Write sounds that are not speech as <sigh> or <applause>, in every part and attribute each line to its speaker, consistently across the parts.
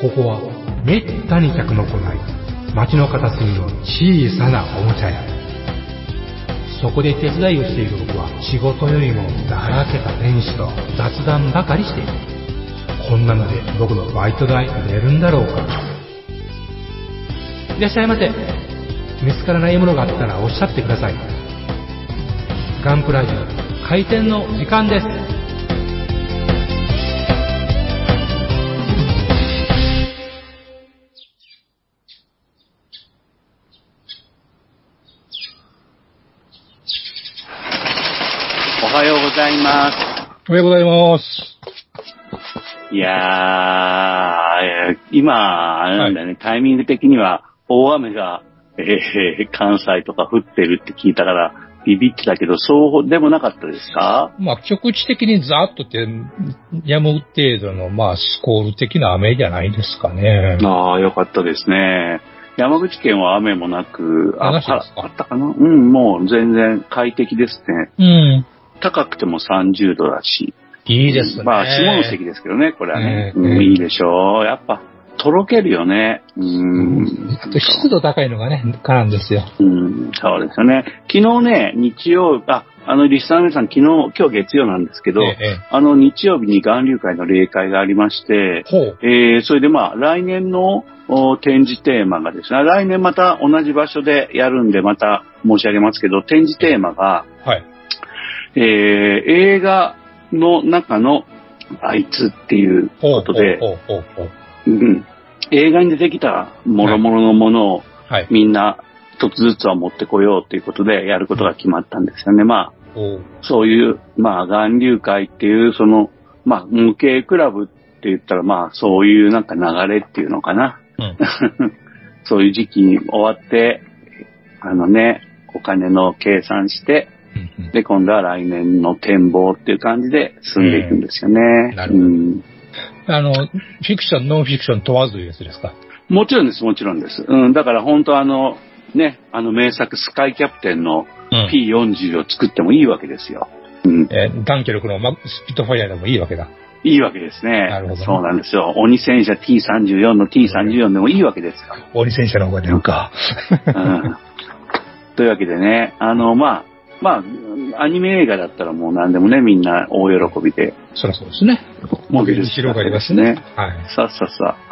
Speaker 1: ここはめったに客の来ない街の片隅の小さなおもちゃ屋そこで手伝いをしている僕は仕事よりもだらけた店主と雑談ばかりしているこんなので僕のバイト代出るんだろうかいらっしゃいませ見つからないものがあったらおっしゃってくださいガンプラジオ開店の時間です
Speaker 2: おはようございます。
Speaker 1: おはようございます
Speaker 2: いやー、今、あれなんだよね、タイミング的には大雨が、えー関西とか降ってるって聞いたから、ビビってたけど、そうでもなかったですか
Speaker 3: まあ、局地的にザーッとって、やむ程度の、まあ、スコール的な雨じゃないですかね。
Speaker 2: ああ、よかったですね。山口県は雨もなく、あ
Speaker 3: なしですか
Speaker 2: ああったかなうん、もう全然快適ですね。
Speaker 3: うん。
Speaker 2: 高くても30度だし。
Speaker 3: いいですね。
Speaker 2: まあ、下関ですけどね、これはね。
Speaker 3: うん
Speaker 2: うんいいでしょう。やっぱ、とろけるよね。うん。
Speaker 3: あと湿度高いのがね、からんですよ。
Speaker 2: うん、そうですよね。昨日ね、日曜、あ、あの、リスナーの皆さん、昨日、今日月曜なんですけど、
Speaker 3: ええ
Speaker 2: あの、日曜日に岩流会の例会がありまして、
Speaker 3: ほう。
Speaker 2: えー、それでまあ、来年のお展示テーマがですね、来年また同じ場所でやるんで、また申し上げますけど、展示テーマが、
Speaker 3: はい。
Speaker 2: えー、映画の中のあいつっていう
Speaker 3: ほう。
Speaker 2: ことで
Speaker 3: ほうほうほうほう。
Speaker 2: うん、映画に出てきた諸々のものを
Speaker 3: はい。
Speaker 2: みんな一つずつは持ってこようということでやることが決まったんですよね。まあ、
Speaker 3: ほう。
Speaker 2: そういう、まあ、岩流会っていう、その、まあ、無形クラブって言ったら、まあ、そういうなんか流れっていうのかな。
Speaker 3: うん。
Speaker 2: そういう時期に終わって、あのね、お金の計算して、
Speaker 3: <laughs> うん
Speaker 2: で、今度は来年の展望っていう感じで進んでいくんですよね。
Speaker 3: んなるほど
Speaker 2: うん
Speaker 3: あの、フィクション、ノンフィクション問わずいうやつですか。
Speaker 2: もちろんです、もちろんです。うん、だから本当あの、ね、あの名作スカイキャプテンの
Speaker 3: うん。
Speaker 2: P40 を作ってもいいわけですよ。うん、
Speaker 3: えー、ダンケルクのマスピットファイアでもいいわけだ。
Speaker 2: いいわけですね。
Speaker 3: なるほど
Speaker 2: そうなんですよ。鬼戦車 T34 の T34 でもいいわけで
Speaker 3: <laughs>
Speaker 2: すよ。
Speaker 3: 鬼戦車の方が出るか。
Speaker 2: うん、というわけでね、あの、まあ、まあ、アニメ映画だったらもう何でもね、みんな大喜びで。
Speaker 3: そりゃそうですね。
Speaker 2: もう
Speaker 3: 広がりますね。はい。
Speaker 2: さっさっさ。 <laughs>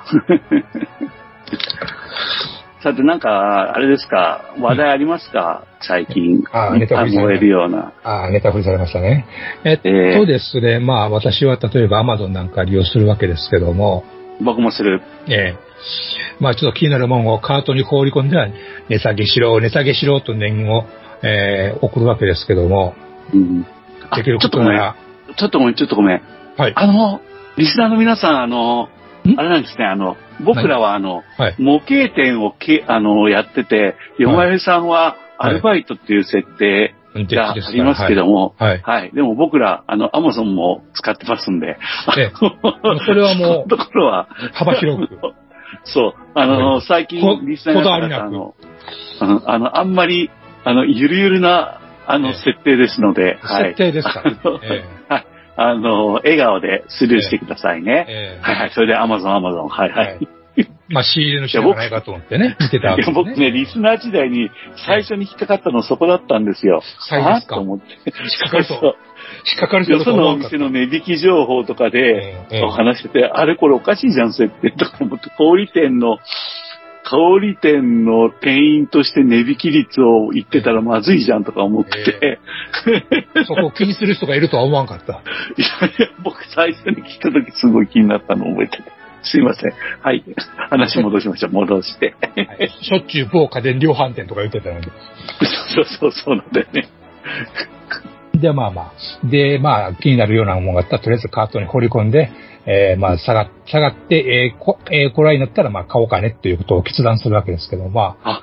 Speaker 2: さて、なんか、あれですか、話題ありますか、最近。
Speaker 3: あ
Speaker 2: い
Speaker 3: ネ
Speaker 2: っぱ
Speaker 3: タフ
Speaker 2: い
Speaker 3: リさん
Speaker 2: 燃えるような。
Speaker 3: ああ、ネタ振りされましたね。えっ
Speaker 2: ええ
Speaker 3: とですね、まあ私は例えば Amazon なんか利用するわけですけども、
Speaker 2: 僕もする。
Speaker 3: ええまあちょっと気になるものをカートに放り込んでは、値下げしろ、値下げしろと念を、ええ送るわけですけども、
Speaker 2: うん、あ
Speaker 3: できる
Speaker 2: ちょ
Speaker 3: こと
Speaker 2: っとご
Speaker 3: な
Speaker 2: めん。
Speaker 3: ら、
Speaker 2: ちょっとごめん、ちょっとごめん。
Speaker 3: はい、
Speaker 2: あの、リスナーの皆さん、あの、
Speaker 3: ん
Speaker 2: あれなんですね、あの、僕らはあの、
Speaker 3: はい、
Speaker 2: 模型店をけ、あの、やってて、よまよさんはアルバイトっていう設定
Speaker 3: で
Speaker 2: がありますけども、
Speaker 3: はい。はい。
Speaker 2: はい、でも僕ら、あの、アマゾンも使ってますんで、あ <laughs>
Speaker 3: ええ
Speaker 2: の
Speaker 3: それはもう
Speaker 2: そのところは、
Speaker 3: 幅広く。
Speaker 2: そう、あの、最近
Speaker 3: こ、
Speaker 2: リスナーの
Speaker 3: こだわり
Speaker 2: 方
Speaker 3: なく
Speaker 2: あの、あの、あのあんまり、あの、ゆるゆるな、あの、
Speaker 3: ええ
Speaker 2: 設定ですので、 <laughs> はい
Speaker 3: 設。定ですから。え
Speaker 2: あの、笑顔でスルーしてください
Speaker 3: え
Speaker 2: ね。
Speaker 3: ええ
Speaker 2: はいはい、それでアマゾン、アマゾン、はいはい。
Speaker 3: はいまあ仕入れの人じゃないかと思ってね、見てたわ
Speaker 2: い
Speaker 3: け
Speaker 2: や、僕ね、リスナー時代に最初に引っかかったのそこだったんですよ。
Speaker 3: 最初です
Speaker 2: あー
Speaker 3: か
Speaker 2: と思って。
Speaker 3: 引っかかると
Speaker 2: そう
Speaker 3: 引っかかる人
Speaker 2: そうよ
Speaker 3: だ
Speaker 2: そ
Speaker 3: と
Speaker 2: の
Speaker 3: 思
Speaker 2: お
Speaker 3: わなかった
Speaker 2: 店の値引き情報とかで、
Speaker 3: ええええ
Speaker 2: お話してて、あれこれおかしいじゃん、設定とか思って、小売店の、小売店の店員として値引き率を言ってたらまずいじゃんとか思って、
Speaker 3: <laughs> そこを気にする人がいるとは思わんか
Speaker 2: <laughs>
Speaker 3: った。
Speaker 2: いやいや、僕最初に聞いた時すごい気になったの覚えてて。すいません。はい。話戻しました。戻して。 <laughs>
Speaker 3: はいしょっちゅう某家電量販店とか言ってたので。
Speaker 2: そうそうそうなんだよね。
Speaker 3: で、まあまあ。で、まあ、気になるようなものがあったら、とりあえずカートに放り込んで、えーまあ、下が、下がって、えーこ、えー、こらになったら、まあ、買おうかねっていうことを決断するわけですけど、まあ、
Speaker 2: あ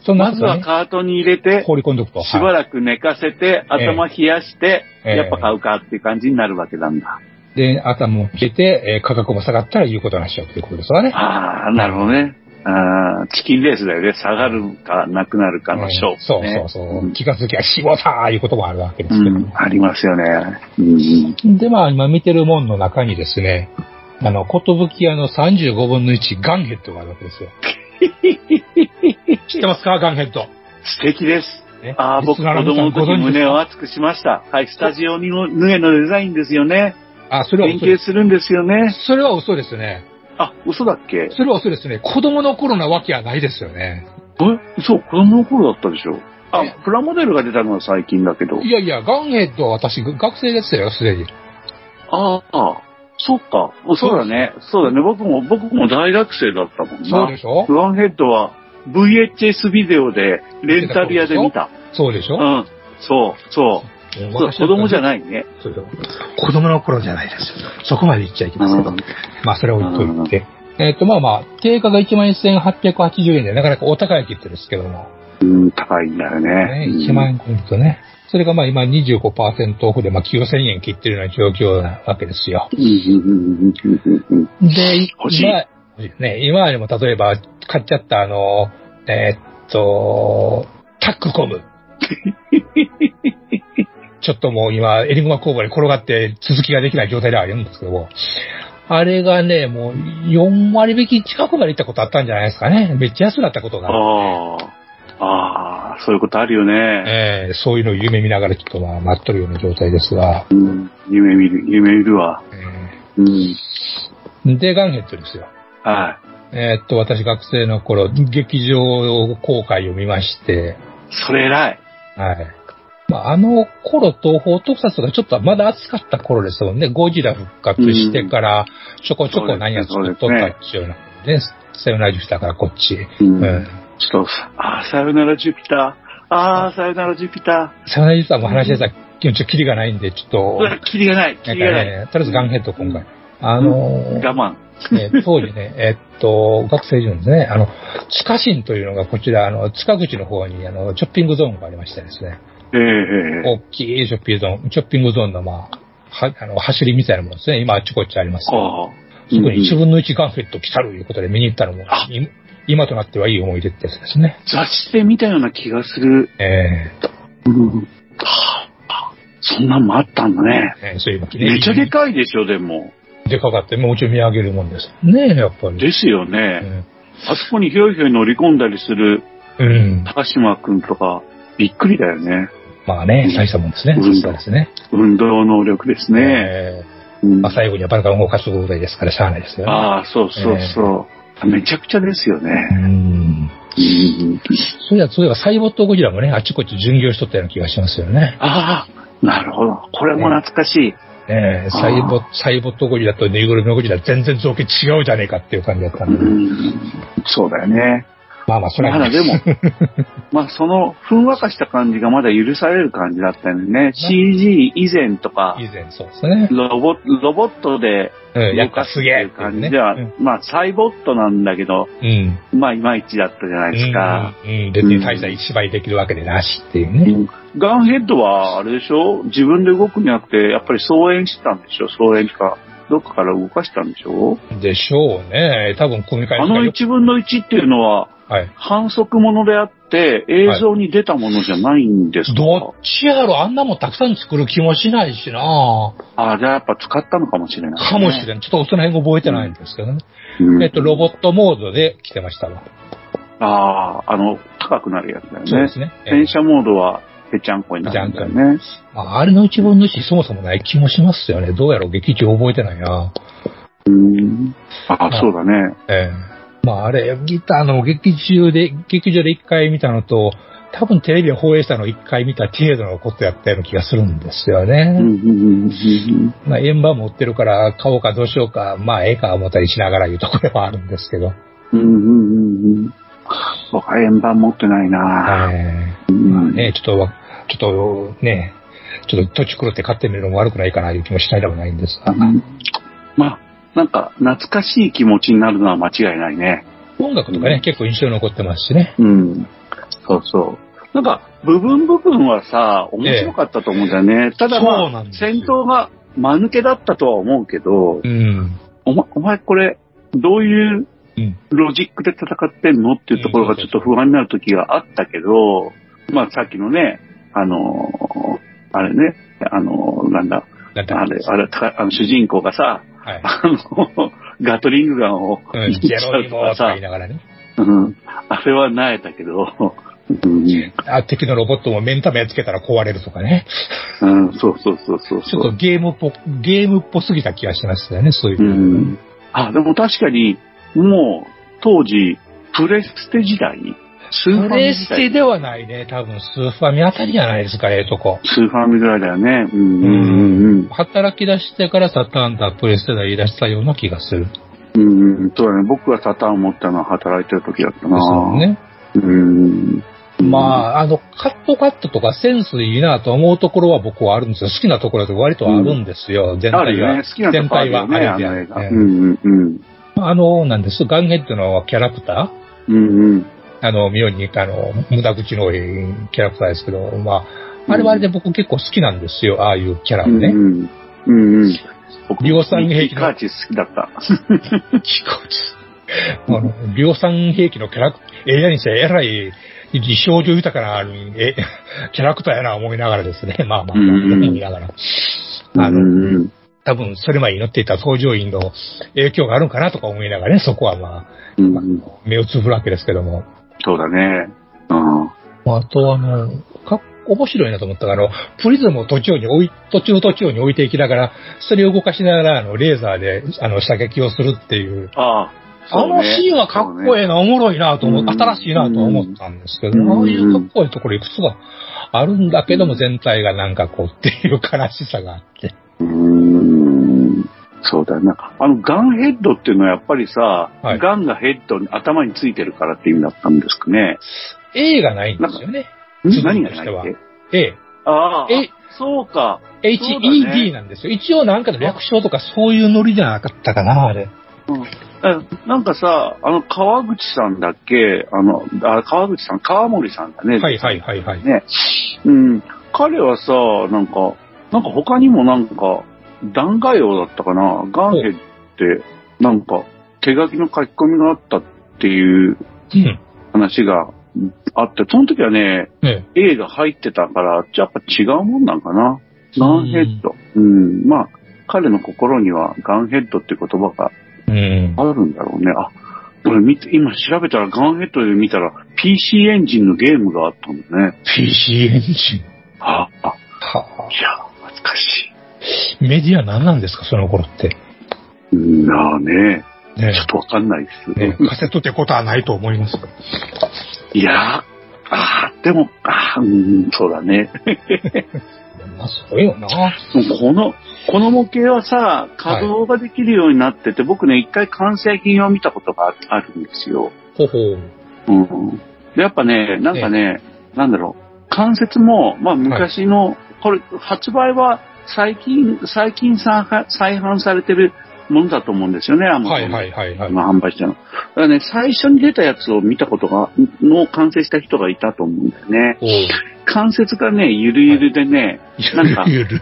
Speaker 3: そんな
Speaker 2: ま
Speaker 3: こ
Speaker 2: ず
Speaker 3: とは
Speaker 2: は
Speaker 3: ね、
Speaker 2: カートに入れて、
Speaker 3: 放り込んでおくと。
Speaker 2: しば
Speaker 3: は
Speaker 2: らく寝かせて、
Speaker 3: ええ
Speaker 2: 頭冷やして、
Speaker 3: ええ
Speaker 2: やっぱ買うかっていう感じになるわけなんだ。
Speaker 3: い、で、頭も冷えて、えー価格も下がったら言うことになっちゃうということですわね。
Speaker 2: ああ、なるほどね。あーチキンレースだよね。下がるか、なくなるかの勝
Speaker 3: えーそう
Speaker 2: 負、ね。
Speaker 3: そうそうう。
Speaker 2: ん
Speaker 3: 気がつきゃ、しぼたーいうこともあるわけです
Speaker 2: う
Speaker 3: けど
Speaker 2: ん、
Speaker 3: も。
Speaker 2: ありますよね。うん。
Speaker 3: で、まあ、今見てるもんの中にですね、あの、ことぶき屋の35分の1、ガンヘッドがあるわけ
Speaker 2: <laughs>
Speaker 3: ですよ。知ってますかガンヘッド。
Speaker 2: 素敵です。
Speaker 3: ね
Speaker 2: ああ、
Speaker 3: リ
Speaker 2: 僕、
Speaker 3: ス
Speaker 2: 子
Speaker 3: ナーの皆さ
Speaker 2: 供
Speaker 3: ん
Speaker 2: の時
Speaker 3: ご存知です
Speaker 2: 胸
Speaker 3: か
Speaker 2: を熱くしました。はい、スタジオにも、ヌエのデザインですよね。
Speaker 3: あ、それは
Speaker 2: 連
Speaker 3: 嘘で
Speaker 2: 携
Speaker 3: す。
Speaker 2: するんですよね。
Speaker 3: それは嘘ですね。
Speaker 2: あ、嘘だっけ
Speaker 3: それは嘘ですね。子供の頃なわけはないですよね。
Speaker 2: え、嘘、子供の頃だったでしょ。あ
Speaker 3: え、
Speaker 2: プラモデルが出たのは最近だけど。
Speaker 3: いやいや、ガンヘッドは私、学生でしたよ、すでに。
Speaker 2: ああ、そっか。そうだね。そうだね。僕も、僕も大学生だったもん
Speaker 3: そう
Speaker 2: な
Speaker 3: で。しょ
Speaker 2: フワンヘッドは VHS ビデオでレンタル屋で見た。
Speaker 3: そうでし
Speaker 2: う
Speaker 3: ょ
Speaker 2: ん。そう、そう。そう子供じゃないね。
Speaker 3: そうそう子供の頃じゃないですよ。そこまで言っちゃいけませんけど。まあ、それを置いといて。えっ、と、まあまあ、定価が11,880円で、なかなかお高い切手ですけども、
Speaker 2: うん、高いんだよね
Speaker 3: ね、。1万円超えるとね、それがまあ今25%オフで、まあ9000円切ってるような状況なわけですよ。
Speaker 2: うんうんうんうんうんうん
Speaker 3: で、
Speaker 2: 欲しい
Speaker 3: 今、ね、今でも例えば買っちゃったあの、えーっと、タックコ
Speaker 2: <laughs>
Speaker 3: ム。ちょっともう今、エリグマ工房に転がって続きができない状態ではあるんですけども、あれがね、もう4割引き近くまで行ったことあったんじゃないですかね。めっちゃ安くなったことが。
Speaker 2: ああ、ああ、そういうことあるよね。
Speaker 3: えーそういうのを夢見ながらちょっとまあ待っとるような状態ですが、
Speaker 2: うん、夢見る、夢見るわ。
Speaker 3: え
Speaker 2: うん。
Speaker 3: ーで、ガンヘッドですよ。
Speaker 2: は
Speaker 3: えーっと、私学生の頃、劇場公開を見まして、
Speaker 2: い。それ偉い。
Speaker 3: はい。まあ、あの頃、東方特撮がちょっとまだ暑かった頃ですもんね。ゴジラ復活してから、ちょこちょこ何や作っとったっていうので、さよならジュピターからこっち。
Speaker 2: う。
Speaker 3: うんん。
Speaker 2: ちょっと、ああ、さよならジュピター。ああ、さよならジュピタ
Speaker 3: さよならジュピターも話してた、ちょっとキリがないんで、ちょっ
Speaker 2: ー。
Speaker 3: と
Speaker 2: う、わ、キリがない、キ
Speaker 3: なん
Speaker 2: リ
Speaker 3: か
Speaker 2: がない。
Speaker 3: ね、とりあえずガンヘッド今回。あのー
Speaker 2: 我慢。
Speaker 3: ね当時ね、えっと、学生時代ですね、あの、地下神というのがこちら、あの、近口の方に、あの、ショッピングゾーンがありましてですね。
Speaker 2: ええええ。
Speaker 3: 大きいショッピングゾーン、ショッピングゾーンの、まあ、は、あの、走りみたいなものですね。今、あちこちあります。そ
Speaker 2: ああ。
Speaker 3: こに1分の1ガンフェット来たるいうことで見に行ったのも
Speaker 2: あ、
Speaker 3: い今となってはいい思い出ってやつですね。
Speaker 2: 雑誌で見たような気がする。
Speaker 3: え
Speaker 2: うん。そんなんもあったんだね。
Speaker 3: ーえーそういうわけで。
Speaker 2: めちゃでかいでしょ、でも。
Speaker 3: でかかって、もうちょい見上げるもんです。ねえ、やっぱり。
Speaker 2: ですよ
Speaker 3: う
Speaker 2: ね。
Speaker 3: ん
Speaker 2: あそこにひょいひょい乗り込んだりする
Speaker 3: うん。
Speaker 2: 高島くんとか、びっくりだよね。
Speaker 3: まあね、大したもんですね。
Speaker 2: うん
Speaker 3: さすがですね。
Speaker 2: 運動能力ですね。
Speaker 3: え
Speaker 2: う
Speaker 3: ー
Speaker 2: ん
Speaker 3: まあ最後にはバルカン動かすぐらいですから、しゃあないですよね。
Speaker 2: ああ、そうそうそう。めちゃくちゃですよ
Speaker 3: う
Speaker 2: ね。
Speaker 3: ん。
Speaker 2: うん
Speaker 3: そういや、そういえば、サイボットゴジラもね、あちこち巡業しとったような気がしますよね。
Speaker 2: ああ、なるほど。これも懐かしい。
Speaker 3: ええサイボ、サイボットゴジラとぬいぐるみのゴジラ全然造形違うじゃねえかっていう感じだった
Speaker 2: うん
Speaker 3: で。
Speaker 2: んそうだよね。
Speaker 3: まあまあ、それ
Speaker 2: ま
Speaker 3: は
Speaker 2: だでも、
Speaker 3: <laughs>
Speaker 2: まあその、ふんわかした感じがまだ許される感じだったよね。CG 以前とか
Speaker 3: 以、前そうですね。
Speaker 2: ロボロボットで
Speaker 3: うん、や
Speaker 2: 動
Speaker 3: っぱ
Speaker 2: かす
Speaker 3: す
Speaker 2: って
Speaker 3: げえ
Speaker 2: い
Speaker 3: っ
Speaker 2: う
Speaker 3: ていう
Speaker 2: 感
Speaker 3: ね
Speaker 2: じでは、
Speaker 3: うん
Speaker 2: まあサイボットなんだけど、
Speaker 3: うん。
Speaker 2: まあいまいちだったじゃないですか。
Speaker 3: うん、うん別に大した芝居できるわけでなしっていう
Speaker 2: う
Speaker 3: ね。
Speaker 2: んガンヘッドは、あれでしょ自分で動くんじゃなくて、やっぱり操演してたんでしょ操演か、どっかから動かしたんでしょ
Speaker 3: でしょうね。多分、組み替え
Speaker 2: あの1分の1っていうのは、
Speaker 3: はい。
Speaker 2: 反則ものであって、映像に出たものじゃないんですか、
Speaker 3: どっちやろあんなもんたくさん作る気もしないしな
Speaker 2: あ、じゃあやっぱ使ったのかもしれない、
Speaker 3: かもし
Speaker 2: な
Speaker 3: れん。ちょっとその辺覚えてないんですけどね。
Speaker 2: い。うん
Speaker 3: えっと、ロボットモードで来てましたわ。
Speaker 2: ああ、あの、高くなるやつだよ
Speaker 3: そうで
Speaker 2: ね。
Speaker 3: すね。ええ
Speaker 2: 戦車モードは、ぺちゃんこになるんだよね。
Speaker 3: まあ、あれの一分の一そもそもない気もしますよね。どうやろう劇中覚えてないな。
Speaker 2: うん。あ、そうだね。
Speaker 3: ええまあ、あれ、ギターの劇中で、劇場で一回見たのと、多分テレビを放映したのを一回見た程度のことやったような気がするんですよ
Speaker 2: うん、う
Speaker 3: ね。
Speaker 2: ん、うんうん
Speaker 3: まあ、円盤持ってるから買おうかどうしようか、まあ、ええか思ったりしながらいうところはあるんですけど。
Speaker 2: うん、うん、うんうん。僕は円盤持ってないな、
Speaker 3: え
Speaker 2: う
Speaker 3: えまあ
Speaker 2: ん
Speaker 3: ね、ちょっとわ、ちょっとね、ちょっと土地狂って買ってみるのも悪くないかないう気もしないでもないんですが。
Speaker 2: まあ、なんか、懐かしい気持ちになるのは間違いないね。
Speaker 3: 音楽とかね、結構印象に残ってますしね。
Speaker 2: うん。そうそう。なんか、部分部分はさ、面白かったと思うんだよね。ただ
Speaker 3: そう
Speaker 2: ま
Speaker 3: な
Speaker 2: あ
Speaker 3: ん、ですよ
Speaker 2: 戦闘が間抜けだったとは思うけど
Speaker 3: う、ん。
Speaker 2: お前、お前これ、どういう
Speaker 3: うん
Speaker 2: ロジックで戦ってんのっていうところがちょっと不安になる時があったけど、まあさっきのね、あのーあれね、あのーなんだ、
Speaker 3: なんて
Speaker 2: あれ、あれ、たあの主人公がさ、
Speaker 3: はい。
Speaker 2: あの、ガトリングガンを <laughs>
Speaker 3: うん、
Speaker 2: ち
Speaker 3: ジェ
Speaker 2: ゃ
Speaker 3: ロ
Speaker 2: う
Speaker 3: ニ
Speaker 2: と
Speaker 3: モ
Speaker 2: か
Speaker 3: とか
Speaker 2: さ
Speaker 3: 言い、ながらね。
Speaker 2: うん、あれは慣えたけど、うん、
Speaker 3: あ、敵のロボットも目ん玉やっつけたら壊れるとかね。
Speaker 2: うん、そうそうそうそう
Speaker 3: ち
Speaker 2: そ
Speaker 3: ょっ
Speaker 2: う
Speaker 3: と。ゲームっぽ、ゲームっぽすぎた気がしましたよね、そういうう。
Speaker 2: ん、あ、でも確かに、もう、当時、プレステ時代スーファミ時代
Speaker 3: プレステではないね、多分スーファミあたりじゃないですか、ええとこ。
Speaker 2: スーファミぐらいだよね。うん、うん、
Speaker 3: 働き出してからサターンだ、プレステだ言い出したような気がするんです
Speaker 2: うん。うん、そうだね。僕がサターンを持ったのは働いてる時だったな。
Speaker 3: よね。
Speaker 2: うん。
Speaker 3: まあ、あの、カットカットとかセンスいいなと思うところは僕はあるんですよ。好きなところで割とあるんですよ、全体
Speaker 2: あ
Speaker 3: は。
Speaker 2: るよね。好きなと
Speaker 3: 全
Speaker 2: こあ
Speaker 3: 体
Speaker 2: る
Speaker 3: は
Speaker 2: よ
Speaker 3: あ
Speaker 2: ね、
Speaker 3: れで
Speaker 2: あ
Speaker 3: あ
Speaker 2: の映
Speaker 3: る
Speaker 2: 画。
Speaker 3: ね
Speaker 2: うんうん
Speaker 3: あの、なんです。ガンゲっていうのはキャラクター
Speaker 2: うん。うんうん。
Speaker 3: あの、妙に、あの、無駄口の多いキャラクターですけど、まあ、あれはあれで僕結構好きなんですよ、ああいうキャラ
Speaker 2: う
Speaker 3: は
Speaker 2: んう
Speaker 3: ね。
Speaker 2: ん。うんうん。僕
Speaker 3: 量産兵器の
Speaker 2: ミッキーカーチ好きだった。
Speaker 3: キ <laughs> コチあの、量産兵器のキャラクター、ええやにせ、えらい、表情豊かな、え、キャラクターやな思いながらですね、 <laughs> まあまあ、
Speaker 2: うんうん
Speaker 3: 思いながら。あ
Speaker 2: う
Speaker 3: の、
Speaker 2: ん
Speaker 3: 多分、それまでに乗っていた搭乗員の影響があるんかなとか思いながらね、そこはまあ、
Speaker 2: うんうん。
Speaker 3: 目をつぶるわけですけども。
Speaker 2: そうだね。うん。
Speaker 3: あと、あの、か面白いなと思ったのが、あの、プリズムを途中に置い、途中途中に置いていきながら、それを動かしながら、あの、レーザーで、あの、射撃をするっていう。
Speaker 2: ああ。
Speaker 3: あのシーンはかっこえ
Speaker 2: い。
Speaker 3: えな、おもろいなと思
Speaker 2: うん
Speaker 3: う、新しいなと思ったんですけ
Speaker 2: うん
Speaker 3: ど、ああいうかっこええところいくつかあるんだけども、全体がなんかこうっていう悲しさがあって。
Speaker 2: うん。そうだな。あの、ガンヘッドっていうのはやっぱりさ、
Speaker 3: はい
Speaker 2: ガンがヘッドに頭についてるからって意味だったんですかね。
Speaker 3: A がないんですよね。
Speaker 2: ん何がないっけ
Speaker 3: A。
Speaker 2: ああ。
Speaker 3: え
Speaker 2: そうか。そうだね
Speaker 3: HED なんですよ。一応なんかの略称とかそういうノリじゃなかったかな、あれ。
Speaker 2: えなんかさ、あの、川口さんだっけあの、あ川口さん、川森さんだね。
Speaker 3: はいはいはいはい。
Speaker 2: ね。うん。彼はさ、なんか、なんか他にもなんか、弾劾用だったかな。ガンヘッドって、なんか、手書きの書き込みがあったっていう
Speaker 3: うん。
Speaker 2: 話があって、その時はね、
Speaker 3: ね
Speaker 2: A が入ってたから、やっぱ違うもんなんかな。ガンヘッド。うん。まあ、彼の心にはガンヘッドって言葉が
Speaker 3: うん。
Speaker 2: あるんだろうね。あ、俺見て、今調べたらガンヘッドで見たら PC エンジンのゲームがあったんだね。
Speaker 3: PC エンジン。
Speaker 2: あ、あ、
Speaker 3: はい
Speaker 2: や、懐かし
Speaker 3: あ。メディア何なんですか、その頃って。
Speaker 2: い。うんなあね。
Speaker 3: ね
Speaker 2: ちょっとわかんないです。
Speaker 3: ねカセットってことはないと思います。
Speaker 2: いやー、あーでも、あーうん、そうだね。
Speaker 3: まあ、すごいよな。
Speaker 2: もうこの、この模型はさ、稼働ができるようになってて、僕ね、一回完成品を見たことがああるんですよ。
Speaker 3: ほほう。
Speaker 2: うん。で、やっぱね、なんかね、なんだろう、関節も、まあ昔の、これ、発売は最近、最近再販再販されてるものだと思うんですよね、あの、
Speaker 3: はいはいはいはい。
Speaker 2: 今販売したの。だからね、最初に出たやつを見たことが、の完成した人がいたと思うんだよね。
Speaker 3: おう
Speaker 2: 関節がね、ゆるゆるでね、なんか
Speaker 3: ゆる。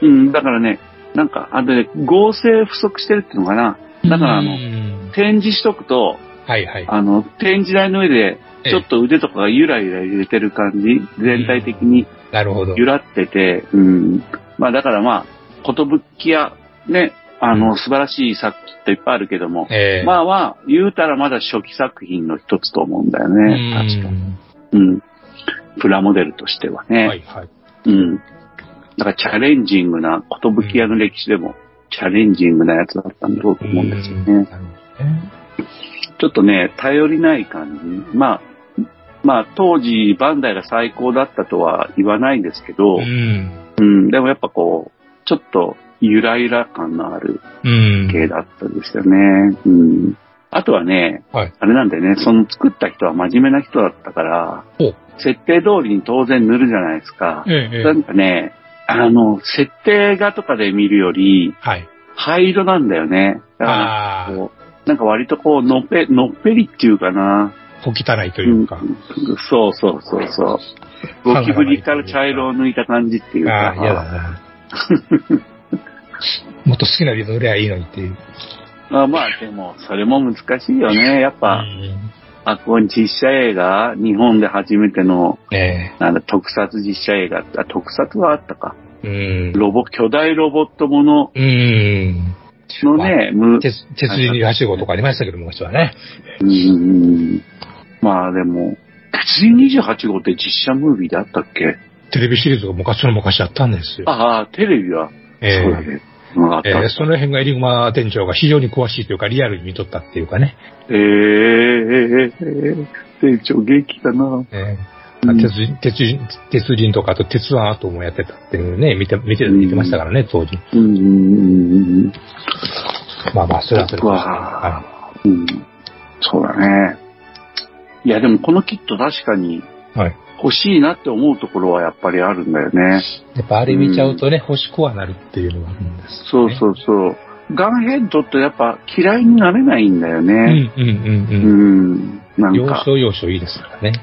Speaker 2: うん、だからね、なんか、あとね、合成不足してるっていうのかな。だからあの
Speaker 3: うん
Speaker 2: 展示しとくと、
Speaker 3: はいはい。
Speaker 2: あの、展示台の上で、
Speaker 3: ええ
Speaker 2: ちょっと腕とかがゆらゆら揺れてる感じ、全体的に
Speaker 3: なるほど。
Speaker 2: 揺らってて、うん。まあだからまあ、ことぶきや、ね、あ
Speaker 3: う
Speaker 2: の、
Speaker 3: ん
Speaker 2: 素晴らしい作品っていっぱいあるけども、
Speaker 3: ええ
Speaker 2: まあまあ、言うたらまだ初期作品の一つと思うんだよ
Speaker 3: う
Speaker 2: ね。確か
Speaker 3: ん。
Speaker 2: うん。プラモデルとしてはね。
Speaker 3: はいはい。
Speaker 2: うん。だからチャレンジングな、ことぶき屋の歴史でも、チャレンジングなやつだったんだろうと思うんですよ
Speaker 3: うん
Speaker 2: ね。
Speaker 3: なるほどね
Speaker 2: ちょっとね、頼りない感じ。まあ、まあ当時バンダイが最高だったとは言わないんですけど、
Speaker 3: う
Speaker 2: うん、
Speaker 3: ん。
Speaker 2: でもやっぱこう、ちょっとゆらゆら感のある
Speaker 3: うん。
Speaker 2: 系だったんですよね。うん。あとはね、
Speaker 3: はい
Speaker 2: あれなんだよね、その作った人は真面目な人だったから
Speaker 3: ほう、
Speaker 2: 設定通りに当然塗るじゃないですか。
Speaker 3: ええええ
Speaker 2: なんかね、あの、設定画とかで見るより、
Speaker 3: はい。
Speaker 2: 灰色なんだよね。だか
Speaker 3: あ
Speaker 2: ら
Speaker 3: あ、
Speaker 2: こう、なんか割とこう、のっぺ、のっぺりっていうかな。
Speaker 3: 小汚いというか。
Speaker 2: そうそうそうそう。ゴキブリから茶色を抜いた感じっていう
Speaker 3: あ
Speaker 2: か
Speaker 3: あ、。嫌だな。 <laughs> もっと好きな色塗りゃいいのにっていう。
Speaker 2: まあまあ、でも、それも難しいよね。やっ
Speaker 3: う
Speaker 2: ぱ、
Speaker 3: ん
Speaker 2: あ、ここに実写映画、日本で初めての、
Speaker 3: ね
Speaker 2: なんだ、特撮実写映画、あ、特撮はあったか。
Speaker 3: え。うん。
Speaker 2: ロボ、巨大ロボットもの
Speaker 3: うん。
Speaker 2: のね、む
Speaker 3: 鉄、鉄人はしごとかありましたけど、昔はね。
Speaker 2: うんうんまあでも、鉄人28号って実写ムービーであったっけ
Speaker 3: テレビシリーズが昔の昔あったんですよ。
Speaker 2: ああ、テレビは、
Speaker 3: え
Speaker 2: そうだね。うんあっ
Speaker 3: え
Speaker 2: たあ
Speaker 3: ー
Speaker 2: った
Speaker 3: その辺がエリグマ店長が非常に詳しいというか、リアルに見とったっていうかね。
Speaker 2: ええええ店長元気かな。
Speaker 3: え
Speaker 2: う
Speaker 3: ー
Speaker 2: ん
Speaker 3: 鉄人、鉄人、鉄人とか、あと鉄腕アトムもやってたっていうね、見て、見て、見てましたからね、当時。
Speaker 2: うんうんうんうん。
Speaker 3: まあまあ、それはそれとしては
Speaker 2: わうん。そうだね。いや、でもこのキット確かに
Speaker 3: い。はい。
Speaker 2: 欲しいなって思うところはやっぱりあるんだよね。
Speaker 3: やっぱあれ見ちゃうとね、欲しくはなるっていうのがあるんです、ね。
Speaker 2: そうそうそう。ガンヘッドってやっぱ嫌いになれないんだよ
Speaker 3: う
Speaker 2: ね。
Speaker 3: んうん
Speaker 2: う
Speaker 3: うんうん。
Speaker 2: ん。なん
Speaker 3: 要
Speaker 2: か。
Speaker 3: 所要所いいですからね。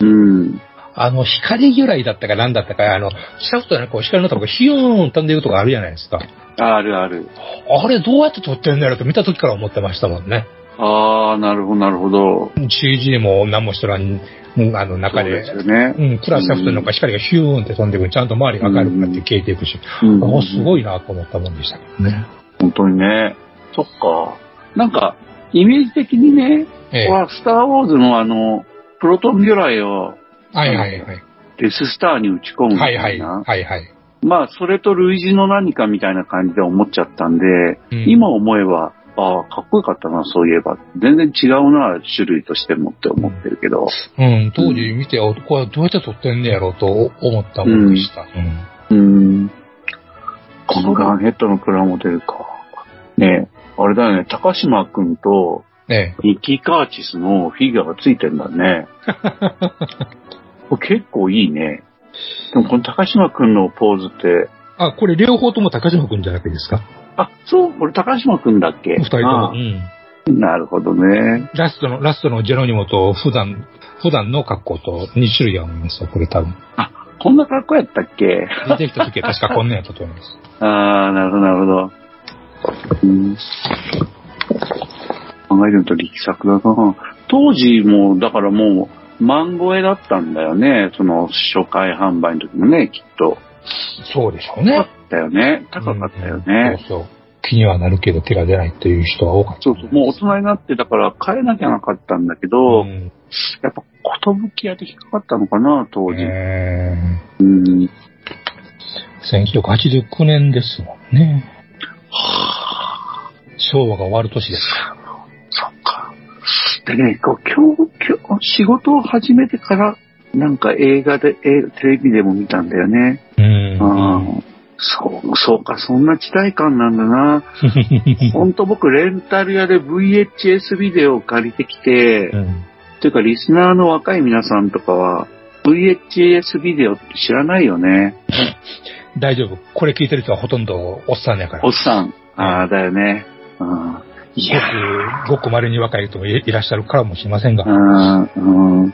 Speaker 2: うん。
Speaker 3: あの、光由来だったかなんだったか、あの、シャフトなんか光のとこがヒヨーン飛んでいくとかあるじゃないですか。
Speaker 2: あるある。
Speaker 3: あれどうやって撮ってんだろうと見た時から思ってましたもんね。
Speaker 2: ああ、なるほど、なるほど。
Speaker 3: CG も何もしとらん、うんあの中
Speaker 2: そ
Speaker 3: で
Speaker 2: うです。よね。
Speaker 3: うん、プラスシャフトなんか光がヒューンって飛んでくる。ちゃんと周りが明るくなって消えていくし。
Speaker 2: うん
Speaker 3: おすごいなと思ったもんでしたけどね。
Speaker 2: 本当にね。そっか。なんか、イメージ的にね、
Speaker 3: ええ。
Speaker 2: はスター・ウォーズのあの、プロトン魚雷を
Speaker 3: はいはいはい。
Speaker 2: デススターに打ち込むみた
Speaker 3: はいい
Speaker 2: な。
Speaker 3: はい。はいはい。
Speaker 2: まあ、それと類似の何かみたいな感じで思っちゃったんで、
Speaker 3: うん
Speaker 2: 今思えば、ああ、かっこよかったな、そういえば。全然違うな、種類としてもって思ってるけど。
Speaker 3: うん、当時見て、あこれどうやって撮ってんねやろうと思ったもんでした。うん。
Speaker 2: うん。このガンヘッドのプラモデルか。ねえあれだよね、高島くんと
Speaker 3: ね
Speaker 2: ニッキー・カーチスのフィギュアがついてん
Speaker 3: <laughs>
Speaker 2: だね。これ結構いいね。でもこの高島くんのポーズって、
Speaker 3: え。あ、これ両方とも高島くんじゃなくてですか
Speaker 2: あ、そう、これ高島くんだっけ
Speaker 3: 二人と
Speaker 2: あ
Speaker 3: も。
Speaker 2: あ
Speaker 3: うん。
Speaker 2: なるほどね。
Speaker 3: ラストの、ラストのジェロニモと普段、普段の格好と2種類は思いますよ、これ多分。
Speaker 2: こんな格好やったっけ
Speaker 3: 出てきた時は確かこんなんやったと思い <laughs> ます。
Speaker 2: ああ、なるほど、なるほど。うん、考えてみると力作だな。当時も、だからもう、万超えだったんだよね。その、初回販売の時もね、きっと。
Speaker 3: そうでしょうね。
Speaker 2: だよね。高かったよ
Speaker 3: うん
Speaker 2: ね。
Speaker 3: そうそう。気にはなるけど手が出ないという人は多かった。
Speaker 2: そうそう。もう大人になって、だから買えなきゃなかったんだけど、
Speaker 3: ん
Speaker 2: やっぱ、寿屋で引っかかったのかな、当時。
Speaker 3: え
Speaker 2: うん。
Speaker 3: ー、1989年ですもんね。昭和が終わる年ですか
Speaker 2: そっか。でね、こう今日、今日、仕事を始めてから、なんか映画で、映テレビでも見たんだよね。
Speaker 3: ら。う
Speaker 2: あ
Speaker 3: ん。
Speaker 2: ーそう、そうか、そんな時代感なんだ <laughs> な。ほんと僕、レンタル屋で VHS ビデオを借りてきて、
Speaker 3: うん
Speaker 2: というか、リスナーの若い皆さんとかは、VHS ビデオって知らないよね。
Speaker 3: 大丈夫。これ聞いてる人はほとんどおっさんやから。
Speaker 2: おっさん。ああ、だよね。うん。いやー
Speaker 3: ごく、ごく稀に若い人もいいらっしゃるからもしれませんが。
Speaker 2: うんうんいや、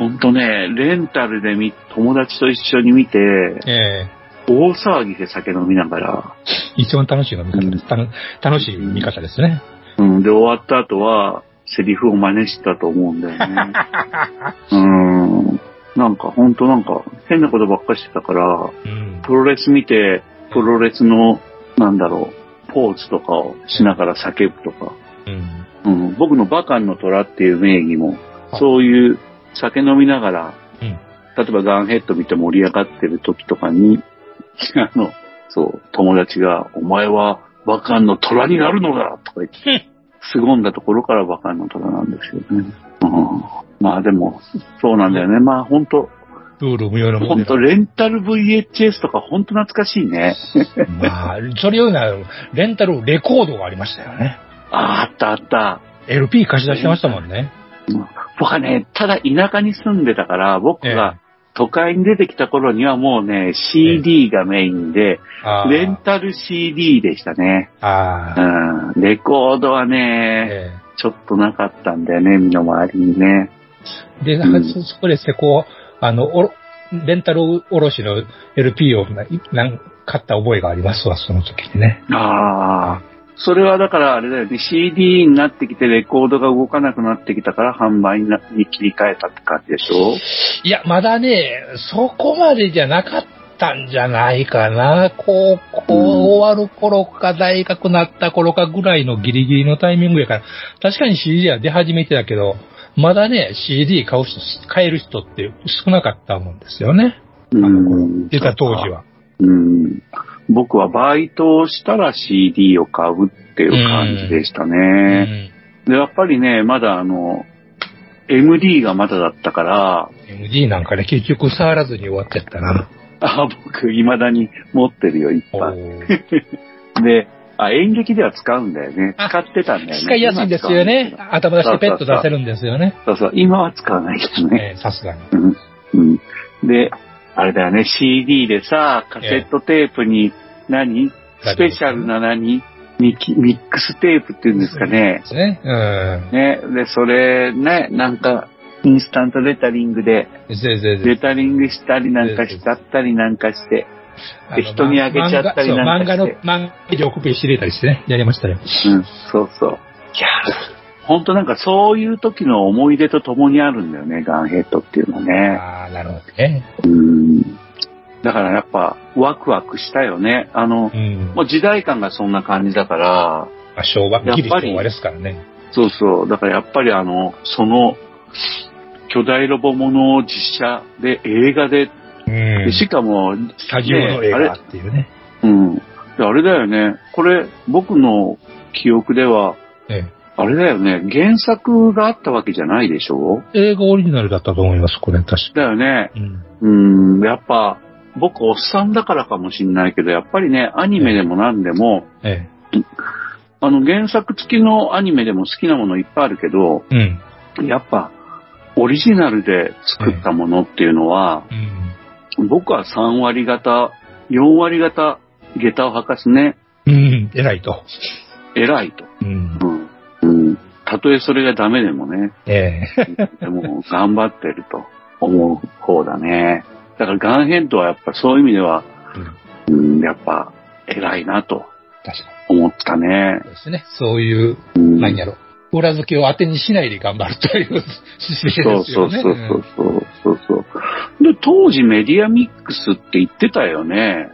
Speaker 2: ほんとね、レンタルでみ友達と一緒に見て、
Speaker 3: え
Speaker 2: 大騒ぎで酒飲みながら、
Speaker 3: え一番楽しいの見方です。たの楽しい見方ですね。
Speaker 2: うん、で、終わった後は、セリフを真似してたと思うんだよね。 <laughs> うん。なんか、ほんとなんか、変なことばっかりしてたから、
Speaker 3: うん。
Speaker 2: プロレス見て、プロレスの、なんだろう、ポーズとかをしながら叫ぶとか、
Speaker 3: うん。
Speaker 2: うん、僕のバカンの虎っていう名義も
Speaker 3: は、い
Speaker 2: そういう酒飲みながら、
Speaker 3: うん
Speaker 2: 例えばガンヘッド見て盛り上がってる時とかに、 <laughs> あの、そう、友達が、お前はバカンの虎になるのだとか言って、凄んだところからバカンの虎なんですよね。うん、まあでも、そうなんだよね。まあ本当
Speaker 3: ルール無用のも
Speaker 2: 本
Speaker 3: の
Speaker 2: 当レンタル VHS とか本当懐かしいね。
Speaker 3: まあ、それよりな、レンタルレコードがありましたよね。
Speaker 2: ああったあった。
Speaker 3: LP 貸し出してましたもんね。
Speaker 2: 僕はね、ただ田舎に住んでたから、僕
Speaker 3: ええ
Speaker 2: が都会に出てきた頃にはもうね、CD がメインで、
Speaker 3: あー
Speaker 2: レンタル CD でしたね。
Speaker 3: あ
Speaker 2: う
Speaker 3: ー。
Speaker 2: ん。レコードはね、
Speaker 3: え
Speaker 2: ちょっとなかったんだよね、身の回りにね。
Speaker 3: えで、
Speaker 2: うん
Speaker 3: そそこでして、こう、あの、おろレンタル卸の LP をななん買った覚えがありますわ、その時にね。
Speaker 2: ああ。それはだからあれだよね、CD になってきてレコードが動かなくなってきたから販売になに切り替えたって感じでしょ
Speaker 3: いや、まだね、そこまでじゃなかったんじゃないかな。高校終わる頃か、大学なった頃かぐらいのギリギリのタイミングやから、確かに CD は出始めてたけど、まだね、CD 買う人、買える人って少なかったもんですよね。
Speaker 2: うん。
Speaker 3: 出た当時は。
Speaker 2: うん。僕はバイトをしたら CD を買うっていう感じでしたね。で、やっぱりね、まだあの、MD がまだだったから、
Speaker 3: うん MD なんかね、結局触らずに終わっちゃったな。
Speaker 2: あ僕、未だに持ってるよ、いっ
Speaker 3: お
Speaker 2: ぱ
Speaker 3: ー
Speaker 2: い。で、あ、演劇では使うんだよね。使ってたんだよね。
Speaker 3: 使いやすいんですよね。頭出してペット出せるんですよね。
Speaker 2: 今は使わないけど。そうそう、今は使わないけどね。
Speaker 3: えーさすがに。
Speaker 2: うん。うん。で、あれだよね、CD でさ、カセットテープに何、スペシャルな何ミキミックステープっていうんですかね
Speaker 3: で。すね。うん。
Speaker 2: ね。で、それね、なんか、インスタントレタリングで、
Speaker 3: ぜぜぜ
Speaker 2: レタリングしたりなんかしちゃったりなんかして、
Speaker 3: あ
Speaker 2: で
Speaker 3: の
Speaker 2: 人にあげちゃったりなんか
Speaker 3: 漫画
Speaker 2: して
Speaker 3: そう漫画の、漫画で送りしてれたりしてね、やりましたよ。
Speaker 2: うん、そうそう。いやー、ほんとなんかそういう時の思い出と共にあるんだよね、ガンヘッドっていうのはね。
Speaker 3: ああ、なるほどね。
Speaker 2: うん。だからやっぱ、ワクワクしたよね。あの、
Speaker 3: うん。
Speaker 2: もう時代感がそんな感じだから、
Speaker 3: まあ、昭和、ギリ昭和ですからね。
Speaker 2: そうそう、だからやっぱりあの、その、巨大ロボものを実写で、映画で、
Speaker 3: うん。
Speaker 2: でしかも、
Speaker 3: スタジオの映
Speaker 2: ね
Speaker 3: 画
Speaker 2: あれ、
Speaker 3: っていうね。
Speaker 2: うん。であれだよね、これ、僕の記憶では、
Speaker 3: え
Speaker 2: あれだよね、原作があったわけじゃないでしょ
Speaker 3: え映画オリジナルだったと思います、これ、確か。
Speaker 2: だよね。
Speaker 3: うん。
Speaker 2: うん、やっぱ、僕、おっさんだからかもしんないけど、やっぱりね、アニメでも何でも、
Speaker 3: え
Speaker 2: あの、原作付きのアニメでも好きなものいっぱいあるけど、
Speaker 3: え。うん。
Speaker 2: やっぱ、オリジナルで作ったものっていうのは、
Speaker 3: うん。
Speaker 2: 僕は3割型、4割型、下駄を履かすね、
Speaker 3: うん、偉いと。
Speaker 2: 偉いと。
Speaker 3: うん。
Speaker 2: うん。うん。たとえそれがダメでもね、
Speaker 3: ええ。
Speaker 2: でも頑張ってると思う方だね。だからガンヘッドはやっぱそういう意味では、うん、やっぱ偉いなと
Speaker 3: 確か
Speaker 2: 思ったね
Speaker 3: に。ですね。そういう、
Speaker 2: うん、
Speaker 3: 何やろ。裏付けを当てにしないで頑張るという <laughs> 姿勢で
Speaker 2: そう
Speaker 3: す
Speaker 2: そ
Speaker 3: よ
Speaker 2: う
Speaker 3: ね。
Speaker 2: そうそうそうそうそう。で、当時メディアミックスって言ってたよね。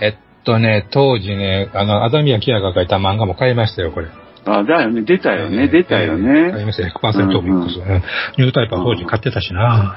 Speaker 3: えっとね、当時ね、あの、アダミヤキヤが書いた漫画も買いましたよ、これ。
Speaker 2: あ、だよね。出たよ
Speaker 3: え
Speaker 2: ね。
Speaker 3: ー
Speaker 2: 出たよ
Speaker 3: えー買い
Speaker 2: ね。
Speaker 3: ましたよ、100%ミックス。うんニュータイプは当時買ってたしな。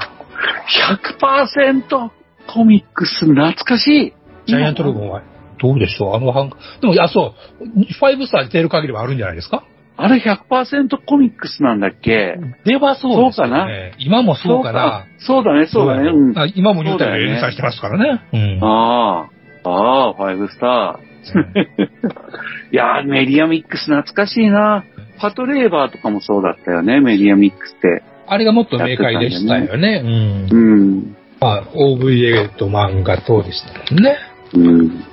Speaker 2: 100%コミックス懐かしい。
Speaker 3: ジャイアントロボンはどうでしょうあの版、でも、あ、そう、5スター出る限りはあるんじゃないですか
Speaker 2: あれ100%コミックスなんだっけ
Speaker 3: ではそうですよ
Speaker 2: そうか
Speaker 3: ね。今もそうかな。
Speaker 2: そうだね、そうだね。うん。
Speaker 3: あ今もニュータイプで連載してますからね。うん。
Speaker 2: ああ、ああ、ファイブスタ
Speaker 3: うん
Speaker 2: ー。いやー、メディアミックス懐かしいな。パトレーバーとかもそうだったよね、メディアミックスって。
Speaker 3: <laughs> あれがもっと明快でしたよね。うん
Speaker 2: う。ん。
Speaker 3: まあ、OVA と漫画等でしたよね。
Speaker 2: うん。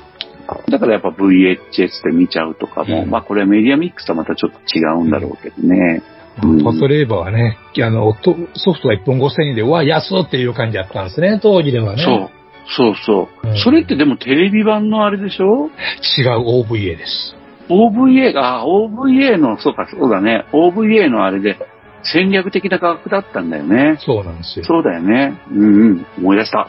Speaker 2: だからやっぱ VHS で見ちゃうとかも、
Speaker 3: うん
Speaker 2: まあこれはメディアミックスとはまたちょっと違うんだろうけどね。うん
Speaker 3: パトレーバーはね、あの、とソフトが1本5000円で、うわ、安っっていう感じだったんですね、当時ではね。
Speaker 2: そう。そうそう、
Speaker 3: うん
Speaker 2: それってでもテレビ版のあれでしょ
Speaker 3: 違う OVA です。
Speaker 2: ?OVA が、あ OVA の、そうか、そうだね。OVA のあれで戦略的な価格だったんだよね。
Speaker 3: そうなんですよ。
Speaker 2: そうだよね。うんうん。思い出した。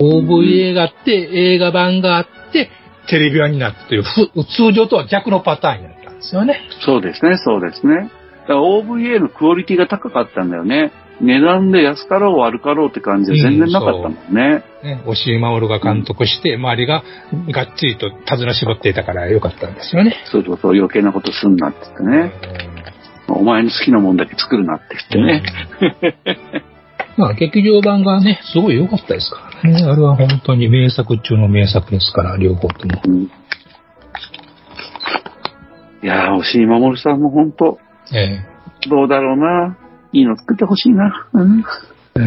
Speaker 3: OVA があって、映画版があって、テレビ版になったという、ふ通常とは逆のパターンになったんですよね。
Speaker 2: そうですね、そうですね。だから OVA のクオリティが高かったんだよね。値段で安かろう悪かろうって感じは全然なかったもんね。
Speaker 3: ね、押井守が監督して、周りががっちりと手綱絞っていたから良かったんですよね。
Speaker 2: そうそうそう、余計なことすんなって言って
Speaker 3: う
Speaker 2: ね。
Speaker 3: ん
Speaker 2: お前の好きなもんだけ作るなって言ってね。
Speaker 3: うん。 <laughs> まあ、劇場版がね、すごい良かったですからね。あれは本当に名作中の名作ですから、両方とも。
Speaker 2: うんいやー、押井守さんも本当、
Speaker 3: え
Speaker 2: どうだろうな。いいの作ってほしいな。 <laughs> うん。
Speaker 3: ええ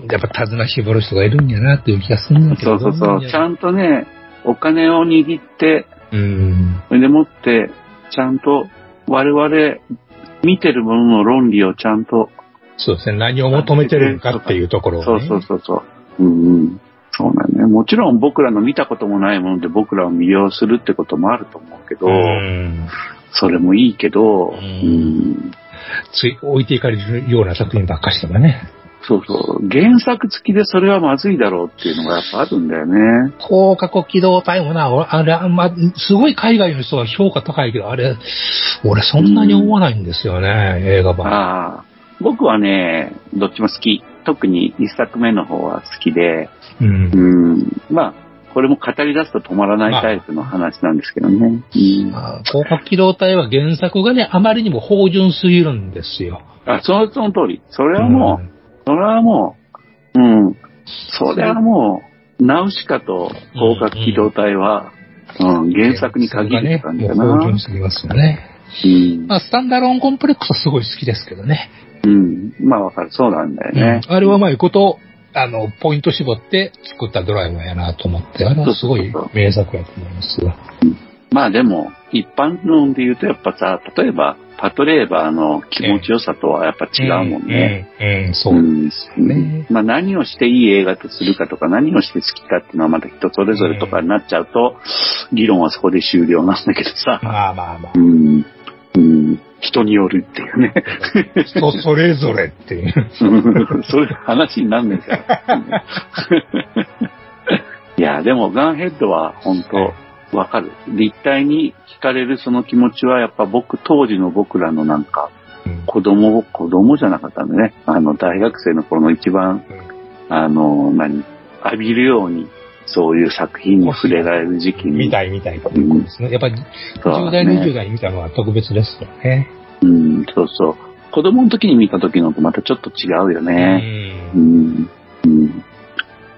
Speaker 3: ーやっぱ手綱絞る人がいるんやなっていう気がするんだけど。
Speaker 2: そうそう
Speaker 3: ど
Speaker 2: そ
Speaker 3: なんや
Speaker 2: う。ち
Speaker 3: ろ
Speaker 2: ゃんとね、お金を握って、
Speaker 3: うん。
Speaker 2: それでもって、ちゃんと我々見てるものの論理をちゃんと、
Speaker 3: そうですね。何を求めてるかっていうところを、ね。
Speaker 2: そうそうそうそう。うんうん。そうなんだね。もちろん僕らの見たこともないもので僕らを魅了するってこともあると思うけど、
Speaker 3: うん。
Speaker 2: それもいいけど、
Speaker 3: う
Speaker 2: うんん、
Speaker 3: つい、置いていかれるような作品ばっかしとかね。
Speaker 2: そうそう。原作付きでそれはまずいだろうっていうのがやっぱあるんだよね。
Speaker 3: 高過去機動隊もな、俺あれ、あんま、すごい海外の人は評価高いけど、あれ、俺そんなに思わないんですよね、映画版。
Speaker 2: ああ。僕はね、どっちも好き。特に一作目の方は好きで、
Speaker 3: うん
Speaker 2: う。ん。まあ、これも語り出すと止まらないタイプの話なんですけどね。うん、
Speaker 3: まあ広角機動隊は原作がね、あまりにも芳醇すぎるんですよ。
Speaker 2: あ、その、その通り。それはもう、それはもう、うん。それはもう、ナウシカと広角機動隊は、うん、原作に限るって感じ
Speaker 3: ね。
Speaker 2: か
Speaker 3: もう
Speaker 2: な。
Speaker 3: 芳醇すぎますよね。
Speaker 2: うん
Speaker 3: まあ、スタンダローンコンプレックスはすごい好きですけどね。
Speaker 2: うん。まあわかる。そうなんだよね。
Speaker 3: あれはうまいこと、あの、ポイント絞って作ったドライバーやなと思って、あれはすごい名作やと思いますよ。
Speaker 2: まあでも、一般論で言うとやっぱさ、例えば、パトレーバーの気持ちよさとはやっぱ違うもんね。
Speaker 3: うん。うん、うん、そうう。
Speaker 2: んですね。まあ何をしていい映画とするかとか、何をして好きかっていうのはまた人それぞれとかになっちゃうと、議論はそこで終了なんだけどさ。
Speaker 3: まあまあまあ
Speaker 2: う。ん。うん。人によるっていうね。
Speaker 3: 人それぞれっていう。
Speaker 2: <laughs> それ話になんねえから。 <laughs> いや、でもガンヘッドは本当わかる。立体に惹かれるその気持ちはやっぱ僕、当時の僕らのなんか、
Speaker 3: うん
Speaker 2: 子供、子供じゃなかったんでね。あの、大学生の頃の一番、あの、何、浴びるように、そういう作品に触れられる時期
Speaker 3: 見
Speaker 2: に。
Speaker 3: たい見たいっていうことですね。やっぱり、
Speaker 2: そう
Speaker 3: 10
Speaker 2: だ
Speaker 3: 代、20
Speaker 2: ね。
Speaker 3: 代に見たのは特別ですよね。
Speaker 2: うん、そうそう。子供の時に見た時のとまたちょっと違うよね。
Speaker 3: う。
Speaker 2: うんん。うん。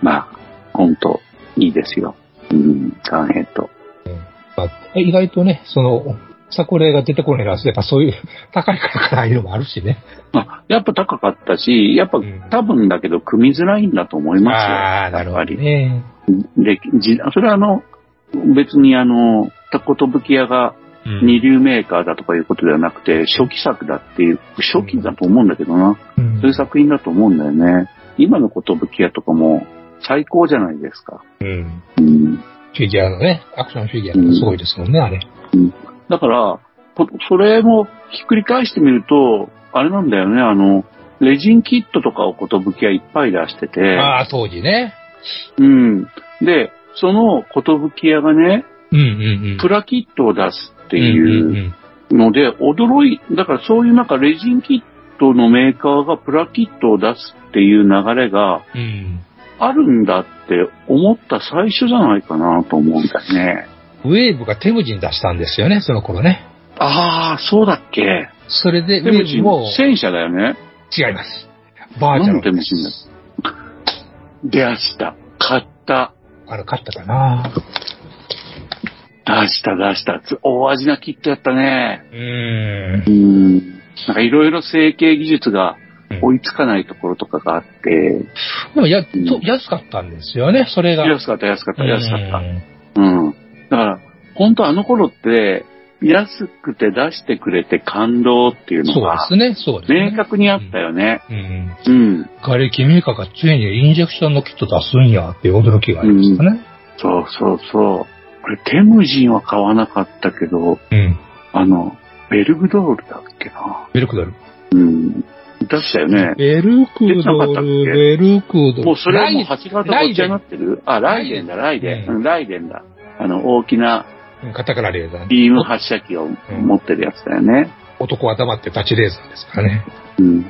Speaker 2: まあ、ほんと、いいですよ。うん、ガンヘッド。
Speaker 3: まあ意外とね、その、作例が出てこないのは、やっぱそういう高いからからいうのもあるしね。
Speaker 2: まあ、やっぱ高かったし、やっぱ
Speaker 3: うん
Speaker 2: 多分だけど、組みづらいんだと思いますよ。
Speaker 3: ああ、なるほどね。
Speaker 2: で、じそれはあの、別にあの、たことぶき屋が
Speaker 3: うん
Speaker 2: 二流メーカーだとかいうことではなくて、初期作だっていう、初期だと思うんだけどな。
Speaker 3: うん
Speaker 2: そういう作品だと思うんだよね。今のことぶき屋とかも最高じゃないですか。
Speaker 3: うん
Speaker 2: うん。
Speaker 3: フィギュアのね、アクションフィギュアのすごいですもんね、あれ。
Speaker 2: だから、こそれもひっくり返してみると、あれなんだよね、あの、レジンキットとかをことぶきはいっぱい出してて、
Speaker 3: ああ、当時ね。
Speaker 2: うん。で、そのことぶき屋がね、
Speaker 3: うんうんうん。
Speaker 2: プ
Speaker 3: ラっ
Speaker 2: ラキットを出すって
Speaker 3: て
Speaker 2: いうので、驚い、だからそういうなんかレジンキットのメーカーがプラキットを出すっていう流れが
Speaker 3: うん。
Speaker 2: あるんだって思った最初じゃないかなと思うんだよね。
Speaker 3: ウェーブがテムジン出したんですよね、その頃ね。
Speaker 2: ああ、そうだっけ。
Speaker 3: それで、ウ
Speaker 2: で
Speaker 3: ェーブも、
Speaker 2: も
Speaker 3: 違
Speaker 2: 戦車だよね。
Speaker 3: います。バーチャ
Speaker 2: なん
Speaker 3: ル
Speaker 2: で無人だ出した。買った。
Speaker 3: あれ、買ったかな。
Speaker 2: 出した、出した。つ大味なキットやったね。
Speaker 3: うー。
Speaker 2: うんん。なんかいろいろ成形技術が追いつかないところとかがあって、
Speaker 3: でもや、と安かったんですよね、それが。
Speaker 2: 安かった、安かった、安かっ
Speaker 3: うん
Speaker 2: た。うん。だから、本当あの頃って、安くて出してくれて感動っていうの
Speaker 3: そう
Speaker 2: が、
Speaker 3: ですね、そうですね。
Speaker 2: 明確にあったよね。
Speaker 3: うん。
Speaker 2: うん。
Speaker 3: ガレキメーカーがついにインジェクションのキット出すんやっていう驚きがありましたね。
Speaker 2: そうそうそう。これ、テムジンは買わなかったけど、
Speaker 3: うん。
Speaker 2: あの、ベルグドールだっけな。
Speaker 3: ベルクドル。
Speaker 2: うん。出したよね。
Speaker 3: ベルクドル、ベルクドル。
Speaker 2: もうそれはも
Speaker 3: ラ
Speaker 2: う
Speaker 3: イ
Speaker 2: 8型ごっちゃになってるあ、ライデンだ、ライデン。
Speaker 3: うん
Speaker 2: うんライデンだ。あの、大きな
Speaker 3: うんカタカナレーザー。
Speaker 2: ビーム発射機を持ってるやつだよね。
Speaker 3: 男は黙って立ちレーザーですからね。
Speaker 2: うん。い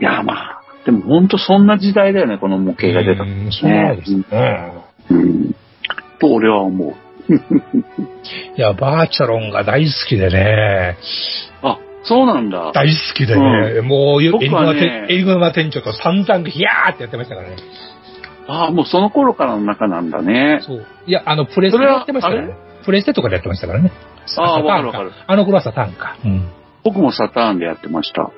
Speaker 2: や、まあ、でも本当そんな時代だよね、この模型が出た
Speaker 3: う
Speaker 2: の。
Speaker 3: んそうなんですね。
Speaker 2: うん。と俺は思う。
Speaker 3: いや、バーチャロンが大好きでね、
Speaker 2: あ、そうなんだ。
Speaker 3: 大好きでね、もうエ
Speaker 2: 僕
Speaker 3: リグ
Speaker 2: は
Speaker 3: マ
Speaker 2: ね
Speaker 3: 店、エリグマ店長と散々ヒヤーってやってましたからね。
Speaker 2: あ、もうその頃からの中なんだね。
Speaker 3: そう。いや、あの、プレステでやってましたから
Speaker 2: そ
Speaker 3: ね。プレステとかでやってましたからね。
Speaker 2: ああ、わか
Speaker 3: サタ
Speaker 2: るわか
Speaker 3: ーン
Speaker 2: る。
Speaker 3: あの頃はサターンか。うん。
Speaker 2: 僕もサターンでやってました。う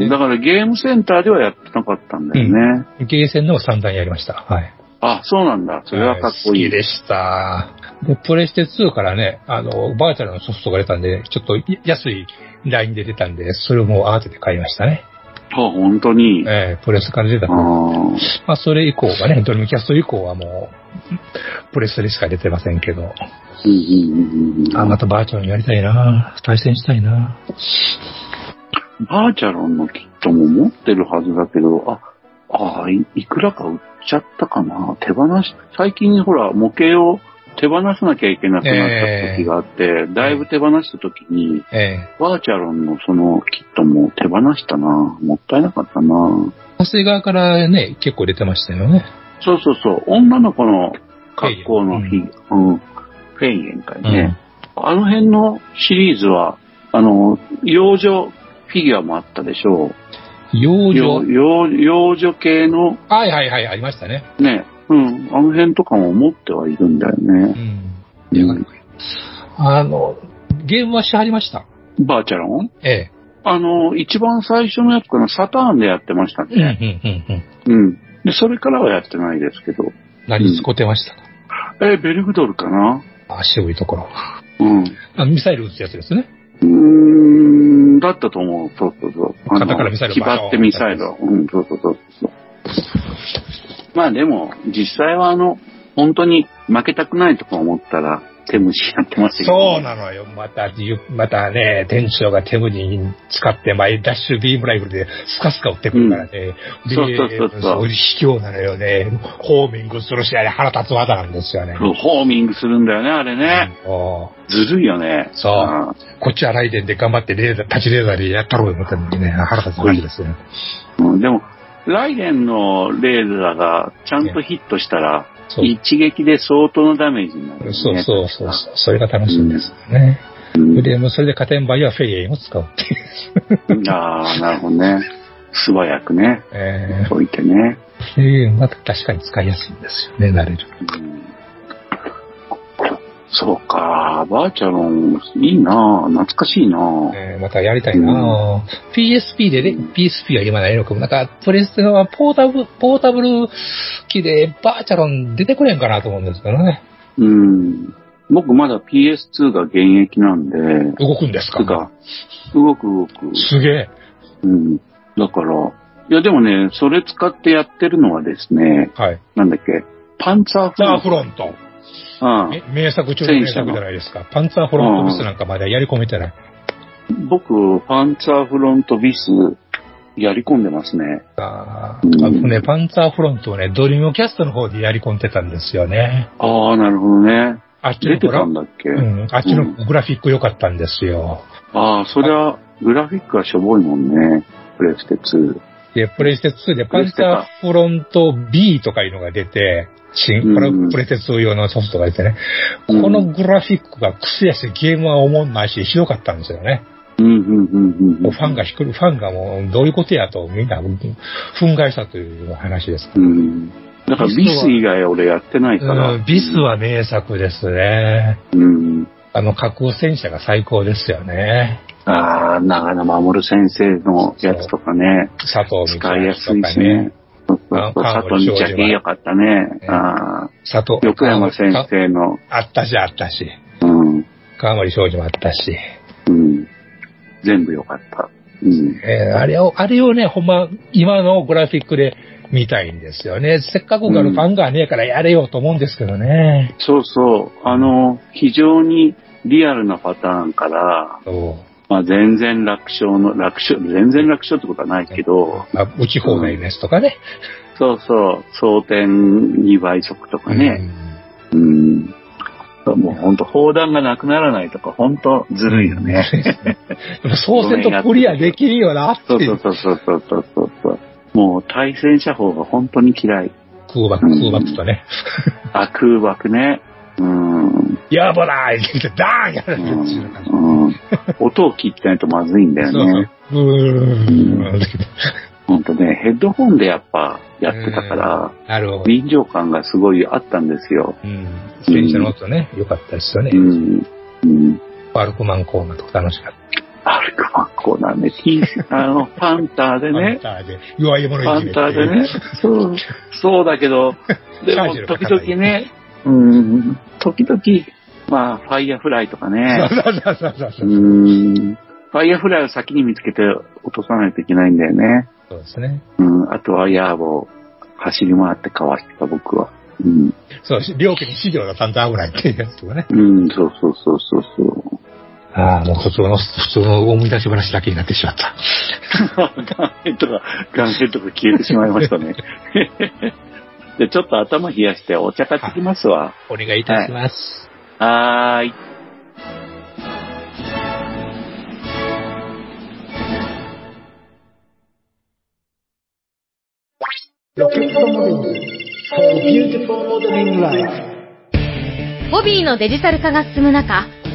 Speaker 3: で
Speaker 2: ん。だからゲームセンターではやってなかったんだよね。
Speaker 3: ゲーセンのを散々やりました。はい。
Speaker 2: あ、そうなんだ。それはかっこいい。
Speaker 3: 好きでした。で、プレステ2からね、あの、バーチャルのソフトが出たんで、ちょっと安いラインで出たんで、それをもう慌てて買いましたね。
Speaker 2: あ、本当に。
Speaker 3: ええプレスから出た。
Speaker 2: あ
Speaker 3: ま
Speaker 2: ー
Speaker 3: あ、それ以降がね、ドリームキャスト以降はもう、プレステでしか出てませんけど、
Speaker 2: うんうんうんうん
Speaker 3: あ、またバーチャルにやりたいな対戦したいな
Speaker 2: バーチャロンのキットも持ってるはずだけど、あ、ああ、いいくらか売っちゃったかな。手放し、最近ほら、模型を手放さなきゃいけなくなった時があって、だいぶ手放した時に、
Speaker 3: ええ
Speaker 2: バーチャロンのそのキットも手放したな。もったいなかったな。
Speaker 3: 長谷川からね、結構出てましたよね。
Speaker 2: そうそうそう。女の子の格好の日、うん。フェイエンかいね、あの辺のシリーズは、あの、幼女フィギュアもあったでしょ
Speaker 3: 幼
Speaker 2: う。
Speaker 3: 女。
Speaker 2: 幼女幼女系の
Speaker 3: はいはいはい、ありましたね。
Speaker 2: ね、うん、あの辺とかも持ってはいるんだよ
Speaker 3: う
Speaker 2: ね。
Speaker 3: ん。
Speaker 2: うん
Speaker 3: あの、ゲームはしはりました。
Speaker 2: バーチャロン
Speaker 3: え
Speaker 2: あの、一番最初のやつかな、サターンでやってました
Speaker 3: え。うんうん
Speaker 2: ね。
Speaker 3: うんうん。
Speaker 2: うん。で、それからはやってないですけど。
Speaker 3: 何使ってましたか、
Speaker 2: え、ベルグドルかな
Speaker 3: あ、渋いところ。
Speaker 2: うん。
Speaker 3: あミサイル撃つやつですね。
Speaker 2: うーんだったと思う。そうそうそう。あの
Speaker 3: 肩からミサイル
Speaker 2: 決まってミサイルを。うん、そうそうそうそう。まあでも、実際はあの、本当に負けたくないとか思ったら、手虫やってますよ、
Speaker 3: そうなのよ。また、ゆまたね、店長が手無に使って、まあ、ダッシュビームライフルでスカスカ撃ってくるからね。
Speaker 2: うん
Speaker 3: で
Speaker 2: そうそうそうそう
Speaker 3: そう卑怯なのよね。ホーミングするし、あれ腹立つ技なんですよね。
Speaker 2: そうホーミングするんだよね、あれね。
Speaker 3: お
Speaker 2: ずるいよね。
Speaker 3: そう
Speaker 2: あ
Speaker 3: こっちはライデンで頑張ってレーダー、立ちレーダーでやったろう思ったのにね、腹立つ感じですよね。
Speaker 2: あうん、でも、ライデンのレーザーがちゃんとヒットしたら、
Speaker 3: そう
Speaker 2: 一撃で相当のダメージになる、ね。
Speaker 3: そうそうそうそう。それが楽しいんですよね。
Speaker 2: うん
Speaker 3: で、もうそれで加点倍はフェイエイを使うっていう。
Speaker 2: ああ、なるほどね。素早くね、
Speaker 3: えー
Speaker 2: 置いてね。
Speaker 3: フェイエイは確かに使いやすいんですよね、慣れる。
Speaker 2: うんそうか、バーチャロン、いいな懐かしいな、
Speaker 3: えーまたやりたいな、ぁ PSP でね、PSP は今ないのかも。なんか、プレステはポータブル、ポータブル機でバーチャロン出てくれんかなと思うんですけどね。
Speaker 2: うん。僕まだ PS2 が現役なんで、
Speaker 3: 動くんです
Speaker 2: つ
Speaker 3: か
Speaker 2: うか、動く動く。
Speaker 3: すげえ。
Speaker 2: うん。だから、いやでもね、それ使ってやってるのはですね、
Speaker 3: はい。
Speaker 2: なんだっけ、パンツァーフ
Speaker 3: パンツ
Speaker 2: ロ
Speaker 3: ァ
Speaker 2: ン
Speaker 3: ーフロント。
Speaker 2: うん
Speaker 3: え名作中の名作じゃないですか。パンツァーフロントミスなんかまだやり込めてない。
Speaker 2: 僕、パンツァーフロントビス、やり込んでますね。
Speaker 3: あ
Speaker 2: うん
Speaker 3: ーあのね、パンツァーフロントをね、ドリームキャストの方でやり込んでたんですよね。
Speaker 2: ああ、なるほどね。
Speaker 3: あっち
Speaker 2: 出
Speaker 3: の
Speaker 2: て
Speaker 3: グラ
Speaker 2: たんだっけ、
Speaker 3: うん、あっちのグラフィック良かったんですよ。
Speaker 2: ああ、そりゃ、グラフィックはしょぼいもんね。プレステ2。
Speaker 3: で、プレステ2でパンツァーフロント B とかいうのが出て、新、これ
Speaker 2: うん
Speaker 3: プレステ2用のソフトが出てね、
Speaker 2: うん
Speaker 3: このグラフィックが癖やし、ゲームは思んないし、ひどかったんですよね。
Speaker 2: うん、うん、うん、うん。
Speaker 3: もうファンがひくる、ファンがもうどういうことやとみんなうん憤慨したという話です。
Speaker 2: うん。だから、ビス以外俺やってないから。
Speaker 3: うんビス。は名作ですね。
Speaker 2: うん。
Speaker 3: あの、架空戦車が最高ですよね。
Speaker 2: ああ、長野守先生のやつとかね。
Speaker 3: 佐藤美
Speaker 2: 使
Speaker 3: 香
Speaker 2: いや
Speaker 3: と
Speaker 2: すい
Speaker 3: か
Speaker 2: しね
Speaker 3: ね。。
Speaker 2: そうそう
Speaker 3: あ
Speaker 2: そう
Speaker 3: 川
Speaker 2: 佐
Speaker 3: 森
Speaker 2: 藤
Speaker 3: 昭
Speaker 2: に
Speaker 3: 二は
Speaker 2: じゃけよかったね。ああ。
Speaker 3: 佐藤。
Speaker 2: 横山先
Speaker 3: か
Speaker 2: 生の。
Speaker 3: あったし、あったし。
Speaker 2: うん。
Speaker 3: 川森少女もあったし。
Speaker 2: うん。全部よかった。うん。
Speaker 3: えーあれを、あれをね、ほんま、今のグラフィックで見たいんですよね。せっかくガルファンがねえからやれよと思うんですけどね。
Speaker 2: そうそう。あの、非常にリアルなパターンから、
Speaker 3: そ
Speaker 2: まあ、全然楽勝の、楽勝、全然楽勝ってことはないけど、
Speaker 3: う。まあ、打ち放題のやつとかね。
Speaker 2: そうそう、蒼天2倍速とかね、うん。もう本当砲弾がなくならないとか、本当ずるいよね。
Speaker 3: うん。でも、総選とクリアできるよなって
Speaker 2: そ
Speaker 3: いう
Speaker 2: そう
Speaker 3: う。
Speaker 2: そうそうそうそうそうもう対戦車砲が本当に嫌い。
Speaker 3: 空爆、空爆とね。
Speaker 2: あ、空爆ね。うん。
Speaker 3: やばないってダーンやら
Speaker 2: う
Speaker 3: れてるっていうん感じ。
Speaker 2: うん、音を切ってないとまずいんだよね。
Speaker 3: そうそう。ブーン。
Speaker 2: 本当ね、ヘッドホンでやっぱやってたから、
Speaker 3: なるほど。
Speaker 2: 臨場感がすごいあったんですよ。
Speaker 3: うん。戦車の音ね、良かったですよね
Speaker 2: う。ん。うん。
Speaker 3: ワルクマンコーナーとか楽しかった。
Speaker 2: 歩くマンコーナ
Speaker 3: <laughs>
Speaker 2: ーね、T あの、パンターでね、
Speaker 3: パンターで、弱い者
Speaker 2: パ
Speaker 3: いじ
Speaker 2: ン
Speaker 3: め
Speaker 2: ターでね、そう、そうだけど、で
Speaker 3: チャ
Speaker 2: も
Speaker 3: ージの
Speaker 2: 時
Speaker 3: 方が
Speaker 2: 々
Speaker 3: いい
Speaker 2: ね、うん、時々、まあ、ファイヤーフライとかね、
Speaker 3: そうそうそうそうう。
Speaker 2: ん、ファイヤーフライを先に見つけて落とさないといけないんだよね。
Speaker 3: そうですね。
Speaker 2: うん、あとはヤーボを走り回ってかわしてた僕は。うん、
Speaker 3: そう、両家に資料がちゃんと危ないっていうやつとかね。
Speaker 2: うん、そうそうそうそうそう。
Speaker 3: ああ、もう普通の、普通の思い出し話だけになってしまった。
Speaker 2: 顔面とか、顔面とか消えてしまいましたね。 <laughs> で、ちょっと頭冷やしてお茶買ってきますわ。
Speaker 3: お願いいたします。
Speaker 2: はーい。
Speaker 4: ロケットモデル for beautiful modeling life.
Speaker 5: ホビーのデジタル化が進む中、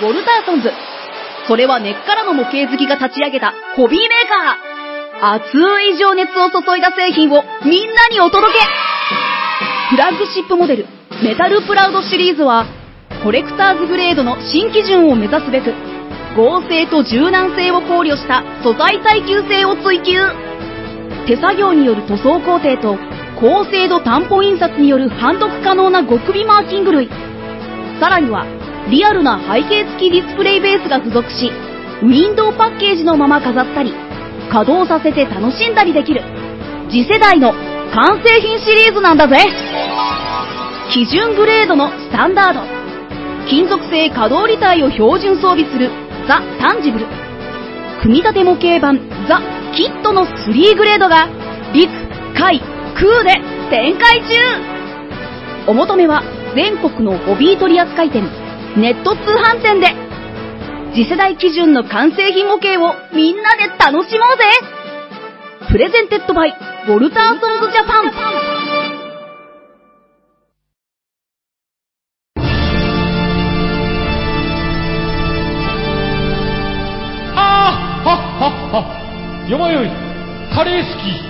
Speaker 5: ウォルターソンズ。それは根っからの模型好きが立ち上げたホビーメーカー。熱い情熱を注いだ製品をみんなにお届けフラッグシップモデル、メタルプラウドシリーズは、コレクターズグレードの新基準を目指すべく、合成と柔軟性を考慮した素材耐久性を追求。手作業による塗装工程と、高精度担保印刷による判読可能な極微マーキング類。さらには、リアルな背景付きディスプレイベースが付属し、ウィンドウパッケージのまま飾ったり、稼働させて楽しんだりできる、次世代の完成品シリーズなんだぜ基準グレードのスタンダード。金属製可動履帯を標準装備するザ・タンジブル。組み立て模型版ザ・キットの3グレードが、陸、海、空で展開中お求めは全国のホビー取扱店、ネット通販店で。次世代基準の完成品模型をみんなで楽しもうぜプレゼンテッドバイ、ウォルターソンズジャパン。
Speaker 6: ああはっはっはよまよいカレー好き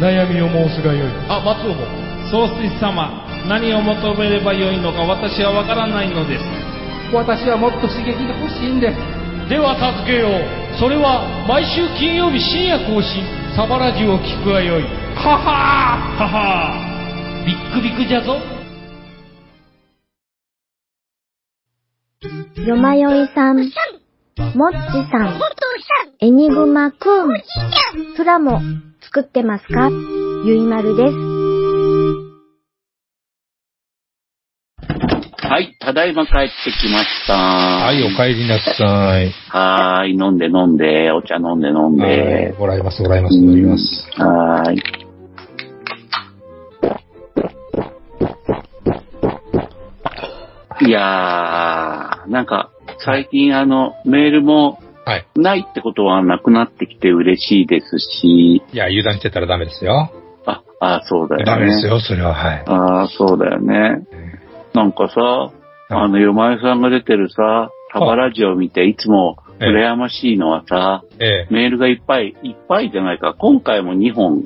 Speaker 6: 悩みを申すがよいあ松尾も
Speaker 7: 総帥様何を求めればよいのか私はわからないのです
Speaker 6: 私はもっと刺激が欲しいんですでは助けようそれは毎週金曜日深夜更新サバラジュを聞くがよいははーははービックビックじゃぞ
Speaker 8: よまよいさん、もっちさん、エニグマくん、プラも作ってますかゆいまるです。
Speaker 2: はい、ただいま帰ってきました。
Speaker 3: は、
Speaker 2: はい
Speaker 3: お帰りなさい。
Speaker 2: はーい、飲んで飲んで、お茶飲んで飲ん
Speaker 3: はい
Speaker 2: で。
Speaker 3: もらいます、もらいます、もらいます。
Speaker 2: はーい。いやー、なんか、最近あの、メールも
Speaker 3: はい。
Speaker 2: ないってことはなくなってきて嬉しいですし、
Speaker 3: いや、油断してたらダメですよ。
Speaker 2: あ、あそうだよね。
Speaker 3: ダメですよ、それは。はい。
Speaker 2: ああ、そうだよね。なんかさ、あの、よまよさんが出てるさ、タバラジオを見て、いつも
Speaker 3: ええ
Speaker 2: 羨ましいのはさ、
Speaker 3: ええ。
Speaker 2: メールがいっぱい、いっぱいじゃないか。今回も2本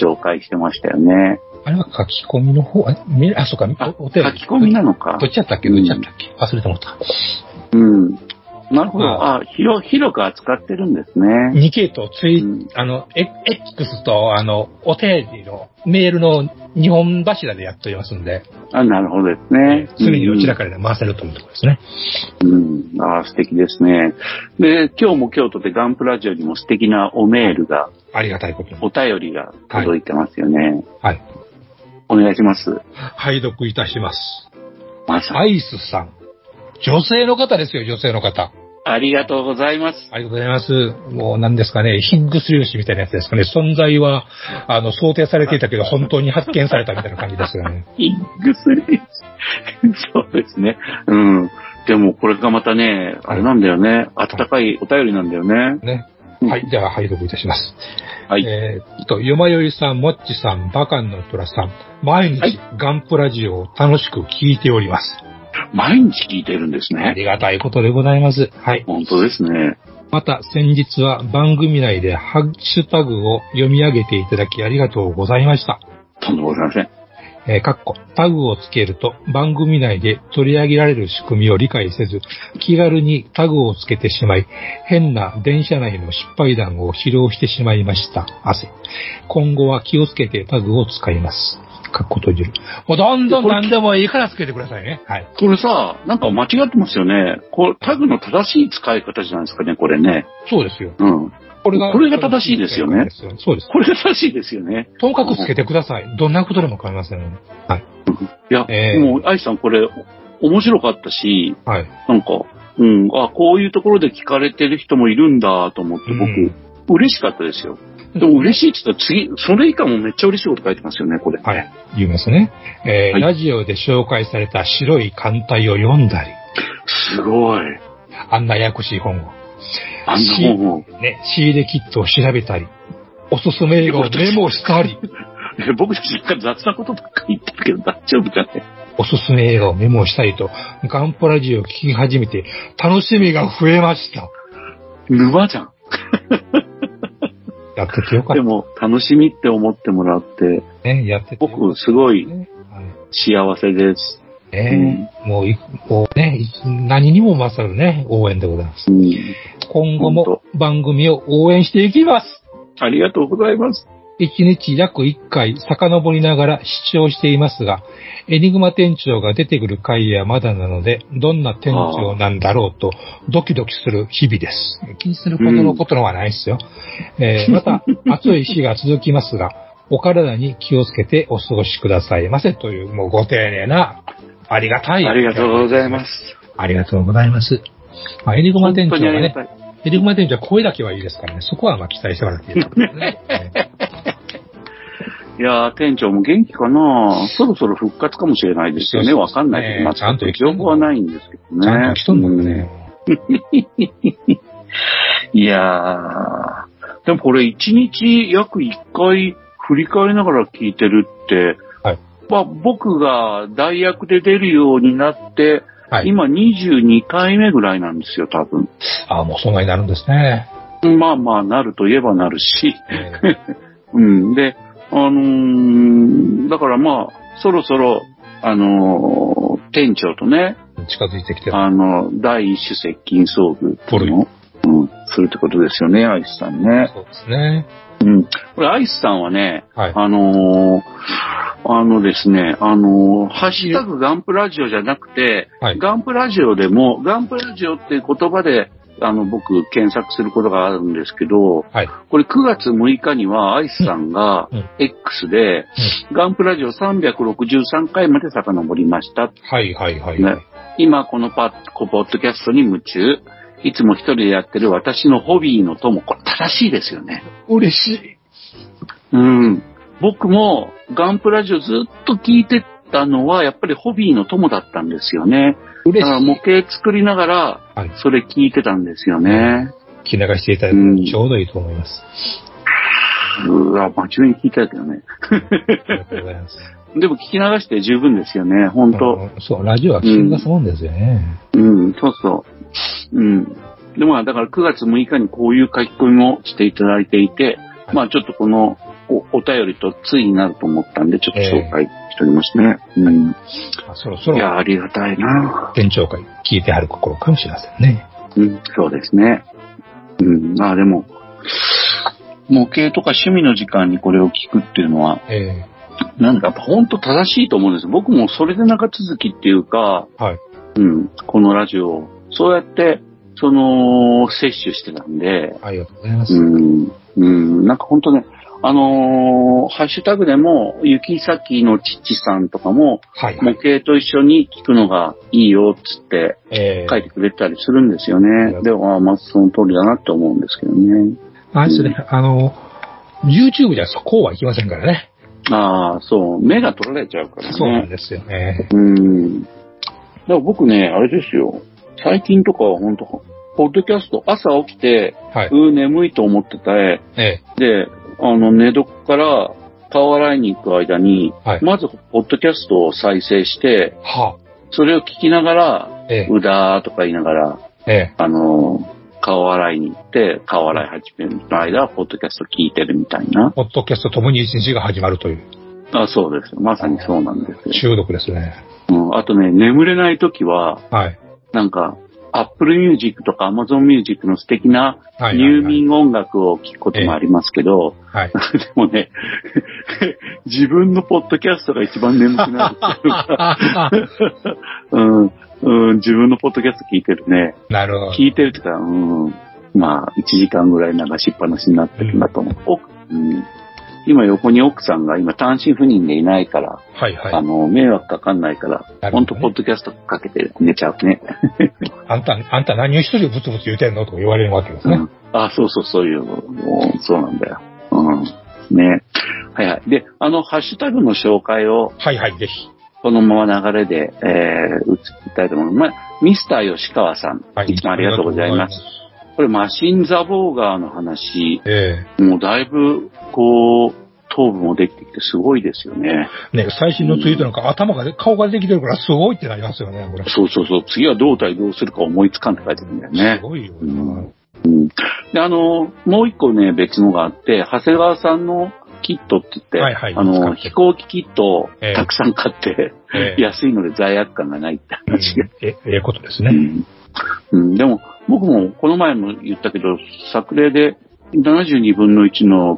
Speaker 2: 紹介してましたよね。
Speaker 3: あれは書き込みの方、あ、みあ、そうか、
Speaker 2: あ、
Speaker 3: お
Speaker 2: 書
Speaker 3: お便り。
Speaker 2: き込みなのか
Speaker 3: ど。っちやったっけどっちやったっけ忘れてもった。
Speaker 2: うん。なるほど。
Speaker 3: ま
Speaker 2: あ、広、広く扱ってるんですね。
Speaker 3: 2系とツイ、
Speaker 2: うん
Speaker 3: あの、エ X と、あの、お便りのメールの日本柱でやっておりますんで、
Speaker 2: あ、なるほどですね。
Speaker 3: 常にどちらかで回せるというところですね。
Speaker 2: うん。ああ、素敵ですね。で、今日も今日とてガンプラジオにも素敵なおメールが、
Speaker 3: ありがたいことに。
Speaker 2: お便りが届いてますよね。
Speaker 3: はい。
Speaker 2: お願いします。
Speaker 3: 拝読いたします。
Speaker 2: まさ
Speaker 3: アイスさん。女性の方ですよ、女性の方。
Speaker 2: ありがとうございます。
Speaker 3: ありがとうございます。もう何ですかね、ヒングス粒子みたいなやつですかね。存在は、あの、想定されていたけど、本当に発見されたみたいな感じですよね。
Speaker 2: イングスリー <laughs> ス。そうですね。うん。でもこれがまたね、あれなんだよね。あったかいお便りなんだよね。
Speaker 3: ね。
Speaker 2: うん
Speaker 3: はい。では、拝読いたします。
Speaker 2: はい。
Speaker 3: えーっと、よまよいさん、もっちさん、バカンのトラさん、毎
Speaker 2: は
Speaker 3: 日
Speaker 2: い
Speaker 3: ガンプラジオを楽しく聞いております。
Speaker 2: 毎日聞いてるんです
Speaker 3: あ
Speaker 2: ね。
Speaker 3: りがたいことでございます。はい。
Speaker 2: 本当ですね。
Speaker 3: また、先日は番組内でハッシュタグを読み上げていただきありがとうございました。
Speaker 2: とんでもございません。
Speaker 3: えー、かっこ、タグをつけると番組内で取り上げられる仕組みを理解せず、気軽にタグをつけてしまい、変な電車内の失敗談を披露してしまいました。汗。今後は気をつけてタグを使います。かっこ閉じる。もうどんどん何でもいいからつけてくださいね。はい。
Speaker 2: これさ、なんか間違ってますよね。こう、タグの正しい使い方じゃないですかね、これね。
Speaker 3: そうですよ。
Speaker 2: うん。
Speaker 3: こ
Speaker 2: これが正しいですよね。
Speaker 3: そうです。
Speaker 2: これが正しいですよね。
Speaker 3: ともかくつけてください。どんなことでも構いませんので。
Speaker 2: いや、
Speaker 3: ええ
Speaker 2: もう、愛さんこれ、面白かったし、
Speaker 3: はい。
Speaker 2: なんか、うん、あ、こういうところで聞かれてる人もいるんだと思って、僕、
Speaker 3: うん
Speaker 2: 嬉しかったですよ。でも嬉しいって言ったら次、それ以下もめっちゃ嬉しいこと書いてますよね、これ。
Speaker 3: はい。言いますね。えー
Speaker 2: はい
Speaker 3: ラジオで紹介された白い艦隊を読んだり、
Speaker 2: すごい。
Speaker 3: あんなややこしい本を、
Speaker 2: あんな本を。
Speaker 3: ね、仕入れキットを調べたり、おすすめ映画をメモした
Speaker 2: <laughs>
Speaker 3: り、
Speaker 2: え <laughs> 僕たちなんか雑なことばっかり言ってるけど大丈夫かね。
Speaker 3: おすすめ映画をメモしたりと、ガンプラジオを聞き始めて、楽しみが増えました。
Speaker 2: 沼じゃん。
Speaker 3: やっててよか
Speaker 2: で
Speaker 3: っ
Speaker 2: も、楽しみって思ってもらって、
Speaker 3: たね。やっててよかった
Speaker 2: 僕、すごい
Speaker 3: ね。はい
Speaker 2: 幸せです。
Speaker 3: ねえもうい、もうね、い何にも勝るね、応援でございます。
Speaker 2: うん
Speaker 3: 今後も番組を応援していきます。
Speaker 2: ありがとうございます。
Speaker 3: 一日約一回遡りながら視聴していますが、エニグマ店長が出てくる回はまだなので、どんな店長なんだろうと、ドキドキする日々です。気にするほどのことはないですよ。えーま
Speaker 2: <laughs>
Speaker 3: た、暑い日が続きますが、お体に気をつけてお過ごしくださいませという、もうご丁寧な、ありがたい。
Speaker 2: ありがとうございます。
Speaker 3: ありがとうございます。まあ、エニグマ
Speaker 2: 本
Speaker 3: 店長
Speaker 2: 当にあ
Speaker 3: は
Speaker 2: りが
Speaker 3: ね
Speaker 2: た、い。
Speaker 3: エニグマ店長は声だけはいいですからね、そこはまあ期待してもらっていいと思います
Speaker 2: <laughs>
Speaker 3: ね。え
Speaker 2: いやー、店長も元気かなそろそろ復活かもしれないですよね。
Speaker 3: そうそう
Speaker 2: わかんないけど、
Speaker 3: ね
Speaker 2: まあ、ちょっと
Speaker 3: ちゃんと
Speaker 2: 記憶はないんですけど
Speaker 3: ー
Speaker 2: ね。
Speaker 3: ちゃんと来とんのよね。
Speaker 2: うん。いやー、でもこれ一日約1回振り返りながら聞いてるって、
Speaker 3: はい
Speaker 2: まあ僕が代役で出るようになって、
Speaker 3: はい
Speaker 2: 今22回目ぐらいなんですよ、多分。
Speaker 3: ああ、もうそんなになるんです
Speaker 2: <laughs>
Speaker 3: ね。
Speaker 2: まあまあ、なると言えばなるし。
Speaker 3: え
Speaker 2: うん。で、あのーだからまあ、そろそろ、あのー店長とね、
Speaker 3: ー近づいてきてる。
Speaker 2: あの、第一種接近遭遇っていうのうん、するってことですよね、アイスさんね。
Speaker 3: そうですね。
Speaker 2: うん。これ、アイスさんはね、
Speaker 3: はい。
Speaker 2: あのーあのですね、あのーハッシュタグガンプラジオじゃなくて、
Speaker 3: はい。
Speaker 2: ガンプラジオでも、ガンプラジオっていう言葉で、あの、僕、検索することがあるんですけど、
Speaker 3: はい
Speaker 2: これ9月6日には、アイスさんが
Speaker 3: うんうん、
Speaker 2: X で、ガンプラジオ363回まで遡りました。
Speaker 3: はい、はい、はい。
Speaker 2: ね今、このパッ、こポッドキャストに夢中。いつも一人でやってる私のホビーの友。これ正しいですよね。
Speaker 3: 嬉しい。
Speaker 2: うん。僕も、ガンプラジオずっと聞いてたのは、やっぱりホビーの友だったんですよね。だ
Speaker 3: 嬉
Speaker 2: か
Speaker 3: し
Speaker 2: ら
Speaker 3: い。
Speaker 2: 模型作りながら、
Speaker 3: はい。
Speaker 2: それ聞いてたんですよね。
Speaker 3: 聞き流していただいて
Speaker 2: うん
Speaker 3: ちょうどいいと思います。
Speaker 2: <laughs> うわ、真面目に聞いたけどね。
Speaker 3: ありがとうございます。
Speaker 2: でも聞き流して十分ですよね、本当
Speaker 3: うんそう、ラジオは聞き出すもんですよね。
Speaker 2: うん、そうそう。うん。でも、だから9月6日にこういう書き込みもしていただいていて、
Speaker 3: はい
Speaker 2: まあちょっとこのおお便りとついになると思ったんで、ちょっと紹介しておりますね。うん。
Speaker 3: あそろそ
Speaker 2: い
Speaker 3: ろ、
Speaker 2: や、ありがたいな。
Speaker 3: 店長会聞いてはる心かもしれませんね。
Speaker 2: うん、そうですね。うん、まあでも、模型とか趣味の時間にこれを聞くっていうのは、
Speaker 3: え
Speaker 2: なんかやっぱ本当正しいと思うんです。僕もそれで長続きっていうか、
Speaker 3: はい
Speaker 2: うん、このラジオを、そうやって、その、摂取してたんで
Speaker 3: え、ありがとうございます。
Speaker 2: うん、うん、なんか本当ね、あのーハッシュタグでも、雪咲の父さんとかも、
Speaker 3: はい。
Speaker 2: 模型と一緒に聞くのがいいよっつって
Speaker 3: え
Speaker 2: 書いてくれたりするんですよね。でも、あーまあ、その通りだなって思うんですけどね。
Speaker 3: あれですね、あの、YouTube じゃこうはいきませんからね。
Speaker 2: ああ、そう、目が取られちゃうからね。
Speaker 3: そうなんですよね。
Speaker 2: うん。だから僕ね、あれですよ。最近とかは本当ポッドキャスト、朝起きて、。
Speaker 3: はいう
Speaker 2: ー、眠いと思ってたえ、
Speaker 3: え
Speaker 2: で、あの、寝床から顔洗いに行く間に、
Speaker 3: はい
Speaker 2: まず、ポッドキャストを再生して
Speaker 3: え、は
Speaker 2: それを聞きながら、
Speaker 3: あ、え
Speaker 2: うだーとか言いながら、
Speaker 3: えええ
Speaker 2: あのー顔洗いに行って、顔洗い始めるの間、ポッドキャスト聞いてるみたいな。
Speaker 3: ポッドキャストともに一日が始まるという。
Speaker 2: あ、そうです。まさにそうなんですよ。
Speaker 3: 中毒ですね。
Speaker 2: うん、あとね、眠れない時は、
Speaker 3: はい。
Speaker 2: なんか、Apple Music とか Amazon Music の素敵な
Speaker 3: はいはいはい
Speaker 2: 入眠音楽を聴くこともありますけど、
Speaker 3: はい。
Speaker 2: でもね、 <laughs> 自分のポッドキャストが一番眠くなるって
Speaker 3: <laughs>
Speaker 2: いうか、うんうん、自分のポッドキャスト聞いてるね。
Speaker 3: なるほど。
Speaker 2: 聞いてるっていうか、うん、まあ、1時間ぐらい流しっぱなしになってるんだと思う。奥うん今横に奥さんが今単身赴任でいないから、
Speaker 3: はい
Speaker 2: あ
Speaker 3: はい。
Speaker 2: の、迷惑かかんないから、
Speaker 3: なる
Speaker 2: ほ
Speaker 3: ほ
Speaker 2: ん
Speaker 3: ど
Speaker 2: と
Speaker 3: ね
Speaker 2: ポッドキャストかけて寝ちゃうね。
Speaker 3: あんた、あんた何を一人でブツブツ言うてんのとか言われるわけです
Speaker 2: う
Speaker 3: ね。
Speaker 2: ん、あ、そうそう、そういうの、もうそうなんだよ。うん。ね。はいはい。で、あの、ハッシュタグの紹介を、
Speaker 3: はいはい、ぜひ。
Speaker 2: このまま流れで、えー、移っていきたいと思います。まあ、ミスター吉川さん、、
Speaker 3: はい
Speaker 2: つもありがとうございます。これ、マシン・ザ・ボーガーの話、
Speaker 3: え
Speaker 2: もうだいぶ、こう、頭部もできてきてすごいですよね。
Speaker 3: えね、最新のツイートなんか頭がで、顔ができてるからすごいってなりますよね、これ。
Speaker 2: そうそうそう。次はどう対どうするか思いつかんって書いてるんだよね
Speaker 3: す。ごいよな。
Speaker 2: うんで、あの、もう一個ね、別のがあって、長谷川さんのキットって言って、
Speaker 3: はいはい
Speaker 2: あ
Speaker 3: 使
Speaker 2: の、
Speaker 3: って
Speaker 2: 飛行機キットを
Speaker 3: ええ
Speaker 2: たくさん買って、
Speaker 3: え
Speaker 2: 安いので罪悪感がないって
Speaker 3: うん
Speaker 2: 話が。
Speaker 3: え、ええことです
Speaker 2: う
Speaker 3: ね。
Speaker 2: んうんでも、僕もこの前も言ったけど、作例で72分の1の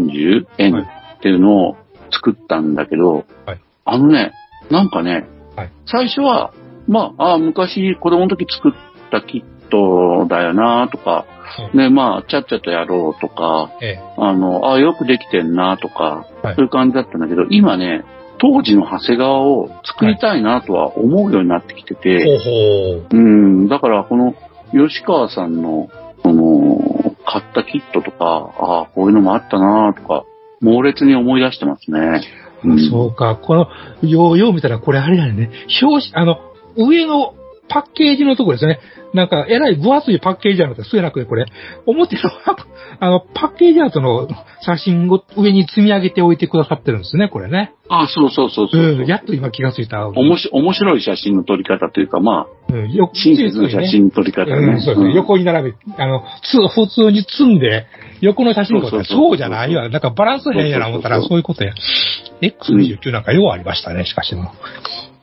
Speaker 3: はい
Speaker 2: P40N っていうのを作ったんだけど、
Speaker 3: はい
Speaker 2: あのね、なんかね、
Speaker 3: はい
Speaker 2: 最初は、まあ、ああ昔子供の時作ったキットだよなとか、
Speaker 3: うん
Speaker 2: ね、まあ、ちゃっちゃとやろうとか、
Speaker 3: え
Speaker 2: あの、ああ、よくできてんなとか、
Speaker 3: はい
Speaker 2: そういう感じだったんだけど、今ね、当時の長谷川を作りたいなとは思うようになってきてて、
Speaker 3: え。ほうほう。
Speaker 2: うん、だからこの吉川さんの、その、買ったキットとか、ああ、こういうのもあったなとか、猛烈に思い出してますね。うん
Speaker 3: そうか、この、ようよう見たらこれあれだよね。表紙、あの、上のパッケージのとこですね。なんか、えらい分厚いパッケージじゃなくて、そうやなくて、これ、表の、あの、パッケージアートの写真を上に積み上げておいてくださってるんですね、これね。
Speaker 2: ああ、そうそうそうそうう。
Speaker 3: ん、やっと今気がついた。
Speaker 2: おもし面白い写真の撮り方というか、まあ、
Speaker 3: うん、よく
Speaker 2: 親切な写真の撮り方ね。
Speaker 3: うん、そうです
Speaker 2: うん
Speaker 3: ね。横に並べ、あの、つ、普通に積んで、横の写真撮っ
Speaker 2: そう
Speaker 3: て、
Speaker 2: そうそう
Speaker 3: そうじゃないわ。なんかバランス変やな思ったら、
Speaker 2: そう
Speaker 3: そういうことや。X29 なんかようありましたね、しかしも。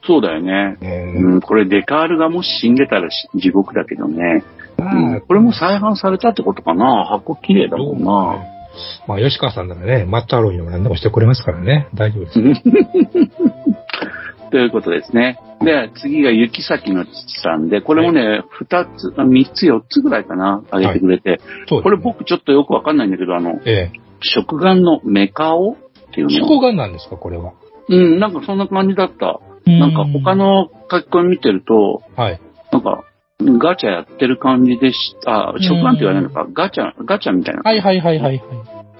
Speaker 2: そうだよね。
Speaker 3: うん
Speaker 2: うん、これデカールがもし死んでたらし地獄だけどね、
Speaker 3: ま
Speaker 2: うん
Speaker 3: あ
Speaker 2: これも再販されたってことかな箱綺麗だもんな。
Speaker 3: まあ、吉川さんならね、マットアロイの何でもしてくれますからね。大丈夫です。
Speaker 2: ということですね。で、次が雪崎の父さんで、これもね、二、つ、あ三つ、四つぐらいかな、あげてくれて、
Speaker 3: そうですね
Speaker 2: これ、僕ちょっとよくわかんないんだけど、あの、
Speaker 3: ええ。
Speaker 2: 食玩のメカオっていう
Speaker 3: 食
Speaker 2: の。
Speaker 3: 玩なんですか、これは。
Speaker 2: うん、なんかそんな感じだった。なんか他の書き込み見てると、
Speaker 3: うん、はい。
Speaker 2: なんか、ガチャやってる感じでした。あ、食玩って言われるのか、ガチャ、ガチャみたいな。
Speaker 3: はいはいはいはいはい。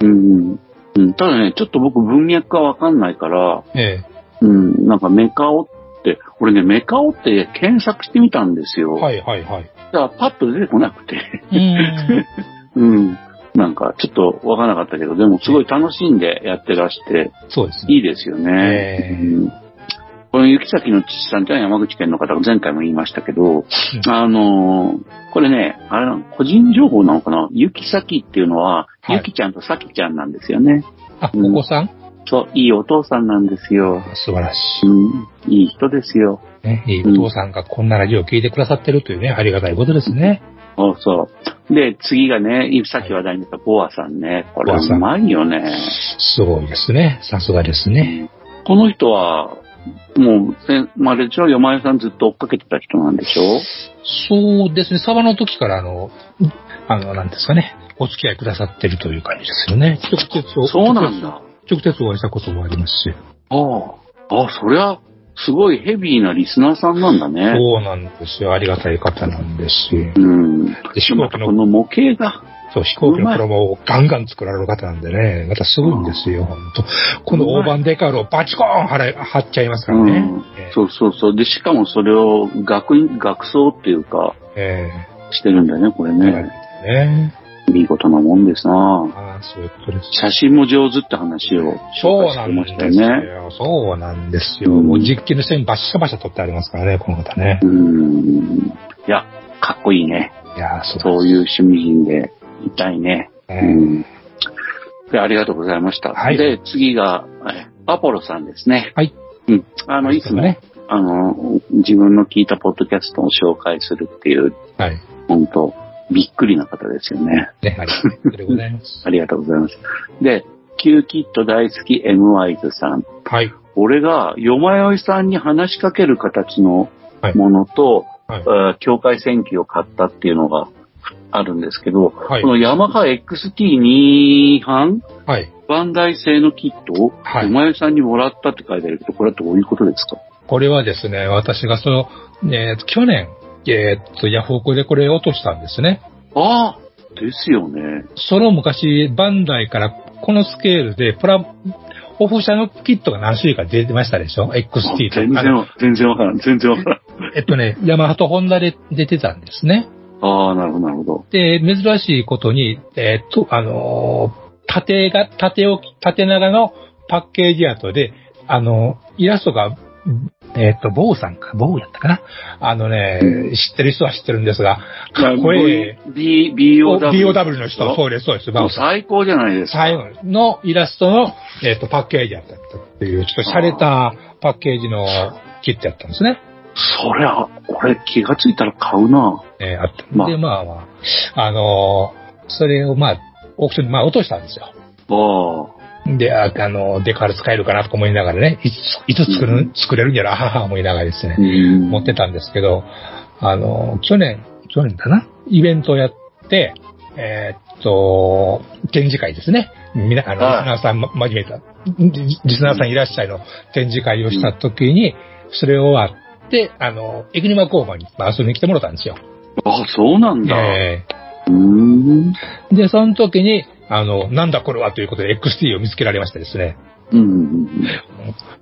Speaker 2: うん、うん。ただね、ちょっと僕文脈がわかんないから、
Speaker 3: え
Speaker 2: うん、なんかメカオって、俺ね、メカオって検索してみたんですよ。
Speaker 3: え。はいはいはい。
Speaker 2: だからパッと出てこなくて。
Speaker 3: うー
Speaker 2: <laughs>
Speaker 3: ん。
Speaker 2: うん。なんか、ちょっとわからなかったけど、でもすごい楽しんでやってらして、
Speaker 3: そうですね。
Speaker 2: いいですよね。
Speaker 3: ええ
Speaker 2: うんこの雪崎の父さんってのは山口県の方が前回も言いましたけど、あのーこれね、あれなの個人情報なのかな雪崎っていうのは、
Speaker 3: はい
Speaker 2: ゆきちゃんとさきちゃんなんですよね。
Speaker 3: あ、お子さん
Speaker 2: そう、いいお父さんなんですよ。
Speaker 3: 素晴らしい。
Speaker 2: うん、いい人ですよ。
Speaker 3: ね、いいお父さんがこんなラジオを聞いてくださってるというね、ありがたいことですね。
Speaker 2: そうそう。で、次がね、さっき話題になったボアさんね。これ
Speaker 3: ボアさ
Speaker 2: うんまいよね。
Speaker 3: すごいですね。さすがですね。
Speaker 2: この人は、もう、せまあ、あれでしょ、よまよさんずっと追っかけてた人なんでしょ
Speaker 3: そうですね。サバの時から、あの、あの、なんですかね、お付き合いくださってるという感じですよね。直接お、
Speaker 2: そうなんだ。
Speaker 3: 直接。直接お会いしたこともありますし。
Speaker 2: ああ。ああ、そりゃ、すごいヘビーなリスナーさんなんだね。
Speaker 3: そうなんですよ。ありがたい方なんですよ。
Speaker 2: うん。で
Speaker 3: で、飛
Speaker 2: ま
Speaker 3: 行
Speaker 2: た
Speaker 3: 機の、
Speaker 2: この模型が、
Speaker 3: そう、飛行機の衣をガンガン作られる方なんでね、またすごいんですよ、ほんと。この大判デカールをバチコーン貼れ貼っちゃいますから
Speaker 2: う
Speaker 3: ね。
Speaker 2: ん
Speaker 3: え。
Speaker 2: そうそうそう。で、しかもそれを学院、学装っていうか、
Speaker 3: え
Speaker 2: してるんだよね、これ
Speaker 3: え
Speaker 2: ね。
Speaker 3: ね
Speaker 2: 見事なもんですな
Speaker 3: ああ、そういうことです。
Speaker 2: 写真も上手って話を
Speaker 3: そう
Speaker 2: 紹介し
Speaker 3: な
Speaker 2: て
Speaker 3: ん
Speaker 2: ま
Speaker 3: で
Speaker 2: し
Speaker 3: す
Speaker 2: たよね。
Speaker 3: よ。そうなんですよ。もう実機の下にバッシャバシャ取ってありますからね、この方ね
Speaker 2: う。ん。いや、かっこいいね。
Speaker 3: いやー、そう
Speaker 2: そういう趣味人でいたいね。
Speaker 3: う
Speaker 2: うん。でありがとうございました。
Speaker 3: はい
Speaker 2: で、次が、えアポロさんですね。
Speaker 3: はい。
Speaker 2: うん。あの、いつも、ね、。あの、自分の聞いたポッドキャストを紹介するっていう、
Speaker 3: はい。
Speaker 2: 本当びっくりな方ですよね。
Speaker 3: ね、ありがとうございます。
Speaker 2: ありがとうございます。で、Q キット大好き M ワイズさん。
Speaker 3: はい。
Speaker 2: 俺が、よまよいさんに話しかける形の
Speaker 3: はい
Speaker 2: ものと、
Speaker 3: はい
Speaker 2: えー境界線機を買ったっていうのがあるんですけど、
Speaker 3: はい
Speaker 2: このヤマハ XT2 版
Speaker 3: はい。
Speaker 2: バンダイ製のキットを、
Speaker 3: はい
Speaker 2: よまよいさんにもらったって書いてあるけど、これはどういうことですか
Speaker 3: これはですね、私がその、えー去年、えーっと、ヤフオクでこれ落としたんですね。
Speaker 2: ああですよね。
Speaker 3: その昔、バンダイからこのスケールで、プラ、オフ社のキットが何種類か出てましたでしょ ?XT
Speaker 2: 全
Speaker 3: とかあ
Speaker 2: 然
Speaker 3: の。
Speaker 2: わ、全然わからん。全然わからん。
Speaker 3: えっとね、ヤマハとホンダで出てたんですね。
Speaker 2: ああ、なるほど、なるほど。
Speaker 3: で、珍しいことに、えーっと、あのー縦が、縦を、縦長のパッケージアートで、あのーイラストが、えーっと、ボウさんか、ボウやったかなあのね、知ってる人は知ってるんですが、かっこいい。
Speaker 2: B、BOW。
Speaker 3: BOW の人、そう
Speaker 2: う
Speaker 3: です、そうです、バ
Speaker 2: も
Speaker 3: ウ
Speaker 2: う
Speaker 3: さん。
Speaker 2: 最高じゃないですか。
Speaker 3: 最後のイラストの、えーっと、パッケージやったっていう、ちょっと洒落たパッケージのキットやったんですね。
Speaker 2: そりゃ、俺気がついたら買うな。
Speaker 3: えーあった。
Speaker 2: まあ
Speaker 3: で、まあまあ、あのーそれをまあ、オークションでまあ落としたんですよ。
Speaker 2: ああ。
Speaker 3: で、ああの、デカール使えるかなとか思いながらね、いつ、いつ作
Speaker 2: う
Speaker 3: る、作れるんやろ、あはは思いながらですね、持ってたんですけど、あの、去年、去年かなイベントをやって、えーっと、展示会ですね。みな、あの、リ
Speaker 2: はい
Speaker 3: スナーさん、ま、真面目だ。リリスナーさんいらっしゃいの展示会をした時に、それ終わって、あの、エグニマ工房にまあ遊びに来てもらったんですよ。
Speaker 2: ああ、そうなんだ。
Speaker 3: えー
Speaker 2: うーん。
Speaker 3: で、その時に、あの、なんだこれはということで XT を見つけられましてですね。
Speaker 2: うんうん。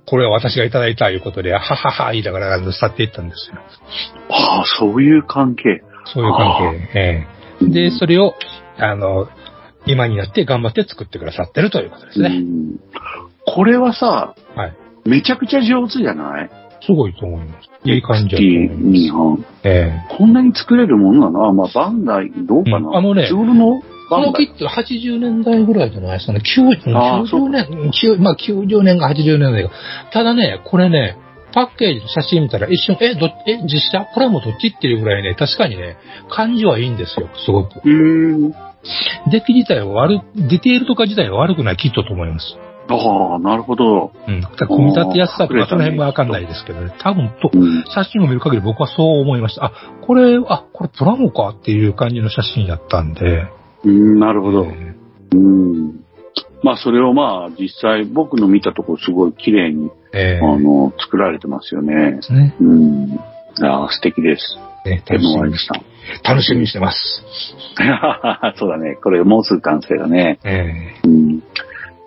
Speaker 3: これは私がいただいたということで、ははは、言いながらあの去っていったんですよ。
Speaker 2: ああ、そういう関係。
Speaker 3: そういう関係。ええで、それを、あの、今になって頑張って作ってくださってるということです
Speaker 2: う
Speaker 3: ね。
Speaker 2: ん。これはさ、
Speaker 3: はい
Speaker 2: めちゃくちゃ上手じゃない
Speaker 3: すごいと思います。いい感じだと思います。
Speaker 2: ?T2 本。
Speaker 3: ええ
Speaker 2: こんなに作れるもんなのあ、まあ、バンダイ、どうかな、
Speaker 3: うんあのね
Speaker 2: ジョルの
Speaker 3: こ
Speaker 2: バン
Speaker 3: の
Speaker 2: ダ
Speaker 3: キ
Speaker 2: イ。
Speaker 3: ット80年代ぐらいじゃないですかね。90,
Speaker 2: あーそう
Speaker 3: 90年、9まあ90年か80年代か。ただね、これね、パッケージの写真見たら一瞬、え、どっち、え、実写これはもうどっちっていうぐらいね、確かにね、感じはいいんですよ、すごく。
Speaker 2: うーん。
Speaker 3: 出来自体は悪、ディテールとか自体は悪くないキットと思います。
Speaker 2: ああ、なるほど。
Speaker 3: うん。だから組み立てやすさと
Speaker 2: あー隠れ
Speaker 3: かそ
Speaker 2: たね
Speaker 3: の辺はわかんないですけどね。多分と
Speaker 2: う、ん。
Speaker 3: 写真を見る限り僕はそう思いました。あ、これ、あ、これプラモかっていう感じの写真やったんで。
Speaker 2: うん、なるほど。
Speaker 3: え
Speaker 2: うん。まあ、それをまあ、実際、僕の見たところ、すごい綺麗に、
Speaker 3: ーえ
Speaker 2: あの、作られてますよね
Speaker 3: で。すね。
Speaker 2: うん。ああ、素敵です。
Speaker 3: ね
Speaker 2: エ
Speaker 3: 楽し
Speaker 2: モワ
Speaker 3: み
Speaker 2: イ
Speaker 3: に
Speaker 2: ズさん。
Speaker 3: 楽しみにしてます。
Speaker 2: <laughs> そうだね。これ、もうすぐ完成だね。
Speaker 3: え
Speaker 2: うん。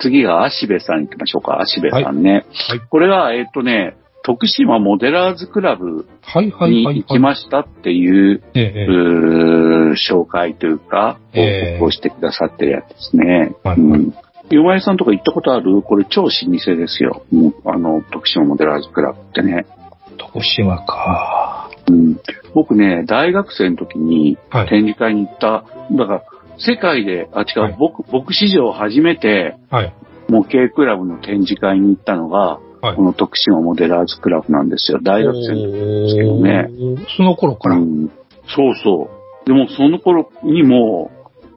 Speaker 2: 次が、足部さん行きましょうか。足部さんね。
Speaker 3: はい
Speaker 2: これが、えっとね、徳島モデラーズクラブ
Speaker 3: ーはいはいはいはい。
Speaker 2: に行きましたっていう、
Speaker 3: えええ
Speaker 2: うー紹介というか、
Speaker 3: ええ
Speaker 2: 報告をしてくださってるやつですね。
Speaker 3: はい
Speaker 2: うん。ゆまえさんとか行ったことあるこれ超老舗ですよ。もうあの、徳島モデラーズクラブってね。
Speaker 3: 徳島か。
Speaker 2: うん。僕ね、大学生の時に
Speaker 3: はい。
Speaker 2: 展示会に行った、だから、世界で、あ、違う、
Speaker 3: はい
Speaker 2: 僕、僕史上初めて、
Speaker 3: はい。
Speaker 2: 模型クラブの展示会に行ったのが、
Speaker 3: はい
Speaker 2: この徳島モデラーズクラブなんですよ。大学生の時ですけどね
Speaker 3: おーその頃から。
Speaker 2: うんそうそう。でもその頃にも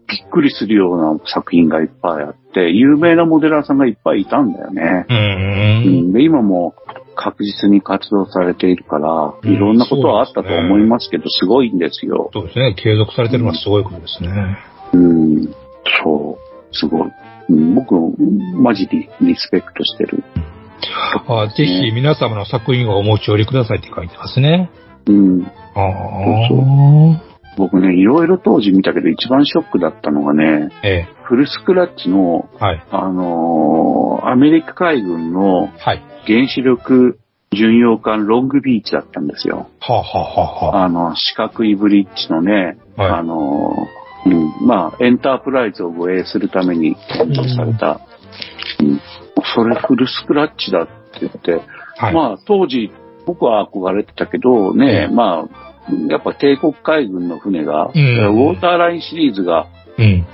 Speaker 2: びっくりするような作品がいっぱいあって、有名なモデラーさんがいっぱいいたんだよね。
Speaker 3: う。
Speaker 2: うんん、で今も確実に活動されているから、
Speaker 3: うん
Speaker 2: いろんなことはあった
Speaker 3: そう
Speaker 2: と
Speaker 3: ですね
Speaker 2: 思いますけど、すごいんですよ。
Speaker 3: そうですね。継続されてるのはすごいことですね。
Speaker 2: うん、そう、すごい。うん、僕、マジでリスペクトしてる。
Speaker 3: あぜひ皆様の作品をお持ち寄りくださいって書いてますね。
Speaker 2: うん、
Speaker 3: ああ。
Speaker 2: そう僕ね、いろいろ当時見たけど、一番ショックだったのがね、
Speaker 3: え
Speaker 2: フルスクラッチの、
Speaker 3: え、はい。
Speaker 2: あのーアメリカ海軍の、
Speaker 3: はい。
Speaker 2: 原子力巡洋艦ロングビーチだったんですよ。
Speaker 3: はあ、はあはあは
Speaker 2: あの、四角いブリッジのね、
Speaker 3: あ、は
Speaker 2: あの、うん、まあ、エンタープライズを護衛するために建造された、うん、それフルスクラッチだって言って、
Speaker 3: い。はい。
Speaker 2: まあ、当時、僕は憧れてたけど
Speaker 3: ええ
Speaker 2: ね、まあ、やっぱ帝国海軍の船が、
Speaker 3: うん
Speaker 2: ウォーターラインシリーズが
Speaker 3: うん。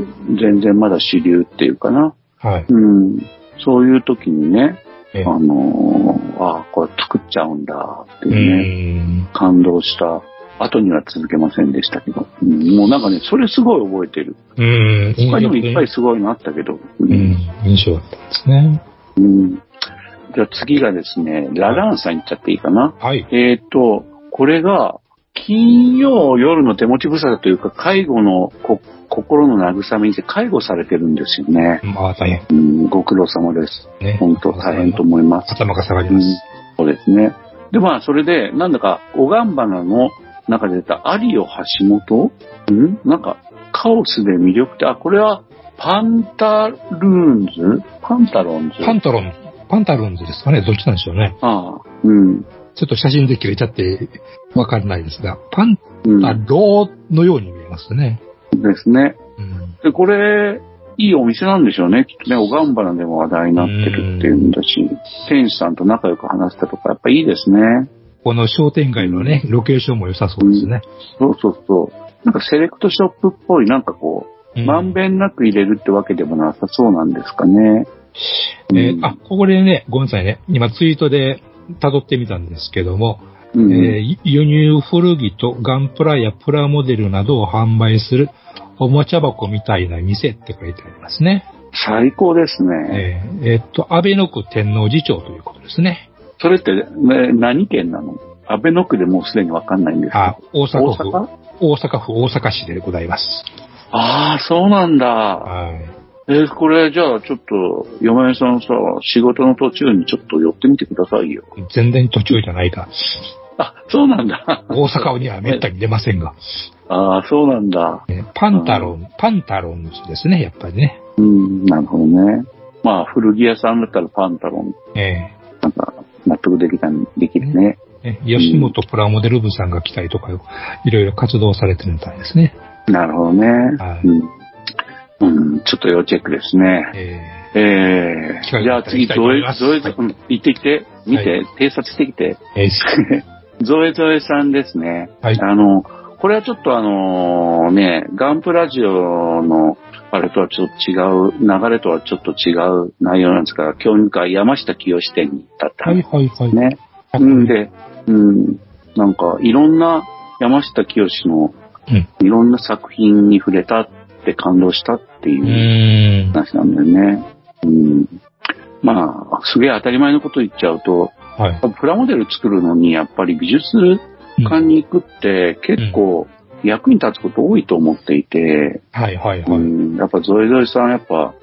Speaker 2: 全然まだ主流っていうかな、
Speaker 3: はい。
Speaker 2: うん、そういう時にね、
Speaker 3: ええ
Speaker 2: あのーああ、これ作っちゃうんだって
Speaker 3: う
Speaker 2: いうね、
Speaker 3: ん。
Speaker 2: 感動した後には続けませんでしたけど、うんもうなんかね、それすごい覚えてる。
Speaker 3: うん。
Speaker 2: 他にもいっぱいすごいのあったけど、う
Speaker 3: うんん。印象だったんですね。
Speaker 2: うんじゃあ次がですね、ラランさん行っちゃっていいかな。
Speaker 3: はい。
Speaker 2: えっ、と、これが、金曜夜の手持ち無沙汰というか、介護のこ心の慰めにして介護されてるんですよね。
Speaker 3: まあ、大変
Speaker 2: うん、ご苦労様です。
Speaker 3: ね。
Speaker 2: 本当大変と思います。
Speaker 3: 頭が下がり
Speaker 2: う
Speaker 3: ま
Speaker 2: ん
Speaker 3: す。
Speaker 2: そうですね。で、まあ、それで、なんだか、おがんばなの中で出た、アリオ橋本うんなんか、カオスで魅力って、あ、これは、パンタルーンズパンタロンズ
Speaker 3: パンタロン、パンタロンズですかねどっちなんでしょうね。
Speaker 2: ああ、うん。
Speaker 3: ちょっと写真で切れちゃって、わかんないですが、パン
Speaker 2: うん。
Speaker 3: タローのように見えますね。
Speaker 2: ですね。
Speaker 3: うん。
Speaker 2: で、これ、いいお店なんでしょうね。きっとね、おがんばらでも話題になってるっていうんだし、店主さんと仲良く話したとか、やっぱいいですね。
Speaker 3: この商店街のね、ロケーションも良さそうですね。
Speaker 2: そうそうそう。なんかセレクトショップっぽい、なんかこう、
Speaker 3: うん
Speaker 2: まんべんなく入れるってわけでもなさそうなんですかね。
Speaker 3: え
Speaker 2: う
Speaker 3: ー
Speaker 2: ん
Speaker 3: あ、ここでね、ごめんなさいね。今ツイートで辿ってみたんですけども、
Speaker 2: うん。
Speaker 3: えー輸入古着とガンプラやプラモデルなどを販売するおもちゃ箱みたいな店って書いてありますね。
Speaker 2: 最高ですね。
Speaker 3: えーえーっと、安倍の区天王寺町ということですね。
Speaker 2: それって、ね、何県なの安倍の区でもうすでにわかんないんですけど
Speaker 3: あ、大
Speaker 2: 大
Speaker 3: 阪府、
Speaker 2: 阪
Speaker 3: 大阪府大阪市でございます。
Speaker 2: ああ、そうなんだ。
Speaker 3: はい。
Speaker 2: えーこれ、じゃあ、ちょっと、嫁さんさ、仕事の途中にちょっと寄ってみてくださいよ。
Speaker 3: 全然途中じゃないか。
Speaker 2: あ、そうなんだ。
Speaker 3: 大阪にはめったに出ませんが。
Speaker 2: <laughs> ああ、そうなんだ。
Speaker 3: えーパンタロン、パンタロンですね、やっぱりね。
Speaker 2: うん、なるほどね。まあ、古着屋さんだったらパンタロン、
Speaker 3: え
Speaker 2: なんか、納得できた、できるね。
Speaker 3: ーえ吉本プラモデル部さんが来たりとか、いろいろ活動されてるみたいですね。
Speaker 2: なるほどね。
Speaker 3: はい
Speaker 2: うん。うん、ちょっと要チェックですね。
Speaker 3: え
Speaker 2: え
Speaker 3: 機
Speaker 2: ー、
Speaker 3: 会
Speaker 2: じ
Speaker 3: が
Speaker 2: ゃ
Speaker 3: あ
Speaker 2: あ
Speaker 3: ったら行
Speaker 2: 次、
Speaker 3: きたいと
Speaker 2: ゾ
Speaker 3: 思
Speaker 2: エ
Speaker 3: います、
Speaker 2: ゾエ、うん行ってきて、見て、
Speaker 3: は
Speaker 2: 偵察してきて。
Speaker 3: ーえー
Speaker 2: ゾエゾエさんですね。
Speaker 3: はい
Speaker 2: あの、これはちょっとあのね、ガンプラジオのあれとはちょっと違う、流れとはちょっと違う内容なんですが、興味深い山下清志店に行ったって
Speaker 3: はい
Speaker 2: 話
Speaker 3: はいはい。
Speaker 2: ね。うんで、うん、なんかいろんな山下清志の
Speaker 3: うん
Speaker 2: いろんな作品に触れたって感動したっていう
Speaker 3: ー
Speaker 2: う
Speaker 3: ん。
Speaker 2: 話なんだよね。うん、まあ、すげえ当たり前のこと言っちゃうと、
Speaker 3: はい。
Speaker 2: プラモデル作るのにやっぱり美術館に行くって結構役に立つこと多いと思っていて、
Speaker 3: はいはいは
Speaker 2: う
Speaker 3: い。うん。
Speaker 2: ん、やっぱゾエゾエさんやっぱ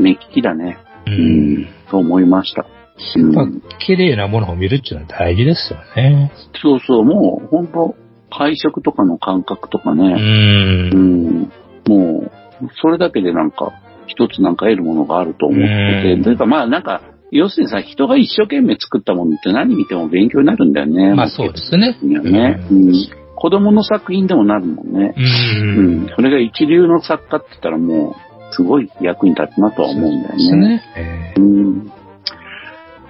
Speaker 2: 目利きだね、
Speaker 3: う。
Speaker 2: うんと思いました。うん
Speaker 3: やっぱ綺麗なものを見るっていうのは大事ですよね。
Speaker 2: そうそう、もう本当配色とかの感覚とか
Speaker 3: う。
Speaker 2: ね、うんん、もうそれだけでなんか一つなんか得るものがあると思ってて、
Speaker 3: うん
Speaker 2: というかまあなんか要するにさ、人が一生懸命作ったものって何見ても勉強になるんだよね。
Speaker 3: まあそうですね。
Speaker 2: いいよね。
Speaker 3: う
Speaker 2: うんん。子供の作品でもなるもんね。
Speaker 3: う。。
Speaker 2: うんそれが一流の作家って言ったらもう、すごい役に立つなとは思うんだよ
Speaker 3: です
Speaker 2: ね。
Speaker 3: ね。え
Speaker 2: うん。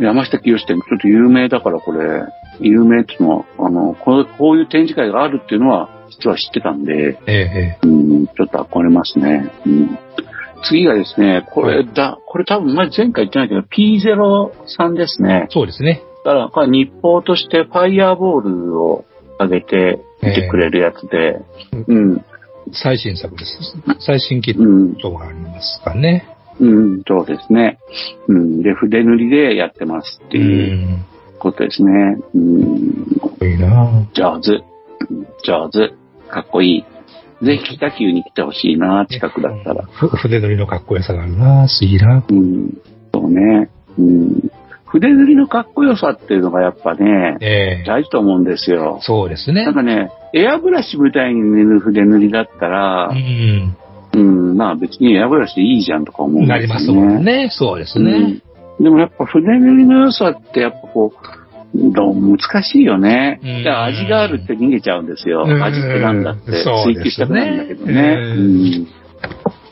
Speaker 2: 山下清志ってちょっと有名だからこれ、有名っていうのは、あの、こうこういう展示会があるっていうのは、実は知ってたんで、
Speaker 3: ええ
Speaker 2: うん、ちょっと憧れますね。うん。次がですね、こ
Speaker 3: は
Speaker 2: れだ、これ多分前前回言ってないけど、P03 ですね
Speaker 3: え。そうですね。
Speaker 2: だから、これ日報としてファイヤーボールを上げて見てくれるやつで、うん、
Speaker 3: 最新作です。最新キ
Speaker 2: う
Speaker 3: ッ
Speaker 2: ん、
Speaker 3: トがありますかね。
Speaker 2: うん、そうですね。うん、で、筆塗りでやってますって
Speaker 3: う。
Speaker 2: いうんことですね。うん、
Speaker 3: いいな
Speaker 2: 上手、上手、かっこいい。ぜひ北急に来てほしいな、近くだったら。
Speaker 3: ふ筆取りのかっこよさがあるなぁ。いいな
Speaker 2: うん、そうね。うん、筆塗りのかっこよさっていうのがやっぱね、
Speaker 3: ええ
Speaker 2: 大事と思うんですよ。
Speaker 3: そうですね
Speaker 2: なん。かね、エアブラシみたいに塗る筆塗りだったら
Speaker 3: う、ん。
Speaker 2: うん、まあ別にエアブラシでいいじゃんとか思うん
Speaker 3: なり
Speaker 2: ですよね。
Speaker 3: ますもんね。そうですね。
Speaker 2: うん。でもやっぱ筆塗りの良さってやっぱこう、どう難しいよね。
Speaker 3: うん
Speaker 2: じゃあ味があるって逃げちゃうんですよ。
Speaker 3: うん
Speaker 2: 味ってなんだって
Speaker 3: そうです
Speaker 2: 追
Speaker 3: ね
Speaker 2: 求したくなるんだけどね。
Speaker 3: うん
Speaker 2: うん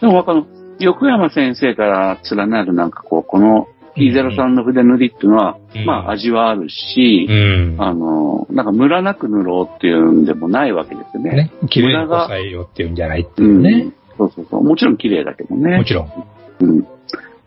Speaker 2: でもこの、横山先生から連なるなんかこう、この P03 の筆塗りっていうのは、
Speaker 3: うん
Speaker 2: まあ味はあるし
Speaker 3: う、ん。
Speaker 2: あの、なんかムラなく塗ろうっていうんでもないわけですよね。
Speaker 3: ね、綺麗な
Speaker 2: 無駄が
Speaker 3: 抑えようっていうんじゃないって
Speaker 2: う。
Speaker 3: いうんね。
Speaker 2: そうそうそう。もちろん綺麗だけどね。
Speaker 3: もちろん。
Speaker 2: うん。や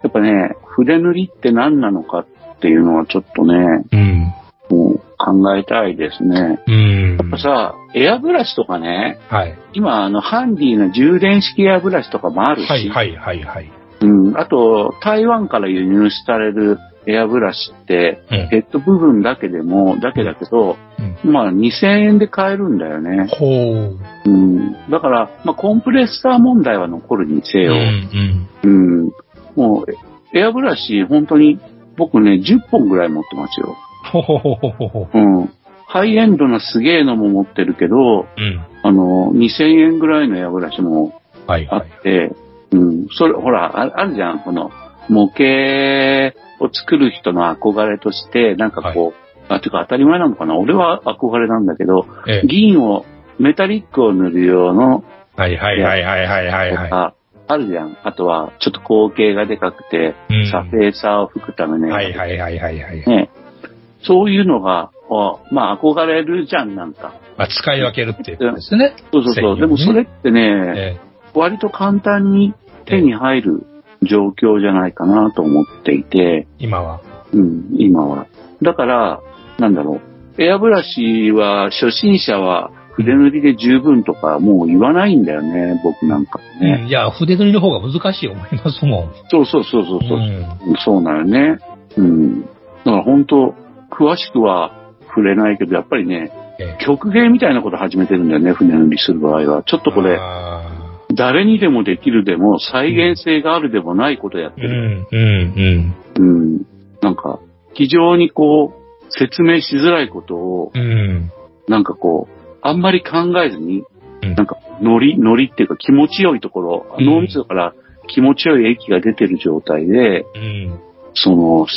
Speaker 2: っぱね、筆塗りって何なのかっっていうのはちょっとね、
Speaker 3: うん。
Speaker 2: もう考えたいですね。
Speaker 3: うん。
Speaker 2: やっぱさ、エアブラシとかね、
Speaker 3: はい。
Speaker 2: 今あのハンディの充電式エアブラシとかもあるし、
Speaker 3: はい、はい、はい、はい。
Speaker 2: うん、あと台湾から輸入されるエアブラシって、
Speaker 3: うん
Speaker 2: ヘッド部分だけでも、だけだけど、まあ2000円で買えるんだよね。
Speaker 3: ほう。
Speaker 2: うん、だから、まあコンプレッサー問題は残るにせ
Speaker 3: うん、う
Speaker 2: よ、
Speaker 3: ん。
Speaker 2: うん、もうエアブラシ本当に僕ね10本ぐらい持ってますよ。
Speaker 3: ほほほほほほ。
Speaker 2: うん。ハイエンドのすげえのも持ってるけど、
Speaker 3: うん。
Speaker 2: あの、2000円ぐらいのエアブラシも
Speaker 3: はい、
Speaker 2: あ
Speaker 3: はい。
Speaker 2: って、うん、それ、ほら、ああるじゃん、この、模型を作る人の憧れとして、なんかこう、あ、てか当たり前なのかな俺は憧れなんだけど、
Speaker 3: ええ
Speaker 2: 銀を、メタリックを塗る用の、
Speaker 3: はい、はい、はい、はい、はい、は
Speaker 2: と
Speaker 3: い
Speaker 2: か、
Speaker 3: はい。
Speaker 2: あるじゃん。あとは、ちょっと口径がでかくて、
Speaker 3: うん
Speaker 2: サフェーサーを吹くためのやつ
Speaker 3: はい、はい、はい、はい、はい。
Speaker 2: ね。そういうのが、あまあ憧れるじゃん、なんか。
Speaker 3: まあ、使い分けるっていうことですね。
Speaker 2: そうそうそ
Speaker 3: 専
Speaker 2: う。で
Speaker 3: 用
Speaker 2: も
Speaker 3: に
Speaker 2: それってね、
Speaker 3: え
Speaker 2: 割と簡単に手に入る状況じゃないかなと思ってい
Speaker 3: え、
Speaker 2: て
Speaker 3: 今は。
Speaker 2: うん、今は。だから、なんだろう。エアブラシは初心者は筆塗りで十分とかもう言わないんだよね、僕なんか
Speaker 3: う
Speaker 2: ね。
Speaker 3: んいや、筆塗りの方が難しい思いますもん。
Speaker 2: そうそうそうそうそうう、
Speaker 3: ん
Speaker 2: そうなのね。うん。だから本当、詳しくは触れないけど、やっぱりね、
Speaker 3: ええ
Speaker 2: 曲芸みたいなこと始めてるんだよね、船乗りする場合は。ちょっとこれ、
Speaker 3: あ
Speaker 2: 誰にでもできるでも、再現性があるでもないことやって
Speaker 3: ーう
Speaker 2: る。
Speaker 3: ん、うん、
Speaker 2: うん。なんか、非常にこう、説明しづらいことを、
Speaker 3: うん。うん。
Speaker 2: なんかこう、あんまり考えずに、
Speaker 3: うん
Speaker 2: なんか、ノリ、ノリっていうか気持ちよいところ、
Speaker 3: うん
Speaker 2: 脳みそから気持ちよい液が出てる状態で、
Speaker 3: うん。
Speaker 2: その、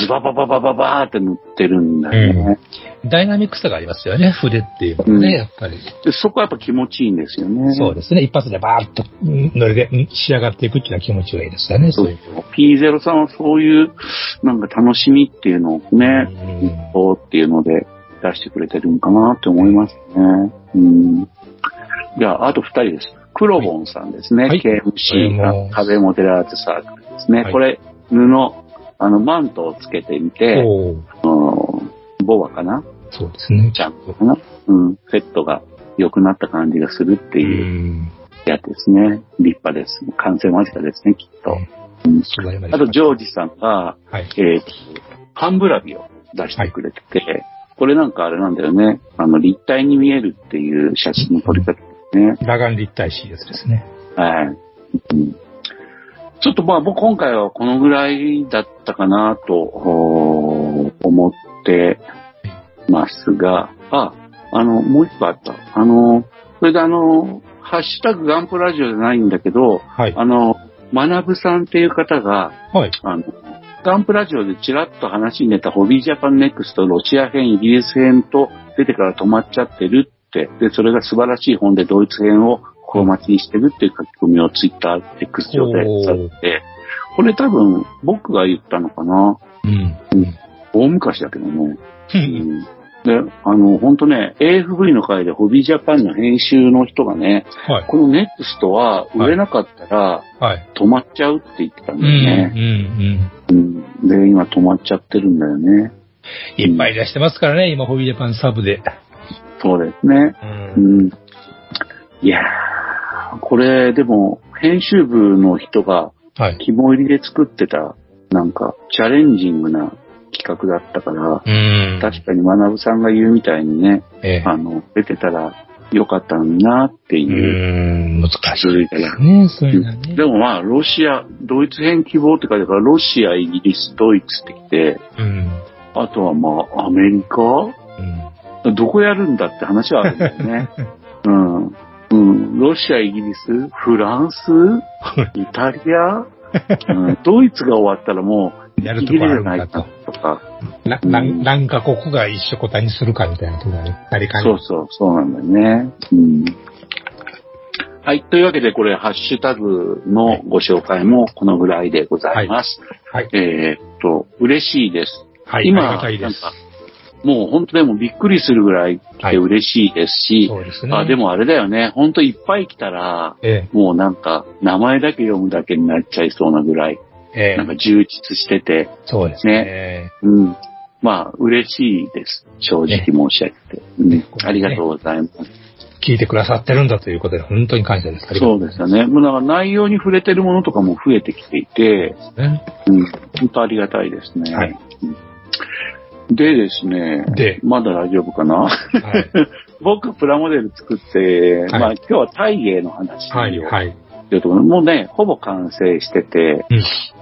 Speaker 2: ズババババババーって塗ってるんだよね。
Speaker 3: ダイナミックさがありますよね、筆っていうのは
Speaker 2: うん
Speaker 3: ね、やっぱり。
Speaker 2: でそこはやっぱ気持ちいいんですよね。
Speaker 3: そうですね。一発でバーッと、うん乗りでうん仕上がっていくっていうのは気持ちがいいですよね、そういう。
Speaker 2: P0 さんはそういう、なんか楽しみっていうのをね、
Speaker 3: うん
Speaker 2: こうっていうので出してくれてるんかなって思いますね。うん。じゃあ、あと二人です。クロボンさんですね。
Speaker 3: はい
Speaker 2: KFC
Speaker 3: はいもう、
Speaker 2: 壁モデラーズサークルですね。
Speaker 3: はい
Speaker 2: これ、布、あの、マントをつけてみて、
Speaker 3: おー
Speaker 2: うんボアかな
Speaker 3: そうですね。
Speaker 2: ジャンプかなうん。フェットが良くなった感じがするって
Speaker 3: う。
Speaker 2: いうんやつですね。立派です。完成間近ですね、きっと。うん
Speaker 3: 素材まで
Speaker 2: あと、ジョージさんが、
Speaker 3: はい。
Speaker 2: えー、ハンブラビを出してくれてて、これなんかあれなんだよね。あの、立体に見えるっていう写真の撮り方ですね。
Speaker 3: 裸眼立体シリーズですね。
Speaker 2: はい。うんちょっとまあ僕今回はこのぐらいだったかなとおー思ってますが、あ、あの、もう一個あった。あの、それであの、ハッシュタグガンプラジオじゃないんだけど、
Speaker 3: はい。
Speaker 2: あの、まなぶさんっていう方が、
Speaker 3: はい。
Speaker 2: あの、ガンプラジオでちらっと話に出たホビージャパンネクスト、ロシア編、イギリス編と出てから止まっちゃってるって、で、それが素晴らしい本でドイツ編を心待ちにしてるっていう書き込みをツイッター、X 上でされて、これ多分僕が言ったのかな
Speaker 3: うん。
Speaker 2: 大昔だけどね。
Speaker 3: う。
Speaker 2: うんんで、あの、ほんとね、AFV の回でホビージャパンの編集の人がね、
Speaker 3: はい。
Speaker 2: このネクストは売れなかったら
Speaker 3: はい。
Speaker 2: 止まっちゃうって言ってたん
Speaker 3: うん。う
Speaker 2: だよね。
Speaker 3: ん。
Speaker 2: うんで、今止まっちゃってるんだよね。
Speaker 3: うん。いっぱい出してますからね、今、ホビージャパンサブで。
Speaker 2: そうですね。
Speaker 3: う。
Speaker 2: うんん。いやー、これ、でも、編集部の人が
Speaker 3: はい。
Speaker 2: 肝入りで作ってた、なんか、チャレンジングな企画だったから、
Speaker 3: うん。
Speaker 2: 確かに学さんが言うみたいにね、
Speaker 3: ええ
Speaker 2: あの、出てたらよかったのになって
Speaker 3: うー
Speaker 2: いう。
Speaker 3: ん、難しいですね、そういうのはね。
Speaker 2: でもまあ、ロシア、ドイツ編希望って書いてあるから、ロシア、イギリス、ドイツってきて、
Speaker 3: うん。
Speaker 2: あとはまあ、アメリカ
Speaker 3: うん
Speaker 2: どこやるんだって話はあるんだよ
Speaker 3: <laughs>
Speaker 2: ね。うん。うん。ロシア、イギリス、フランス、イタリア、うん、ドイツが終わったらもう、
Speaker 3: やるとこあるんだと
Speaker 2: イギリスじゃないかとか。
Speaker 3: な、なん、なんかここが一緒答えにするかみたいなところがねありか
Speaker 2: そうそう、そうなんだよね。うん。はい。というわけで、これ、ハッシュタグのご紹介もこのぐらいでございます。
Speaker 3: はい。
Speaker 2: えーっと、嬉しいです。
Speaker 3: はい、
Speaker 2: 今
Speaker 3: ありがたいです
Speaker 2: な。んかもう本当でもびっくりするぐらい来て嬉しいですし、
Speaker 3: そうですね。
Speaker 2: あで。もあれだよね、本当いっぱい来たら、
Speaker 3: ええ。
Speaker 2: もうなんか、名前だけ読むだけになっちゃいそうなぐらい、
Speaker 3: え
Speaker 2: なんか充実してて、
Speaker 3: そうですね。
Speaker 2: うん。まあ、嬉しいです。正直申し上げて。うん
Speaker 3: ここね
Speaker 2: ありがとうございます。
Speaker 3: 聞いてくださってるんだということで、本当に感謝です。ありがと
Speaker 2: そうですよね。もうなんか内容に触れてるものとかも増えてきていて、
Speaker 3: うですね。
Speaker 2: うん、本当ありがたいですね。
Speaker 3: はい
Speaker 2: うんでですね、
Speaker 3: で
Speaker 2: まだ大丈夫かな
Speaker 3: はい。
Speaker 2: <laughs> 僕、プラモデル作って、
Speaker 3: はい
Speaker 2: まあ今日はタイ芸の話を、
Speaker 3: はい、はい。
Speaker 2: っていうところもうね、ほぼ完成してて、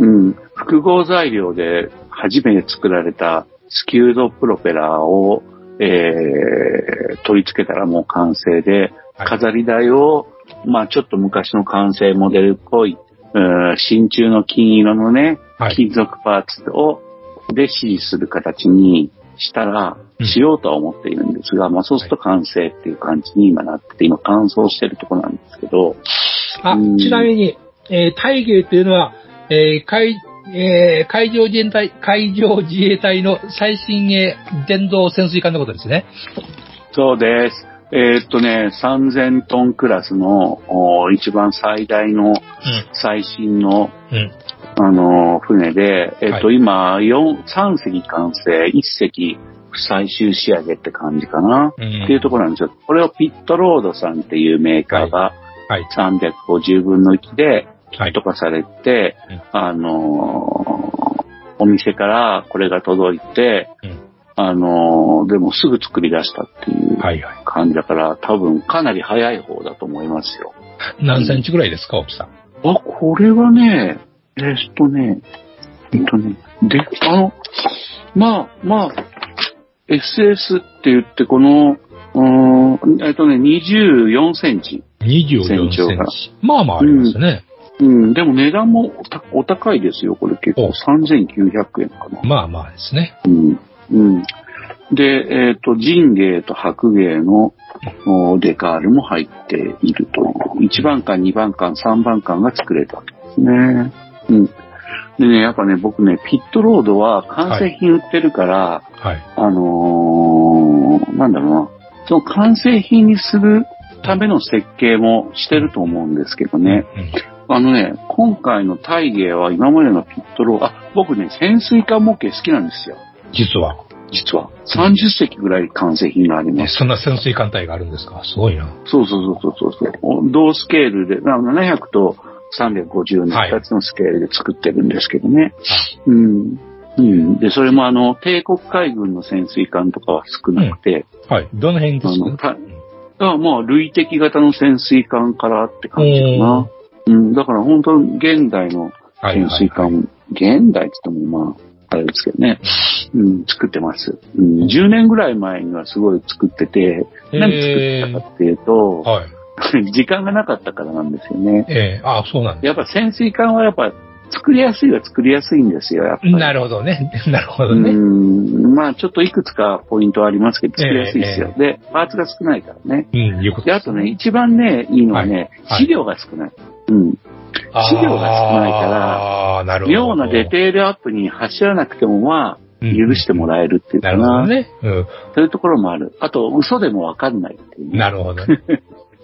Speaker 2: うん、複合材料で初めて作られたスキュードプロペラを、えー、取り付けたらもう完成で、
Speaker 3: はい
Speaker 2: 飾り台を、まあちょっと昔の完成モデルっぽい、うん、真鍮の金色のね、
Speaker 3: はい
Speaker 2: 金属パーツを、で指示する形にしたら
Speaker 3: うん、
Speaker 2: しようとは思っているんですが、まあそうすると完成っていう感じに今なってて、今乾燥してるところなんですけど、
Speaker 3: あ
Speaker 2: うん、
Speaker 3: ちなみに、えー、大芸というのは、えー海、えー海上自衛隊、海上自衛隊の最新鋭電動潜水艦のことですね。
Speaker 2: そうです。えーっとね、3000トンクラスのおー一番最大の最新の、
Speaker 3: うん。うん。
Speaker 2: あのー船で、えーっと、
Speaker 3: は
Speaker 2: 今4、3隻完成、1隻最終仕上げって感じかな、
Speaker 3: うん
Speaker 2: っていうところなんですよ。これをピットロードさんっていうメーカーが
Speaker 3: はい。
Speaker 2: 350分の1で
Speaker 3: はい
Speaker 2: と。かされて、
Speaker 3: うん
Speaker 2: あのーお店からこれが届いて、
Speaker 3: うん
Speaker 2: あのーでもすぐ作り出したっていう。
Speaker 3: はいは
Speaker 2: 感じだから、多分かなり早い方だと思いますよ。
Speaker 3: い。何センチぐらいですか、奥さん。
Speaker 2: あ、これはね、えーっとね、えっとね、で、あの、まあ、まあ、SS って言って、この、うーん、えっとね、24センチ。
Speaker 3: 24セン
Speaker 2: が
Speaker 3: チ。まあまあありますね。
Speaker 2: うん、でも値段もおたお高いですよ、これ結
Speaker 3: お
Speaker 2: 構。3900円かな。
Speaker 3: まあまあですね。
Speaker 2: うん。うん。で、えっ、と、人芸と白芸のおデカールも入っているという。1番館、2番館、3番館が作れたわけですね。うん。でね、やっぱね、僕ね、ピットロードは完成品売ってるから、
Speaker 3: はい。
Speaker 2: あのーなんだろうな。その完成品にするための設計もしてると思うんですけどね。
Speaker 3: うん。
Speaker 2: あのね、今回の大芸は今までのピットロード、あ、僕ね、潜水艦模型好きなんですよ。
Speaker 3: 実は。
Speaker 2: 実は。30隻ぐらい完成品がありま
Speaker 3: ね
Speaker 2: す。
Speaker 3: そんな潜水艦隊があるんですかすごいな。
Speaker 2: そうそうそうそうそうそう。同スケールで、な700と350の
Speaker 3: はい
Speaker 2: 2つのスケールで作ってるんですけどね。うん。うん。で、それもあの、帝国海軍の潜水艦とかは少なくて、
Speaker 3: はい。どの辺で
Speaker 2: あ
Speaker 3: す
Speaker 2: の、
Speaker 3: か
Speaker 2: ただからまあ、類的型の潜水艦からって感じかな。うん。だから本当、現代の
Speaker 3: はい
Speaker 2: 潜水
Speaker 3: はいはい
Speaker 2: 艦、現代って言ってもまあ、あれですけどね。うん、作ってます。うん、10年ぐらい前にはすごい作ってて、
Speaker 3: へー
Speaker 2: 何作ったかっていうと、
Speaker 3: はい。
Speaker 2: <laughs> 時間がなかったからなんですよね。
Speaker 3: ええあそうなんだ。
Speaker 2: やっぱ潜水艦はやっぱ作りやすいは作りやすいんですよ、やっぱり。
Speaker 3: なるほどね。 <laughs> なるほどね。
Speaker 2: うん、まあちょっといくつかポイントはありますけど、作りやすいですよ
Speaker 3: え。
Speaker 2: で、パーツが少ないからね。
Speaker 3: うん、いうこと
Speaker 2: で、あとね、一番ね、いいのはね、
Speaker 3: はい
Speaker 2: 資料が少ない。うん。資料が少ないから、
Speaker 3: ああ、なるほど。
Speaker 2: 妙なデテールアップに走らなくても、まあ、許しても
Speaker 3: ら
Speaker 2: らえるっていう
Speaker 3: な
Speaker 2: か
Speaker 3: るほ
Speaker 2: な。
Speaker 3: どね。うん。
Speaker 2: そういうところもある。あと、嘘でもわかんないっていうね、
Speaker 3: なるほどね。
Speaker 2: <laughs>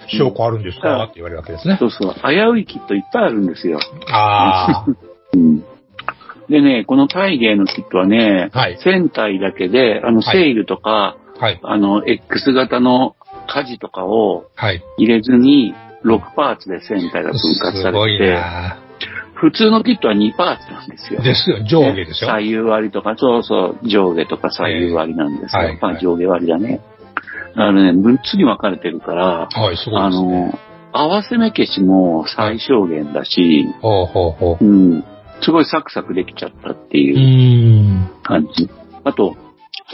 Speaker 3: 証拠あるんですかって言われるわけですね
Speaker 2: そ。うそう。危ういキットいっぱいあるんですよ。
Speaker 3: あ
Speaker 2: うん。でね、この大芸のキットはね、
Speaker 3: あ、はい。
Speaker 2: 1000体だけで、あの、
Speaker 3: はい
Speaker 2: セイルとか、
Speaker 3: はい。
Speaker 2: あの、X 型の家事とかを
Speaker 3: はい。
Speaker 2: 入れずに、6パーツで1000体が分割さ
Speaker 3: すご
Speaker 2: れ
Speaker 3: い
Speaker 2: て、
Speaker 3: な
Speaker 2: 普通のキットは2パーツなんですよ。
Speaker 3: ですよ。上下でしょ。
Speaker 2: 左右割りとか、そうそう、上下とか左右割りなんですよ。
Speaker 3: はい
Speaker 2: ま
Speaker 3: は
Speaker 2: あ
Speaker 3: い
Speaker 2: 上下割りだね。あのね、6つに分かれてるから、
Speaker 3: はい、すごい
Speaker 2: あ
Speaker 3: ですね。
Speaker 2: の、合わせ目消しも最小限だし、
Speaker 3: ほうほうほう。
Speaker 2: うん、すごいサクサクできちゃったって
Speaker 3: うー。
Speaker 2: いうん感じ。あと、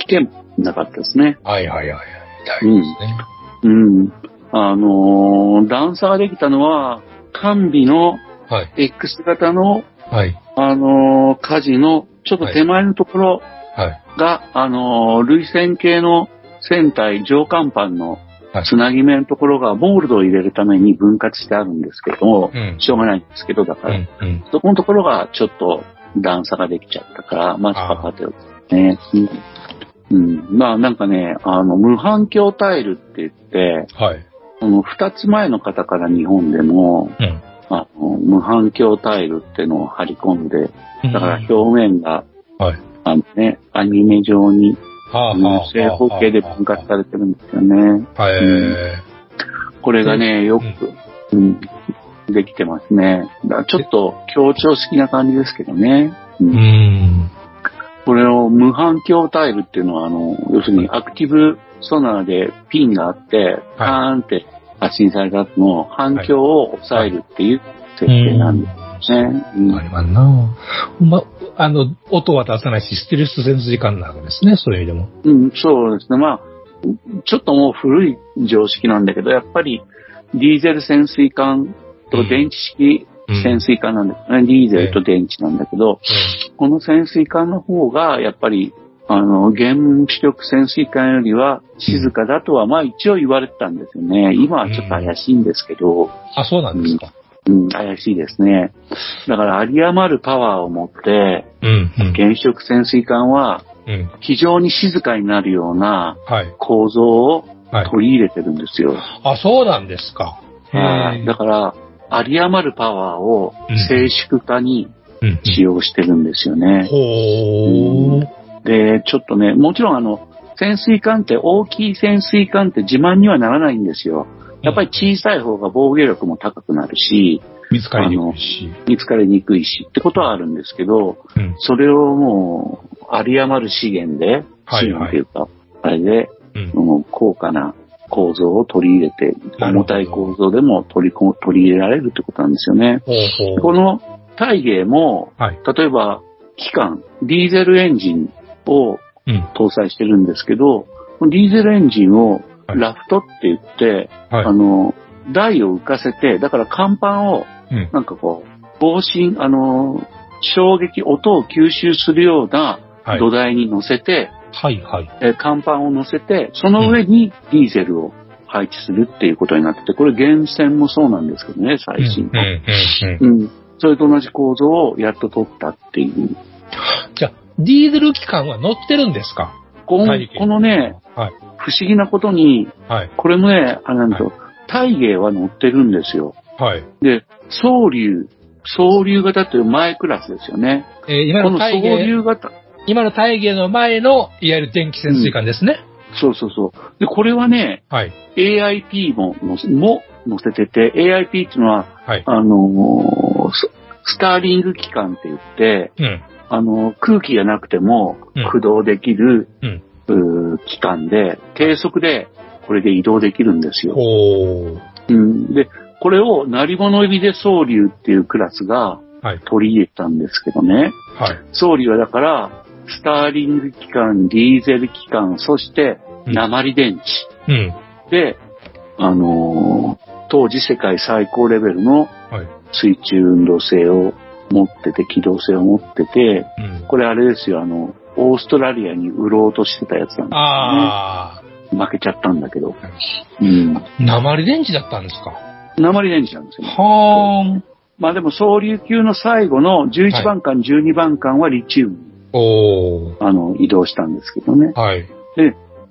Speaker 2: 危険もなかったですね。
Speaker 3: はいはいはい。大事ですね。
Speaker 2: うん。あのー段差ができたのは、完備の
Speaker 3: はい。
Speaker 2: X 型の、
Speaker 3: はい。
Speaker 2: あのー、火事のちょっと手前のところ
Speaker 3: はい。
Speaker 2: が、あのー、類線系の船体上甲板の
Speaker 3: はい
Speaker 2: つなぎ目のところがモールドを入れるために分割してあるんですけども、
Speaker 3: うん。
Speaker 2: しょうがないんですけど、だから、
Speaker 3: うん。うん。
Speaker 2: そこのところがちょっと段差ができちゃったから、まあ、パパよね。うん。うんまあ、なんかね、あの、無反響タイルって言って、
Speaker 3: はい。
Speaker 2: この二つ前の方から日本でも、
Speaker 3: うん。
Speaker 2: あの、無無反響タイルってのを貼り込んで、だから表面が、
Speaker 3: はい。
Speaker 2: あのね、アニメ上に、
Speaker 3: はあ、はあ。
Speaker 2: 正方形で分割されてるんですよね。
Speaker 3: はい。え
Speaker 2: これがね、よく、うん、できてますね。だからちょっと強調式な感じですけどね。う
Speaker 3: ーうんん。
Speaker 2: これを無反響タイルっていうのは、あの、要するにアクティブソナーでピンがあって、パーンって発信された後の反響を抑えるっていう設定なんですね。うん
Speaker 3: あれはなあま、あの、音は出さないし、ステレスセンス時間なわけですね、そういう意味でも。
Speaker 2: うん、そうですね。まあ、ちょっともう古い常識なんだけど、やっぱりディーゼル潜水艦と電池式潜水艦なんだけどね、ディーゼルと電池なんだけど、この潜水艦の方が、やっぱり、あの、原子力潜水艦よりは静かだとは、まあ一応言われてたんですよね。今はちょっと怪しいんですけど、
Speaker 3: あ、そうなんですか。
Speaker 2: うん、怪しいですね。だから、有り余るパワーを持って、
Speaker 3: うん、うん。
Speaker 2: 原子力潜水艦は
Speaker 3: うん。
Speaker 2: 非常に静かになるような
Speaker 3: はい。
Speaker 2: 構造を
Speaker 3: はい。
Speaker 2: 取り入れてるんですよ。
Speaker 3: あ、そうなんですか。
Speaker 2: はいだから、有り余るパワーを静粛化に
Speaker 3: うん。
Speaker 2: 使用してるんですよね。
Speaker 3: ほー。
Speaker 2: で、ちょっとね、もちろんあの、潜水艦って大きい潜水艦って自慢にはならないんですよ。やっぱり小さい方が防御力も高くなるし、
Speaker 3: 見つかりにくいし。
Speaker 2: 見つかりにくいしってことはあるんですけど、
Speaker 3: うん。
Speaker 2: それをもう、有り余る資源で、
Speaker 3: はいはい
Speaker 2: 資源っていうか、あれで、
Speaker 3: うん。
Speaker 2: うん高価な構造を取り入れて、
Speaker 3: なるほ
Speaker 2: 重
Speaker 3: ど
Speaker 2: たい構造でも取りこ取り入れられるってことなんですよね。
Speaker 3: ほうほ
Speaker 2: こ
Speaker 3: う。
Speaker 2: の体芸も、
Speaker 3: はい
Speaker 2: 例えば機関、ディーゼルエンジンを
Speaker 3: うん。
Speaker 2: 搭載してるんですけど、このディーゼルエンジンを
Speaker 3: はい
Speaker 2: ラフトって言って、
Speaker 3: はい
Speaker 2: あ。の、台を浮かせて、だから甲板を
Speaker 3: うん。
Speaker 2: なんかこう、防振、あの、衝撃、音を吸収するような
Speaker 3: はい。
Speaker 2: 土台に乗せて、
Speaker 3: はいはい。
Speaker 2: えー甲板を乗せて、その上にディーゼルを配置するっていうことになってて、これ源泉もそうなんですけどね、
Speaker 3: うん
Speaker 2: 最新
Speaker 3: うん
Speaker 2: の。
Speaker 3: うんう
Speaker 2: うんん。それと同じ構造をやっと取ったっていう。
Speaker 3: じゃあ、ディーゼル機関は乗ってるんですか
Speaker 2: この
Speaker 3: 体型
Speaker 2: このね、
Speaker 3: はい。
Speaker 2: 不思議なことに、
Speaker 3: はい。
Speaker 2: これもね、あなんと、大芸は乗ってるんですよ。
Speaker 3: はい。
Speaker 2: で、総流、総流型という前クラスですよね。
Speaker 3: えー今
Speaker 2: こ
Speaker 3: の
Speaker 2: の総
Speaker 3: 体芸、
Speaker 2: 流型、
Speaker 3: 今の体芸の前の、いわゆる電気潜水艦ですね。
Speaker 2: そうそうそう。で、これはね、
Speaker 3: はい。
Speaker 2: AIP も載せ、も載せてて、AIP っていうのは、
Speaker 3: はい。
Speaker 2: あのーススターリング機関って言って、
Speaker 3: うん。
Speaker 2: あのー空気がなくても
Speaker 3: うん
Speaker 2: 駆動できる、
Speaker 3: うん
Speaker 2: うー機関で、低速でこれで移動できるんですよ。
Speaker 3: ほー。
Speaker 2: うん、で、これを鳴り物入りで総流っていうクラスが
Speaker 3: はい。
Speaker 2: 取り入れたんですけどね。
Speaker 3: はい。
Speaker 2: 総流はだから、スターリング機関、ディーゼル機関、そして
Speaker 3: うん
Speaker 2: 鉛電
Speaker 3: う
Speaker 2: 池。
Speaker 3: ん。
Speaker 2: で、あのー当時世界最高レベルの
Speaker 3: はい。
Speaker 2: 水中運動性を持ってて、機動性を持ってて、
Speaker 3: うん。
Speaker 2: これあれですよ、あの、オーストラリアに売ろうとしてたやつなんで
Speaker 3: あ
Speaker 2: すね。負けちゃったんだけど。うん。
Speaker 3: ー。鉛電池だったんですか
Speaker 2: 鉛電池なんですよ。
Speaker 3: はーん。
Speaker 2: まあでも、総流級の最後の11番艦、12番艦はリチウムに、
Speaker 3: おー。
Speaker 2: あの、移動したんですけどね。
Speaker 3: はい。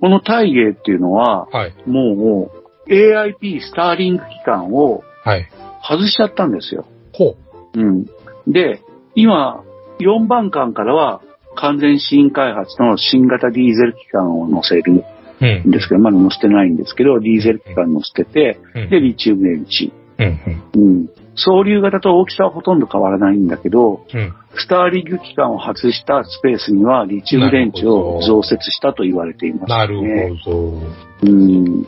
Speaker 2: この大芸っていうのは、
Speaker 3: はい。
Speaker 2: もう、AIP スターリング機関を
Speaker 3: はい。
Speaker 2: 外しちゃったんですよ。
Speaker 3: ほう。
Speaker 2: うん。で、今、4番艦からは完全新開発の新型ディーゼル機関を乗せる
Speaker 3: うん
Speaker 2: ですけど、まだ乗せてないんですけど、ディーゼル機関乗せてて、
Speaker 3: ん。
Speaker 2: で、リチウム電池。
Speaker 3: うん。うん。
Speaker 2: うん。総流型と大きさはほとんど変わらないんだけど、
Speaker 3: うん。
Speaker 2: スターリング機関を外したスペースにはリチウム電池を増設したと言われています、ね。
Speaker 3: なるほど。
Speaker 2: うん。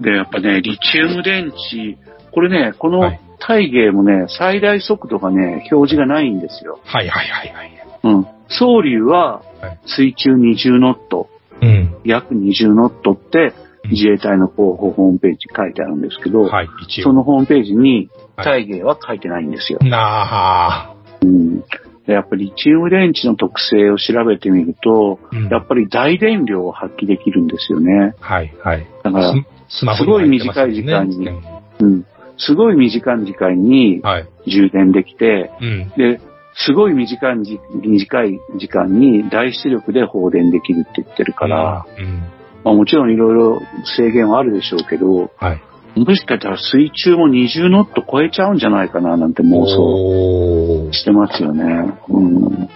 Speaker 2: で、やっぱね、リチウム電池、これね、こ
Speaker 3: は
Speaker 2: の
Speaker 3: い
Speaker 2: 体芸もね、最大速度がね、表示がないんですよ。
Speaker 3: はいはいはいはい。
Speaker 2: うん。総流は
Speaker 3: はい
Speaker 2: 水中20ノット、
Speaker 3: うん。
Speaker 2: 約20ノットって
Speaker 3: うん
Speaker 2: 自衛隊の広報ホームページに書いてあるんですけど、
Speaker 3: はい、一
Speaker 2: そ
Speaker 3: 応。
Speaker 2: のホームページに
Speaker 3: はい
Speaker 2: 体芸は書いてないんですよ。
Speaker 3: なあ。
Speaker 2: うん。でやっぱりリチウム電池の特性を調べてみると、
Speaker 3: うん
Speaker 2: やっぱり大電量を発揮できるんですよね。
Speaker 3: はいはい。
Speaker 2: だから、
Speaker 3: スマホにも入ってますよね
Speaker 2: すごい短い時間うん。すごい短い時間に
Speaker 3: はい。
Speaker 2: 充電できて、
Speaker 3: うん。
Speaker 2: で、すごい短いじ短い時間に大出力で放電できるって言ってるから、
Speaker 3: うん。
Speaker 2: まあ、もちろんいろいろ制限はあるでしょうけど、
Speaker 3: はい。
Speaker 2: もしかしたら水中も20ノット超えちゃうんじゃないかななんて妄想
Speaker 3: おー
Speaker 2: してますよね。うん。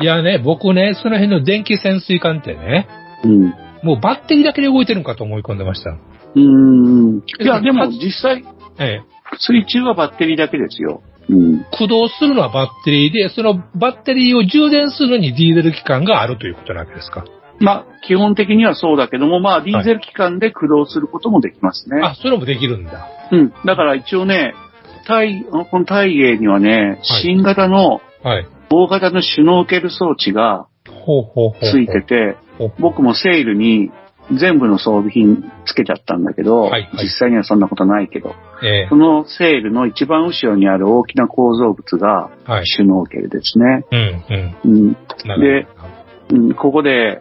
Speaker 3: いやね、僕ね、その辺の電気潜水艦ってね、
Speaker 2: うん。
Speaker 3: もうバッテリーだけで動いてるんかと思い込んでました。
Speaker 2: うん。いや、でも実際、
Speaker 3: ええ。
Speaker 2: 水中はバッテリーだけですよ。うん。
Speaker 3: 駆動するのはバッテリーで、そのバッテリーを充電するのにディーゼル機関があるということなわけですか。
Speaker 2: まあ、基本的にはそうだけども、まあ、ディーゼル機関で駆動することもできますね。
Speaker 3: あ、それもできるんだ。
Speaker 2: うん。だから一応ね、タイ、このタイゲーにはね、新型の
Speaker 3: はい。
Speaker 2: 大型のシュノーケル装置が
Speaker 3: ほうほうほうほう。
Speaker 2: ついてて
Speaker 3: ほうほう、
Speaker 2: 僕もセールに全部の装備品つけちゃったんだけど、
Speaker 3: はいはい
Speaker 2: 実際にはそんなことないけど、
Speaker 3: ええ
Speaker 2: このセールの一番後ろにある大きな構造物が
Speaker 3: はい。
Speaker 2: シュノーケルですね。
Speaker 3: うん、うん。
Speaker 2: うん。
Speaker 3: なるほ
Speaker 2: うんここで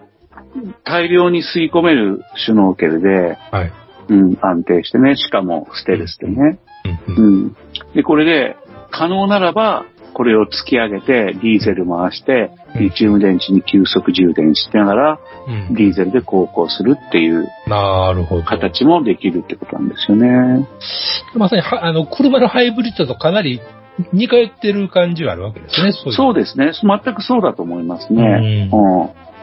Speaker 2: 大量に吸い込めるシュノーケルで、
Speaker 3: ど。はい。
Speaker 2: うん、安定してね、しかもステルスでね。
Speaker 3: うん、う。
Speaker 2: うんん。で、これで、可能ならば、これを突き上げて、ディーゼル回して、
Speaker 3: うん
Speaker 2: リチウム電池に急速充電しながら、
Speaker 3: うん
Speaker 2: ディーゼルで航行するっていう
Speaker 3: なるほど。
Speaker 2: 形もできるってことなんですよね。
Speaker 3: まさには、あの、車のハイブリッドとかなり似通ってる感じはあるわけですね、そう
Speaker 2: そう
Speaker 3: で
Speaker 2: ですね。全くそうだと思いますね。
Speaker 3: う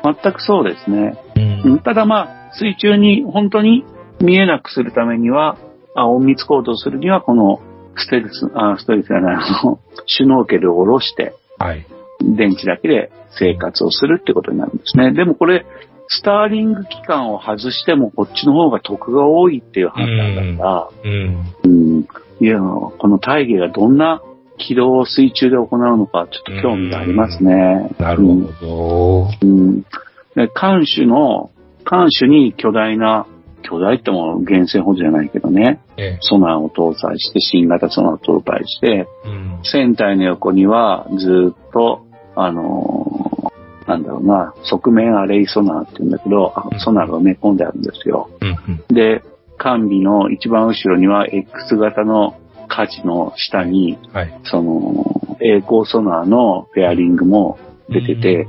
Speaker 2: うん。全くそうですね。
Speaker 3: す。う
Speaker 2: うんん。ただまあ、水中に本当に見えなくするためには、あ隠密行動するには、このステルス、あ、ステルスじゃない、あの、 <laughs> シュノーケルを下ろして、
Speaker 3: はい。
Speaker 2: 電池だけで生活をするってことになるんですね。でもこれ、スターリング機関を外してもこっちの方が得が多いっていう判断だか
Speaker 3: うん。
Speaker 2: ら、うんいや、この大義がどんな軌道を水中で行うのか、ちょっと興味がありますね。
Speaker 3: なるほど。
Speaker 2: うん。で、艦首の、艦首に巨大な、巨大っても原生ほどじゃないけどね、
Speaker 3: ええ。
Speaker 2: ソナーを搭載して、新型ソナーを搭載して、
Speaker 3: うん。
Speaker 2: 船体の横にはずっと、あのーなんだろうな、側面アレイソナーって言うんだけど、あ
Speaker 3: うん
Speaker 2: ソナーが埋め込んであるんですよ。
Speaker 3: うんうん。
Speaker 2: で、艦尾の一番後ろには X 型のカジの下に、
Speaker 3: はい。
Speaker 2: その、栄光ソナーのフェアリングも出てて、
Speaker 3: うん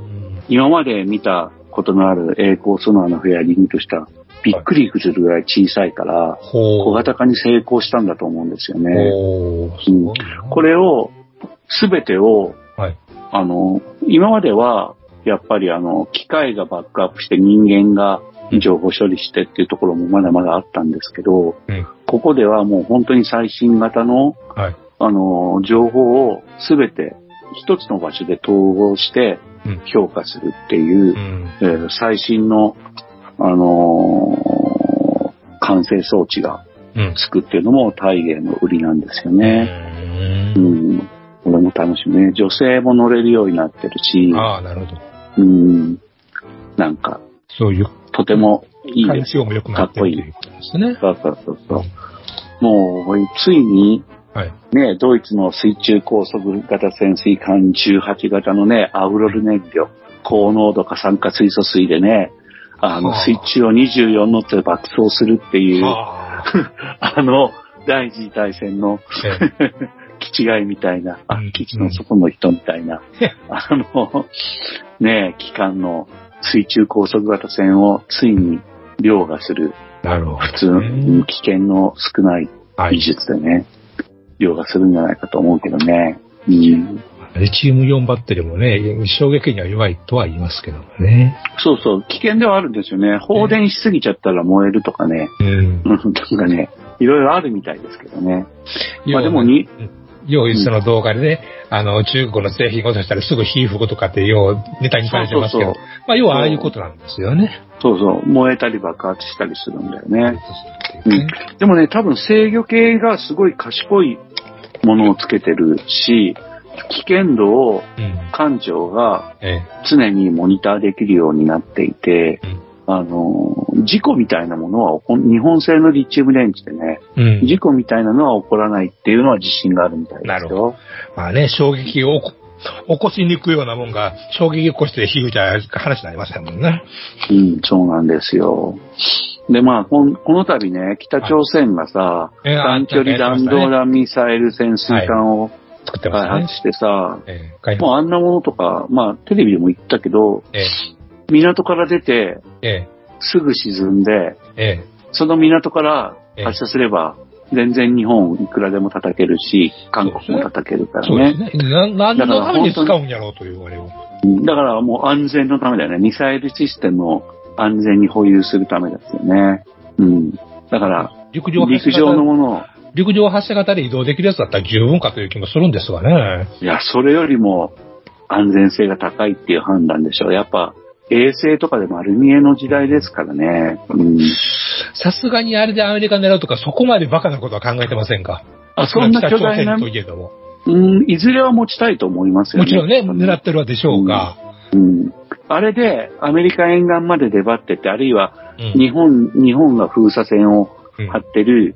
Speaker 2: 今まで見たことのある栄光ソナーのフェアリングとしたらびっくりするぐらい小さいから、小
Speaker 3: ほう。
Speaker 2: 型化に成功したんだと思うんですよね。
Speaker 3: ほう。すごいな。
Speaker 2: これを、すべてを、
Speaker 3: はい
Speaker 2: あの、今までは、やっぱりあの、機械がバックアップして人間が情報処理してっていうところもまだまだあったんですけど、
Speaker 3: うん
Speaker 2: ここではもう本当に最新型の、
Speaker 3: はい
Speaker 2: あの、情報をすべて一つの場所で統合して
Speaker 3: うん
Speaker 2: 評価するっていう、
Speaker 3: うん。
Speaker 2: えー最新の、あのー完成装置が
Speaker 3: うん。
Speaker 2: つくっていうのも大芸の売りなんですよ
Speaker 3: う。
Speaker 2: ね。うんん。これも楽しみね。女性も乗れるようになってるし、
Speaker 3: ああ、なるほど。
Speaker 2: うん。なんか、
Speaker 3: そういう
Speaker 2: とてもいい
Speaker 3: 環
Speaker 2: です。
Speaker 3: 境も良くなってるということですね。
Speaker 2: そうそうそうそう。もう、ついに、
Speaker 3: はい。
Speaker 2: ね、ドイツの水中高速型潜水艦18型のね、アウロル燃料、高濃度過酸化水素水でね、あの
Speaker 3: は、あ
Speaker 2: 水中を24ノットで爆走するっていう、あ
Speaker 3: はあ。
Speaker 2: の、第二次大戦の
Speaker 3: ええ
Speaker 2: 基地外みたいな、あ
Speaker 3: うん、
Speaker 2: 基地の外の人みたいな、あの、ねえ、機関の水中高速型船をついに凌駕する、
Speaker 3: なるほど。
Speaker 2: 普通、うん危険の少ない
Speaker 3: は
Speaker 2: 技
Speaker 3: い。
Speaker 2: 術でね、凌駕するんじゃないかと思うけどね。うん、
Speaker 3: リチウム4バッテリーもね、衝撃には弱いとは言いますけどもね。
Speaker 2: そうそう、危険ではあるんですよね。放電しすぎちゃったら燃えるとかね、
Speaker 3: うん。
Speaker 2: うんなんかね、いろいろあるみたいですけどね。まあ
Speaker 3: 要
Speaker 2: で
Speaker 3: は
Speaker 2: もに、
Speaker 3: よう、その動画でね、あの、中国の製品落としたらすぐ火吹くとかって、よう、ネタにされてますけ
Speaker 2: そ
Speaker 3: ど
Speaker 2: うそう、
Speaker 3: まあ、要はああいうことなんですよね。
Speaker 2: そうそう、燃えたり爆発したりするんだよね。
Speaker 3: うん
Speaker 2: でもね、多分制御系がすごい賢いものをつけてるし、危険度を
Speaker 3: うん。
Speaker 2: 艦長が
Speaker 3: え
Speaker 2: 常にモニターできるようになっていて
Speaker 3: うん、
Speaker 2: あの、事故みたいなものは起こ、日本製のリチウム電池でね、
Speaker 3: え。うん。
Speaker 2: 事故みたいなのは起こらないっていうのは自信があるみたいですよ。
Speaker 3: なるほまあね、衝撃を起こ起こしに行くようなもんが、衝撃起こして火吹いたら話になりませんもんね。
Speaker 2: うん、そうなんですよ。で、まあ、こんこの度ね、北朝鮮がさ、
Speaker 3: いええ
Speaker 2: 短距離弾道弾ミサイル潜水艦を
Speaker 3: 作って
Speaker 2: 開
Speaker 3: ます
Speaker 2: 発
Speaker 3: ね。
Speaker 2: してさ、
Speaker 3: ええ、開
Speaker 2: もうあんなものとか、まあテレビでも言ったけど、
Speaker 3: え
Speaker 2: 港から出て
Speaker 3: え、え
Speaker 2: すぐ沈んで、
Speaker 3: え、ええ
Speaker 2: その港から
Speaker 3: ええ
Speaker 2: 発射すれば、全然日本いくらでも叩けるし、韓国も叩けるから
Speaker 3: そう
Speaker 2: ね
Speaker 3: で。すね。な、何のために使うんやろうというあれを。
Speaker 2: うんだからもう安全のためだよね。ミサイルシステムを安全に保有するためですよね。うん。だから、
Speaker 3: 陸上発射
Speaker 2: 陸上
Speaker 3: 型、
Speaker 2: のものを、
Speaker 3: 陸上発射型で移動できるやつだったら十分かという気もするんですがね。
Speaker 2: いや、それよりも安全性が高いっていう判断でしょう。やっぱ、衛星とかで丸見えの時代ですからね。うん。
Speaker 3: さすがにあれでアメリカ狙うとか、そこまでバカなことは考えてませんか。
Speaker 2: あ、そんな
Speaker 3: 北
Speaker 2: 巨
Speaker 3: 朝
Speaker 2: 大な
Speaker 3: 鮮、といえども。
Speaker 2: うん、いずれは持ちたいと思いますよ
Speaker 3: も
Speaker 2: ね。
Speaker 3: ちろんね、狙ってるはでしょうが。
Speaker 2: うん。あれで、アメリカ沿岸まで出張ってて、あるいは、
Speaker 3: うん
Speaker 2: 日本、日本が封鎖線を
Speaker 3: うん
Speaker 2: 張ってる、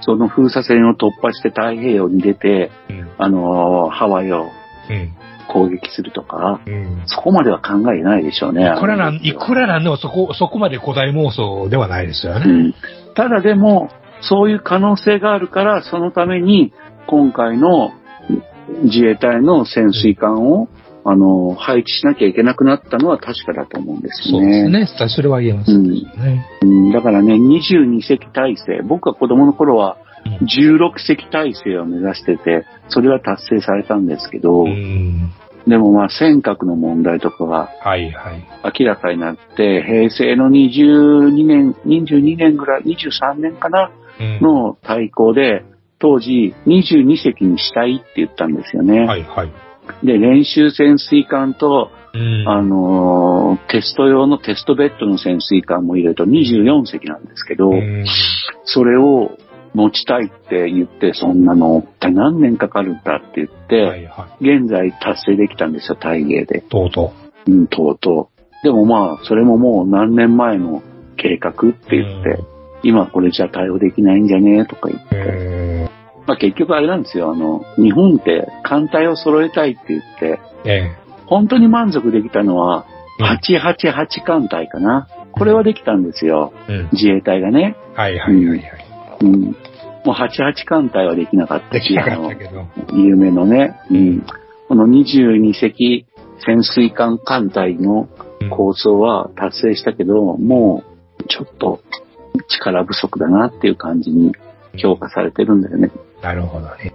Speaker 2: その封鎖線を突破して太平洋に出て、
Speaker 3: うん
Speaker 2: あのーハワイを
Speaker 3: うん
Speaker 2: 攻撃するとか、
Speaker 3: うん
Speaker 2: そこまでは考えないでしょうね。
Speaker 3: いくらなん、いくらなんでもそこ、そこまで古代妄想ではないですよ
Speaker 2: う
Speaker 3: ね。
Speaker 2: ん。ただでも、そういう可能性があるから、そのために、今回の自衛隊の潜水艦を、あのー、配置しなきゃいけなくなったのは確かだと思うんです
Speaker 3: そうですね。さそれは言えます
Speaker 2: う
Speaker 3: ね。
Speaker 2: ん。うんだからね、22隻体制、僕は子供の頃は
Speaker 3: う
Speaker 2: 16隻体制を目指してて、それは達成されたんですけど、
Speaker 3: うん。
Speaker 2: でもまあ尖閣の問題とかが
Speaker 3: はいはい。
Speaker 2: 明らかになって、平成の22年、22年ぐらい、23年かな、
Speaker 3: うん
Speaker 2: の対抗で、当時22隻にしたいって言ったんですよね。
Speaker 3: はいはい。
Speaker 2: で、練習潜水艦と、
Speaker 3: うん
Speaker 2: あのーテスト用のテストベッドの潜水艦も入れると24隻なんですけど、
Speaker 3: うん
Speaker 2: それを持ちたいって言って、そんなの一体何年かかるんだって言って、
Speaker 3: はいは
Speaker 2: 現在達成できたんですよ、タイゲーで
Speaker 3: い。。とうと
Speaker 2: うん、とうとう。でもまあ、それももう何年前の計画って言って、
Speaker 3: うん
Speaker 2: 今これじゃ対応できないんじゃねえとか言っ
Speaker 3: う。
Speaker 2: て、
Speaker 3: え
Speaker 2: まあ結局あれなんですよ、あの、日本って艦隊を揃えたいって言って、
Speaker 3: ーえ
Speaker 2: 本当に満足できたのは、
Speaker 3: うん
Speaker 2: 888艦隊かな。これはできたんですよ、
Speaker 3: ーうん。
Speaker 2: 自衛隊がね。
Speaker 3: はいはいはいはい。
Speaker 2: うん。もう88艦隊はできなかった
Speaker 3: で
Speaker 2: し
Speaker 3: きな
Speaker 2: あ
Speaker 3: かっ
Speaker 2: の
Speaker 3: たけど。
Speaker 2: 有名のね、うん、この22隻潜水艦艦隊の構想は達成したけど、もうちょっと力不足だなっていう感じに評価されてるんだよね。
Speaker 3: なるほどね。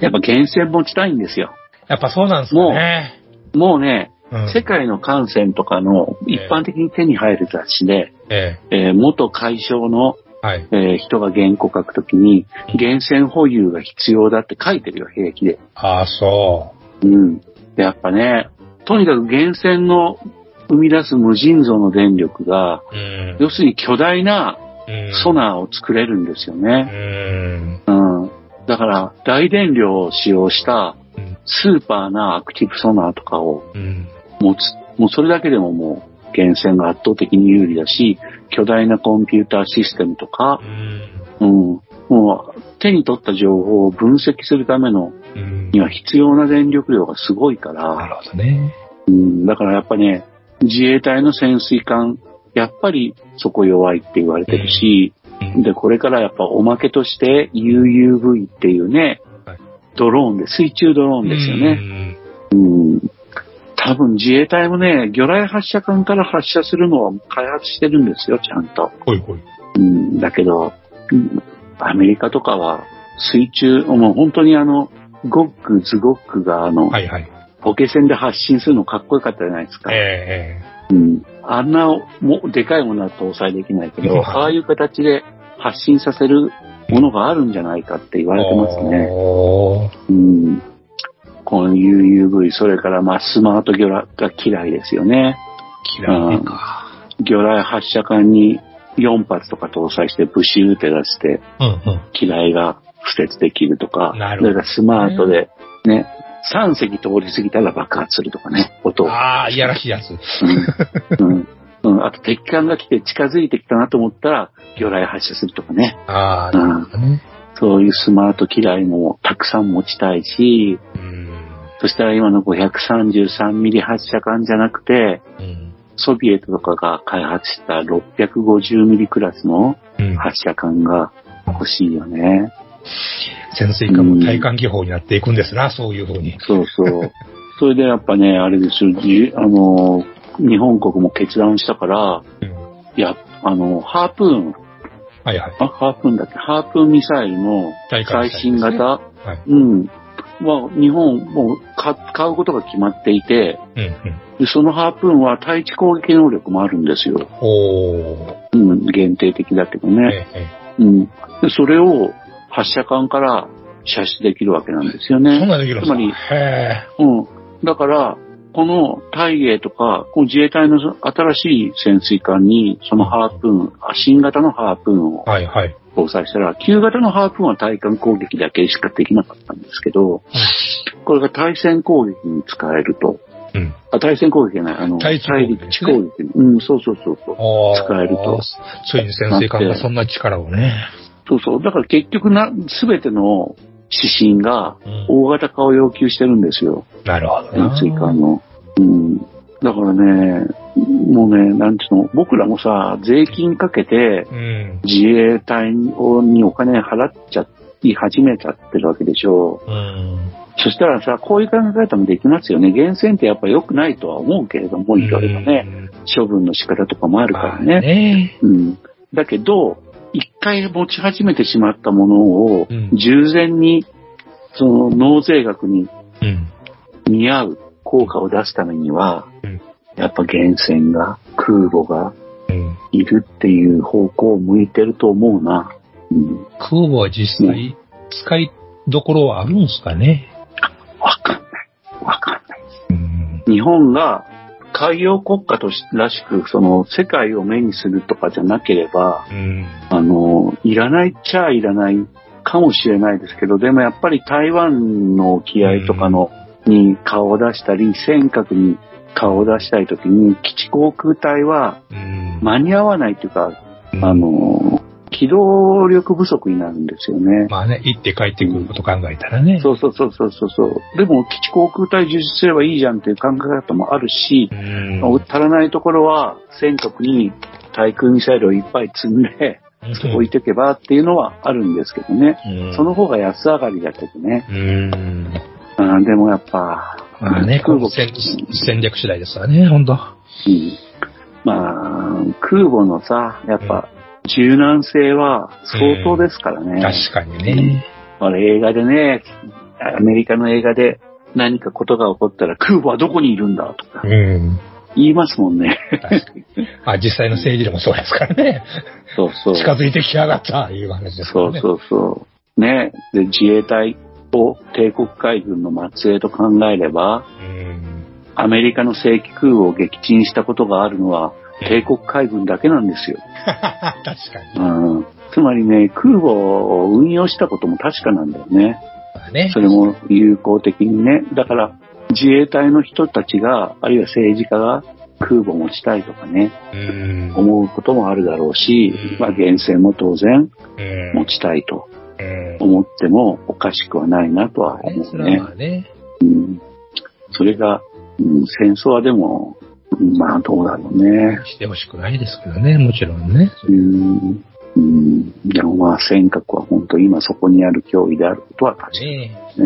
Speaker 2: やっぱ厳選持ちたいんですよ。
Speaker 3: やっぱそうなんですかね。
Speaker 2: もう
Speaker 3: う
Speaker 2: ね、
Speaker 3: ん
Speaker 2: 世界の艦船とかの一般的に手に入る雑誌で、
Speaker 3: え
Speaker 2: えー元海将の、
Speaker 3: えはい。
Speaker 2: えー人が原稿書くときに、厳選保有が必要だって書いてるよ、平気で。
Speaker 3: ああ、そ
Speaker 2: うん。やっぱね、とにかく源泉の生み出す無尽蔵の電力が、
Speaker 3: う。うん。
Speaker 2: 要するに巨大な
Speaker 3: うん
Speaker 2: ソナーを作れるんですよ
Speaker 3: う
Speaker 2: ね。
Speaker 3: ん。
Speaker 2: うん。だから、大電量を使用した
Speaker 3: うん
Speaker 2: スーパーなアクティブソナーとかを
Speaker 3: うん。
Speaker 2: 持つ。もうそれだけでももう、源泉が圧倒的に有利だし、巨大なコンピューターシステムとか
Speaker 3: う、ん。
Speaker 2: うん。もう、手に取った情報を分析するための、
Speaker 3: うん
Speaker 2: には必要な電力量がすごいから、
Speaker 3: なるほどね。
Speaker 2: うん、だからやっぱね、自衛隊の潜水艦、やっぱりそこ弱いって言われてるし、
Speaker 3: うん
Speaker 2: で、これからやっぱおまけとして UUV っていうね
Speaker 3: はい、
Speaker 2: ドローンで、水中ドローンですよね。
Speaker 3: ね。
Speaker 2: うん。多分自衛隊もね、魚雷発射艦から発射するのは開発してるんですよ、ちゃんと。
Speaker 3: ほいほい。
Speaker 2: うん、だけど、うんアメリカとかは水中、もう本当にあの、ゴック、ズゴックがあの、
Speaker 3: はいはい。
Speaker 2: ポケ船で発信するのかっこよかったじゃないですか。
Speaker 3: え
Speaker 2: うんあんなもでかいものは搭載できないけ
Speaker 3: うん
Speaker 2: ど、ああいう形で発信させるものがあるんじゃないかって言
Speaker 3: え
Speaker 2: われてますね。
Speaker 3: おー
Speaker 2: うん、この UUV、それからまあスマート魚雷が嫌いですよね。
Speaker 3: 嫌いか。
Speaker 2: 魚雷発射管に4発とか搭載してブシューって出して、
Speaker 3: うんうん。
Speaker 2: 機雷が敷設できるとか、
Speaker 3: なるほ
Speaker 2: そ
Speaker 3: ど
Speaker 2: れからスマートでね、3隻通り過ぎたら爆発するとかね、音を。
Speaker 3: ああ、いやらしいやつ。
Speaker 2: うんうん、あと、敵艦が来て近づいてきたなと思ったら、魚雷発射するとかね。
Speaker 3: ああ、
Speaker 2: う
Speaker 3: なる
Speaker 2: ん
Speaker 3: ほ、どね。
Speaker 2: そういうスマート機雷もたくさん持ちたいし、
Speaker 3: うん。
Speaker 2: そしたら今の533ミリ発射管じゃなくて、
Speaker 3: うん。
Speaker 2: ソビエトとかが開発した650ミリクラスの
Speaker 3: うん。
Speaker 2: 発射管が欲しいよね。
Speaker 3: 潜水艦も体感技法になっていくんですな、そういうふうに。
Speaker 2: そう <laughs> そう。それでやっぱね、あれですよ、じあの、日本国も決断したから、
Speaker 3: うん
Speaker 2: いや、あの、ハープーン、
Speaker 3: はいはい。
Speaker 2: あ、ハープーンだっけハープーンミサイルの
Speaker 3: 大
Speaker 2: 最
Speaker 3: 艦
Speaker 2: 新型、
Speaker 3: はい。
Speaker 2: うん。は、日本、もう買、買うことが決まっていて、
Speaker 3: うんうん。
Speaker 2: でそのハープーンは対地攻撃能力もあるんですよ。
Speaker 3: おー。
Speaker 2: うん、限定的だけどね。
Speaker 3: ええ
Speaker 2: うん。でそれを発射管から射出できるわけなんですよ
Speaker 3: ええそん
Speaker 2: ね。
Speaker 3: なんできるんですか
Speaker 2: つまり
Speaker 3: へ
Speaker 2: うん。だから、この大英とか、この自衛隊の新しい潜水艦に、そのハープーン、あ新型のハープーンを
Speaker 3: え。はいはい。
Speaker 2: 搭載したら、旧型のハープーンは対艦攻撃だけしかできなかったんですけど、これが対戦攻撃に使えると。
Speaker 3: うん。
Speaker 2: あ、対戦攻撃じゃない、あの、
Speaker 3: 対地攻撃
Speaker 2: 陸地攻撃に。うん、そうそうそうそう。
Speaker 3: おー
Speaker 2: 使えると。
Speaker 3: ついに潜水艦がそんな力をね。
Speaker 2: そうそう。だから結局な、すべての指針が
Speaker 3: うん
Speaker 2: 大型化を要求してるんですよ。
Speaker 3: なるほどな。
Speaker 2: 潜水艦の。うん。だからね、もうね、なんちゅうの、僕らもさ、税金かけて
Speaker 3: うん。
Speaker 2: 自衛隊にお金払っちゃい始めちゃってるわけでしょ
Speaker 3: うん。
Speaker 2: そしたらさ、こういう考え方もできますよね。厳選ってやっぱ良くないとは思うけれども、いろいろね、
Speaker 3: うん。
Speaker 2: 処分の仕方とかもあるから
Speaker 3: まあ
Speaker 2: ね。
Speaker 3: ね。
Speaker 2: うん。だけど、一回持ち始めてしまったものを、
Speaker 3: うん
Speaker 2: 従前に、その納税額に
Speaker 3: うん。
Speaker 2: 見合う効果を出すためには、
Speaker 3: うん
Speaker 2: やっぱ源泉が、空母が
Speaker 3: うん。
Speaker 2: いるっていう方向を向いてると思うな。うん。
Speaker 3: 空母は実際、使いどころはあるんですかね。
Speaker 2: わかんない。わかんない。
Speaker 3: うん。
Speaker 2: 日本が海洋国家としらしく、その世界を目にするとかじゃなければ、
Speaker 3: うん。
Speaker 2: あの、いらないっちゃいらないかもしれないですけど、でもやっぱり台湾の沖合とかの、に顔を出したり、尖閣に顔を出したいときに、基地航空隊は
Speaker 3: うん。
Speaker 2: 間に合わないというか、
Speaker 3: うん
Speaker 2: あ、の、機動力不足になるんですよね。
Speaker 3: まあね、行って帰ってくること考えたらね。
Speaker 2: そうそうそうそうそうそう。でも、基地航空隊充実すればいいじゃんっていう考え方もあるし、
Speaker 3: うん。
Speaker 2: 足らないところは、尖閣に対空ミサイルをいっぱい積んで、置いてけばっていうのはあるんですけどね。
Speaker 3: うん
Speaker 2: その方が安上がりだけどね。
Speaker 3: うん。
Speaker 2: うん、でもやっぱ、
Speaker 3: まあね、
Speaker 2: 空
Speaker 3: 空
Speaker 2: 母
Speaker 3: 母戦戦略次第ですわね、本当
Speaker 2: うんまあ、空母のさ、やっぱ、柔軟性は相当ですからね。
Speaker 3: 確かにね。
Speaker 2: あれ映画でね、アメリカの映画で何かことが起こったら空母はどこにいるんだとか
Speaker 3: うん。
Speaker 2: 言いますもんね。
Speaker 3: まあ実際の政治でもそうですからね。
Speaker 2: そうそう。
Speaker 3: 近づいてきやがった、いう話ですか
Speaker 2: そ
Speaker 3: ら
Speaker 2: う
Speaker 3: ね。
Speaker 2: そうそう。ね。で、自衛隊を帝国海軍の末裔と考えれば、
Speaker 3: うん。
Speaker 2: アメリカの正規空母を撃沈したことがあるのは、帝国海軍だけなんですよ。
Speaker 3: 確かに。
Speaker 2: うん。つまりね、空母を運用したことも確かなんだよね。
Speaker 3: まあね
Speaker 2: そ。れも有効的にね。だから、自衛隊の人たちが、あるいは政治家が空母を持ちたいとかね、
Speaker 3: うん。
Speaker 2: 思うこともあるだろうし、まあ、源泉も当然
Speaker 3: うん
Speaker 2: 持ちたいと
Speaker 3: うん。
Speaker 2: 思ってもおかしくはないなとは
Speaker 3: ね
Speaker 2: 思
Speaker 3: そうれ
Speaker 2: ね
Speaker 3: は。まあね。
Speaker 2: うん。それが、うん、戦争はでも、うんまあどうだろうね。
Speaker 3: してほしくないですけどね、もちろんね。
Speaker 2: うん。うん。でもまあ尖閣は本当今そこにある脅威であることは確かに。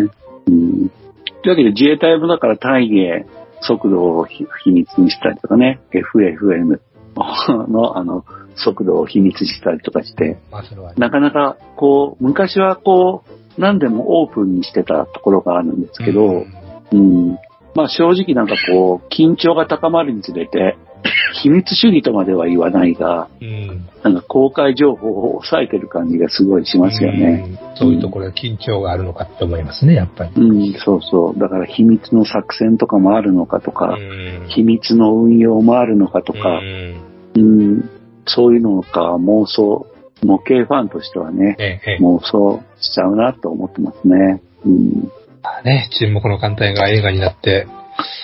Speaker 3: ね
Speaker 2: うん。というわけで自衛隊もだから大義速度をひ秘密にしたりとかね、FFM <laughs> のあの速度を秘密にしたりとかして、
Speaker 3: まあそれはね。
Speaker 2: なかなかこう、昔はこう、何でもオープンにしてたところがあるんですけど、
Speaker 3: うん
Speaker 2: うん。まあ正直なんかこう、緊張が高まるにつれて、 <laughs> 秘密主義とまでは言わないが、
Speaker 3: うん。
Speaker 2: なんか公開情報を抑えてる感じがすごいしますよね。
Speaker 3: うん。そういうところで緊張があるのかって思いますね、やっぱり。
Speaker 2: うん、そうそう。だから秘密の作戦とかもあるのかとか、
Speaker 3: うん
Speaker 2: 秘密の運用もあるのかとか
Speaker 3: う、ん
Speaker 2: うん、そういうのか妄想、模型ファンとしてはね、
Speaker 3: ええ、ええ。
Speaker 2: 妄想しちゃうなと思ってますね。うん、
Speaker 3: まあね、沈黙の艦隊が映画になって、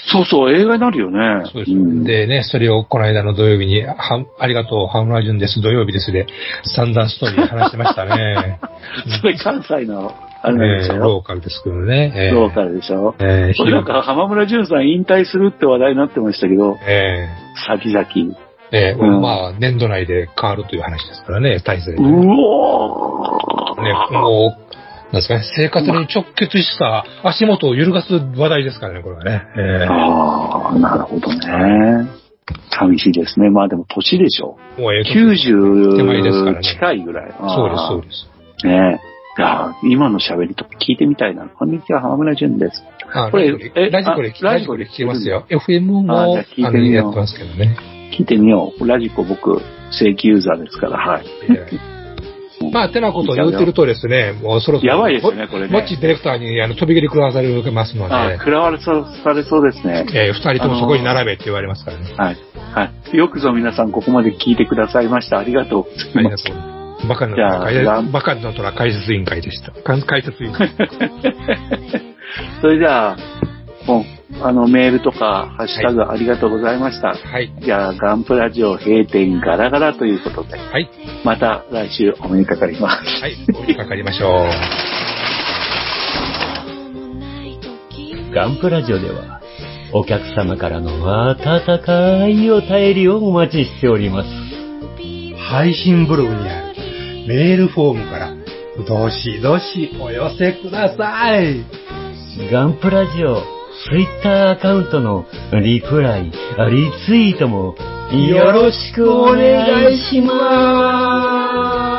Speaker 2: そうそう、映画になるよね。
Speaker 3: そうです
Speaker 2: ん
Speaker 3: でね、それをこの間の土曜日に、はありがとう、ハムラジュンです、土曜日ですで、散々ストーリー話してま
Speaker 2: <laughs>
Speaker 3: したね。
Speaker 2: それ関西の、あ
Speaker 3: え
Speaker 2: れなんです
Speaker 3: ー
Speaker 2: よ。
Speaker 3: ローカルですけどね。えー
Speaker 2: ローカルでしょ。
Speaker 3: えー
Speaker 2: これなんか浜村淳さん引退するって話題になってましたけど、
Speaker 3: え
Speaker 2: 先々。
Speaker 3: ーえー
Speaker 2: うん
Speaker 3: まあ、年度内で変わるという話ですからね、体制で
Speaker 2: う
Speaker 3: ね、
Speaker 2: おー
Speaker 3: もう、なんですかね、生活に直結した足元を揺るがす話題ですからね、これはね。えー
Speaker 2: ああ、なるほどね。寂しいですね。まあでも年でしょう。
Speaker 3: もうええ手前ですから
Speaker 2: 90
Speaker 3: ね
Speaker 2: 近いぐらい。
Speaker 3: そうです、そうですす。。
Speaker 2: ねえ。いやー今の喋りとか聞いてみたいな。こんにちは、浜村淳です。
Speaker 3: あ
Speaker 2: これえ
Speaker 3: ラジコで、
Speaker 2: あ
Speaker 3: ラジコで聞けますよ。FM も、
Speaker 2: あ
Speaker 3: あ
Speaker 2: じゃあ聞いて
Speaker 3: の、
Speaker 2: みよう
Speaker 3: やってますけどね。
Speaker 2: 聞いてみよう。ラジコ僕、正規ユーザーですから、はい。 <laughs>
Speaker 3: えーまあ、てなことを言ってるとですね、もうそろそろ。
Speaker 2: やばいですねこれね
Speaker 3: もっちディレクターに、あの、飛び蹴り食わされますの
Speaker 2: あ
Speaker 3: で
Speaker 2: ー、食らわれそうされそうですね。
Speaker 3: えー二人ともそこに並べって言われますからね。
Speaker 2: はい。はい。よくぞ皆さんここまで聞いてくださいました。ありがとうござ
Speaker 3: あ
Speaker 2: い
Speaker 3: り <laughs>
Speaker 2: ま
Speaker 3: が
Speaker 2: す
Speaker 3: と。う。バカ
Speaker 2: じゃあラ
Speaker 3: な
Speaker 2: ン
Speaker 3: トラ、バカなトラ解説委員会でした。か解説委員会。
Speaker 2: それじゃあ、もう、あの、メールとか、ハッシュタグありがとうございました。
Speaker 3: はい。
Speaker 2: じゃあ、ガンプラジオ閉店ガラガラということで、
Speaker 3: はい。
Speaker 2: また来週お目にかかります。
Speaker 3: はい。お見かかりましょう。
Speaker 9: ガンプラジオでは、お客様からの温かいお便りをお待ちしております。
Speaker 1: 配信ブログにあるメールフォームから、どしどしお寄せください。
Speaker 9: ガンプラジオ、ツイッターアカウントのリプライ、リツイートもよろしくお願いします。